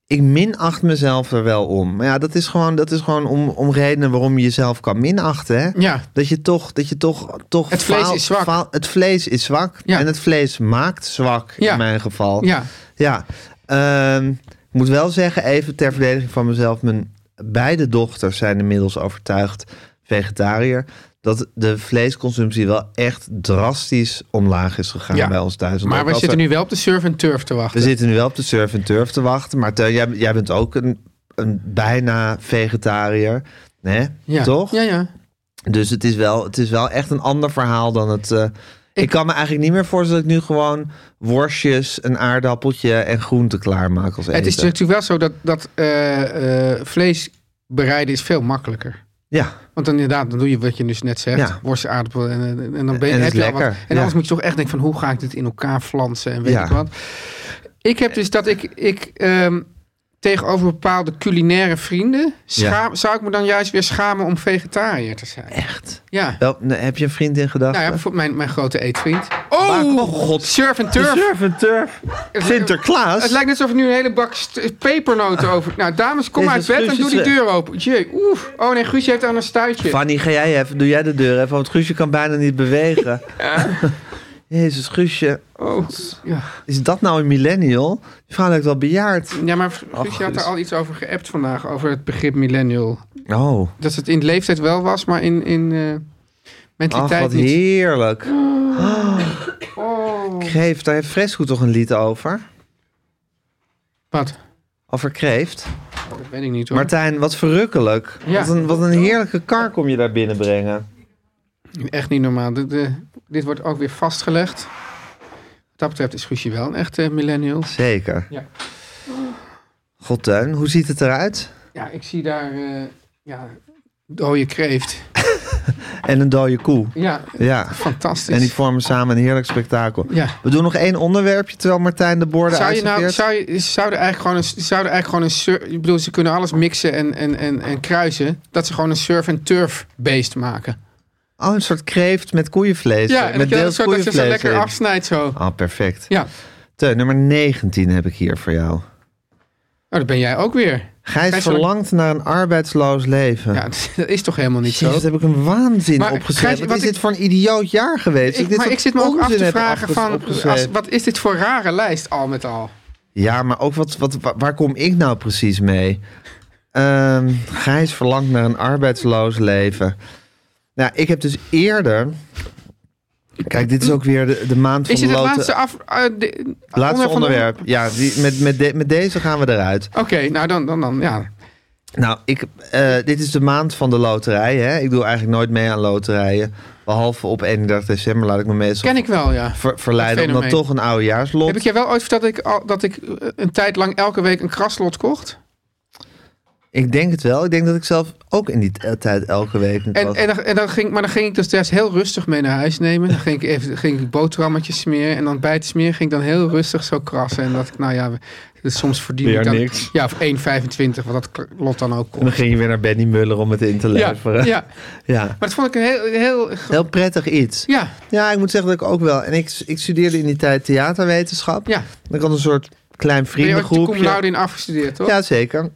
B: ik minacht mezelf er wel om. Maar ja, dat is gewoon, dat is gewoon om, om redenen waarom je jezelf kan minachten. Hè?
C: Ja.
B: Dat je toch. Dat je toch, toch
C: Het vlees is zwak.
B: het vlees is zwak.
C: Ja.
B: En het vlees maakt zwak
C: Ja.
B: in mijn geval.
C: Ja.
B: Ja. Ehm, ik moet wel zeggen, even ter verdediging van mezelf. Mijn beide dochters zijn inmiddels overtuigd vegetariër. Dat de vleesconsumptie wel echt drastisch omlaag is gegaan
C: Ja.
B: bij ons thuis. Want
C: Maar
B: ook
C: we
B: als
C: zitten
B: er-
C: nu wel op de surf en turf te
B: we
C: wachten.
B: zitten nu wel op de surf en turf te wachten. Maar Teun, jij, jij bent ook een, een bijna vegetariër. Hè?
C: ja.
B: Toch?
C: Ja, ja.
B: Dus het is, wel, het is wel echt een ander verhaal dan het. eh, ik, kan me eigenlijk niet meer voorstellen dat ik nu gewoon worstjes, een aardappeltje en groenten klaarmaak als eten.
C: Het is natuurlijk wel zo dat, dat eh, eh, vlees bereiden is veel makkelijker.
B: Ja,
C: Want dan inderdaad, dan doe je wat je dus net zegt.
B: Ja.
C: Worst, aardappel en, en, en dan ben je,
B: En het is
C: heb je al wat. En
B: lekker, ja.
C: anders moet je toch echt denken van hoe ga ik dit in elkaar flansen en weet
B: Ja.
C: ik wat. Ik heb dus dat ik, ik ehm, tegenover bepaalde culinaire vrienden... schaam- zou ik me dan juist weer schamen om vegetariër te zijn.
B: echt.
C: Ja.
B: Wel, nee, heb je een vriend in gedachten?
C: Nou ja, bijvoorbeeld mijn, mijn grote eetvriend. Oh,
B: oh
C: god. Surf en turf.
B: Surf en turf. Sinterklaas.
C: Het lijkt net alsof er nu een hele bak st- pepernoten over... Nou, dames, kom
B: Is
C: uit
B: het
C: bed en doe die
B: Guusjes, eh?
C: deur open. Jee, oef. Oh nee, Guusje heeft aan een stuitje.
B: Fanny, ga jij even, doe jij de deur even, want Guusje kan bijna niet bewegen. Jezus, Guusje,
C: Oh, ja.
B: is dat nou een millennial? Die vrouw lijkt wel bejaard.
C: Ja, maar Guusje
B: Ach,
C: had
B: Guus.
C: er al iets over geappt vandaag, over het begrip millennial.
B: Oh,
C: Dat het in leeftijd wel was, maar in, in eh,
B: ach,
C: mentaliteit
B: wat
C: niet.
B: heerlijk.
C: Oh.
B: Kreeft, daar heeft Fresco toch een lied over?
C: Wat?
B: Over kreeft.
C: Dat weet ik niet hoor.
B: Martijn, wat verrukkelijk.
C: Ja.
B: Wat, een, wat een heerlijke kar kom je daar binnenbrengen.
C: Echt niet normaal. Dit, eh, dit wordt ook weer vastgelegd. Wat dat betreft is Guusje wel een echte millennial.
B: Zeker.
C: Ja.
B: God, Teun, hoe ziet het eruit?
C: Ja, ik zie daar eh ja, dode kreeft.
B: En een dode koe.
C: Ja,
B: Ja.
C: fantastisch.
B: En die vormen samen een heerlijk spektakel.
C: Ja.
B: We doen nog één onderwerpje terwijl Martijn de borden
C: Zou je nou,
B: uitsorteert.
C: zou je, zouden eigenlijk gewoon een, zouden eigenlijk gewoon een sur- ik bedoel, ze kunnen alles mixen en, en, en, en kruisen, dat ze gewoon een surf en turf beest maken.
B: Oh, een soort kreeft met koeienvlees.
C: Ja, en
B: met
C: dat je, dat zo, dat je zo
B: koeienvlees
C: lekker
B: in.
C: afsnijdt zo.
B: Oh, perfect.
C: Ja,
B: Teun, nummer 19 heb ik hier voor jou.
C: nou, dat ben jij ook weer.
B: Gijs,
C: Gijs
B: verlangt naar een arbeidsloos leven.
C: Ja, dat is toch helemaal niet
B: Jezus,
C: zo?
B: dat heb ik een waanzin
C: Maar
B: opgeschreven.
C: Gijs,
B: wat,
C: wat
B: is
C: ik-
B: dit voor een idioot jaar geweest?
C: Ik,
B: dit
C: maar
B: soort
C: ik zit me ook af
B: onzin
C: te
B: heb
C: vragen
B: afges-
C: van,
B: opgeschreven.
C: als- wat is dit voor rare lijst al met al?
B: Ja, maar ook wat, wat, wa- waar kom ik nou precies mee? Ehm, Gijs verlangt naar een arbeidsloos leven. Nou, ik heb dus eerder... Kijk, dit is ook weer de, de maand van
C: Is
B: de
C: dit het
B: loten-
C: laatste, af, eh, de-
B: laatste
C: onderwerp van de-
B: onderwerp. Ja, die, met, met, de- met deze gaan we eruit.
C: Oké, nou dan, dan, dan, ja.
B: Nou, ik, eh, dit is de maand van de loterij. Hè? Ik doe eigenlijk nooit mee aan loterijen. Behalve op 31 december laat ik me meestal
C: Ken ik wel, ja.
B: ver- verleiden...
C: dat
B: om dan
C: fenomeen.
B: toch een oudejaarslot...
C: Heb ik je wel ooit verteld dat ik, al, dat ik eh, een tijd lang elke week een kraslot kocht?
B: Ik denk het wel. Ik denk dat ik zelf ook in die t- tijd elke week... een
C: En,
B: klas-
C: en, dan, en dan ging, maar dan ging ik dus thuis heel rustig mee naar huis nemen. Dan ging ik even ging ik boterhammetjes smeren. En dan bij het smeren ging ik dan heel rustig zo krassen. En dat ik, nou ja, we- soms verdien
B: Weer
C: ik dan...
B: niks.
C: Ja, of 1,25, wat dat k- lot dan ook
B: En dan
C: kost.
B: ging je weer naar Benny Muller om het in te
C: Ja,
B: leveren.
C: ja,
B: Ja.
C: maar dat vond ik een heel... heel
B: Heel prettig iets.
C: ja,
B: Ja, ik moet zeggen dat ik ook wel. En ik, ik studeerde in die tijd theaterwetenschap.
C: ja.
B: Ik had een soort klein
C: Ben je ooit de cum
B: vriendengroepje.
C: laude in afgestudeerd, toch?
B: Ja, zeker.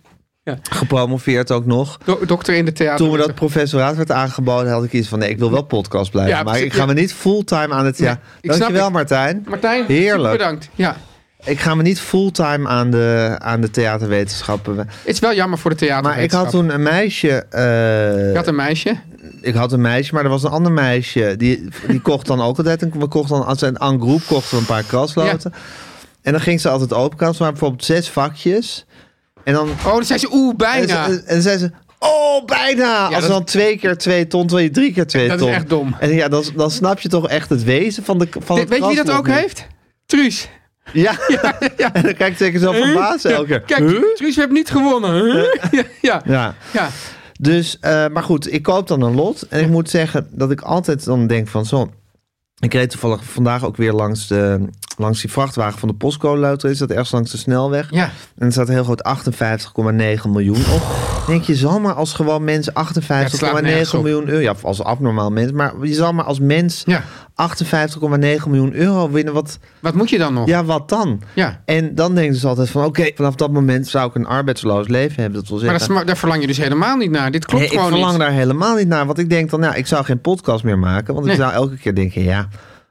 C: Ja.
B: Gepromoveerd ook nog.
C: Do- dokter in de theater.
B: Toen me dat professoraat werd aangeboden, had ik iets van... nee, ik wil wel podcast blijven
C: Ja,
B: maken. Ik
C: precies,
B: ga
C: ja.
B: me niet fulltime aan het... Ja,
C: ik snap
B: dankjewel
C: het.
B: Martijn.
C: Martijn,
B: Heerlijk.
C: bedankt. Ja.
B: Ik ga me niet fulltime aan de, aan de theaterwetenschappen...
C: Het is wel jammer voor de
B: Maar ik
C: theaterwetenschap.
B: had toen een meisje... eh,
C: Ik had een meisje.
B: ik had een meisje, maar er was een ander meisje. Die, die kocht dan ook altijd. een- We kochten dan als een en groep kochten we een paar krasloten. En dan ging ze altijd openkans, maar bijvoorbeeld zes vakjes. En dan.
C: Oh, dan zei ze oeh,
B: En, ze-
C: bijna.
B: en dan zei ze. Oh, bijna! als
C: dat-
B: dan twee keer twee ton, terwijl je drie keer twee
C: Dat is
B: ton.
C: echt dom.
B: En ja, dan, dan snap je toch echt het wezen van de. Van
C: Weet-
B: het
C: weet je wie dat
B: kraslot
C: ook
B: niet.
C: heeft? Truus.
B: Ja. en dan kijkt ze zeker zo verbaasd elke keer.
C: Kijk,
B: Huh?
C: Truus, je hebt niet gewonnen. Huh? Ja, ja,
B: Ja.
C: ja.
B: Dus, eh, maar goed, ik koop dan een lot. En ik moet zeggen dat ik altijd dan denk van zo. Ik reed toevallig vandaag ook weer langs, de, langs die vrachtwagen van de postcode loterij. Is dat ergens langs de snelweg?
C: Ja.
B: En er staat heel groot 58,9 miljoen op. Denk je, zal maar als gewoon mens 58,9
C: Oh. het slaat nergens op.
B: miljoen euro... Ja, of als abnormaal mens. Maar je zal maar als mens
C: Ja.
B: 58,9 miljoen euro winnen. Wat,
C: Wat moet je dan nog?
B: ja, wat dan?
C: Ja.
B: En dan denken ze altijd van... Oké, vanaf dat moment zou ik een arbeidsloos leven hebben. Dat wil
C: Maar
B: zeggen...
C: dat, is- daar verlang je dus helemaal niet naar. Dit klopt
B: Nee, ik
C: gewoon
B: verlang
C: niet.
B: daar helemaal niet naar. Want ik denk dan, nou, ik zou geen podcast meer maken. Want ik
C: Nee.
B: zou elke keer denken, ja,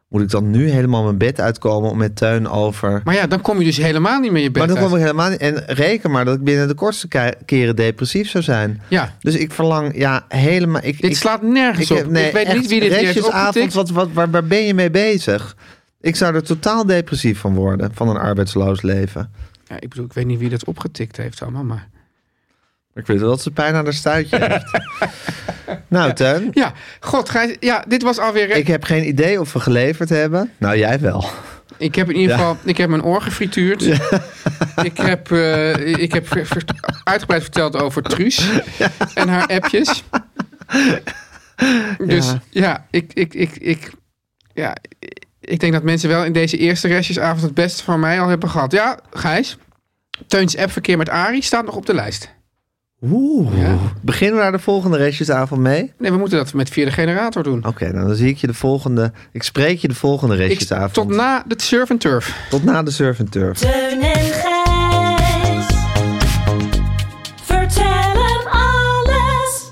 B: moet ik dan nu helemaal mijn bed uitkomen om met Teun over...
C: Maar ja, dan kom je dus helemaal niet meer je bed
B: Maar dan
C: uit.
B: kom ik helemaal niet... En reken maar dat ik binnen de kortste ke- keren depressief zou zijn.
C: Ja.
B: Dus ik verlang, ja, helemaal... Ik,
C: Dit
B: ik,
C: slaat nergens op. ik weet niet
B: echt,
C: wie dit hier heeft
B: restjesavond,
C: opgetikt.
B: wat, wat, waar, waar ben je mee bezig? Ik zou er totaal depressief van worden, van een arbeidsloos leven.
C: Ja, ik bedoel, ik weet niet wie dat opgetikt heeft allemaal, maar...
B: Ik weet wel dat ze pijn aan haar stuitje heeft. nou, Teun,
C: Ja, god, Gijs, ja, dit was alweer...
B: ik
C: Ik,
B: heb geen idee of we geleverd hebben. Nou, jij wel.
C: heb in ieder
B: Ja.
C: geval... Ik heb mijn oor gefrituurd. Ik heb, eh, ik heb ver- ver- uitgebreid verteld over Truus en haar appjes. Dus ja, ik, ik, ik, ik, ja, ik denk dat mensen wel in deze eerste restjesavond het beste van mij al hebben gehad. Ja, Gijs, Teuns appverkeer met Arie staat nog op de lijst.
B: Oeh.
C: Ja.
B: Beginnen we daar de volgende restjesavond mee? Oké,
C: Nee, we moeten dat met vierde generator doen.
B: nou, dan zie ik je de volgende. Ik spreek je de volgende
C: Ik,
B: restjesavond.
C: tot na de surf en turf.
B: Tot na de Surf and Turf.
F: Teun en Gijs. Vertel hem alles.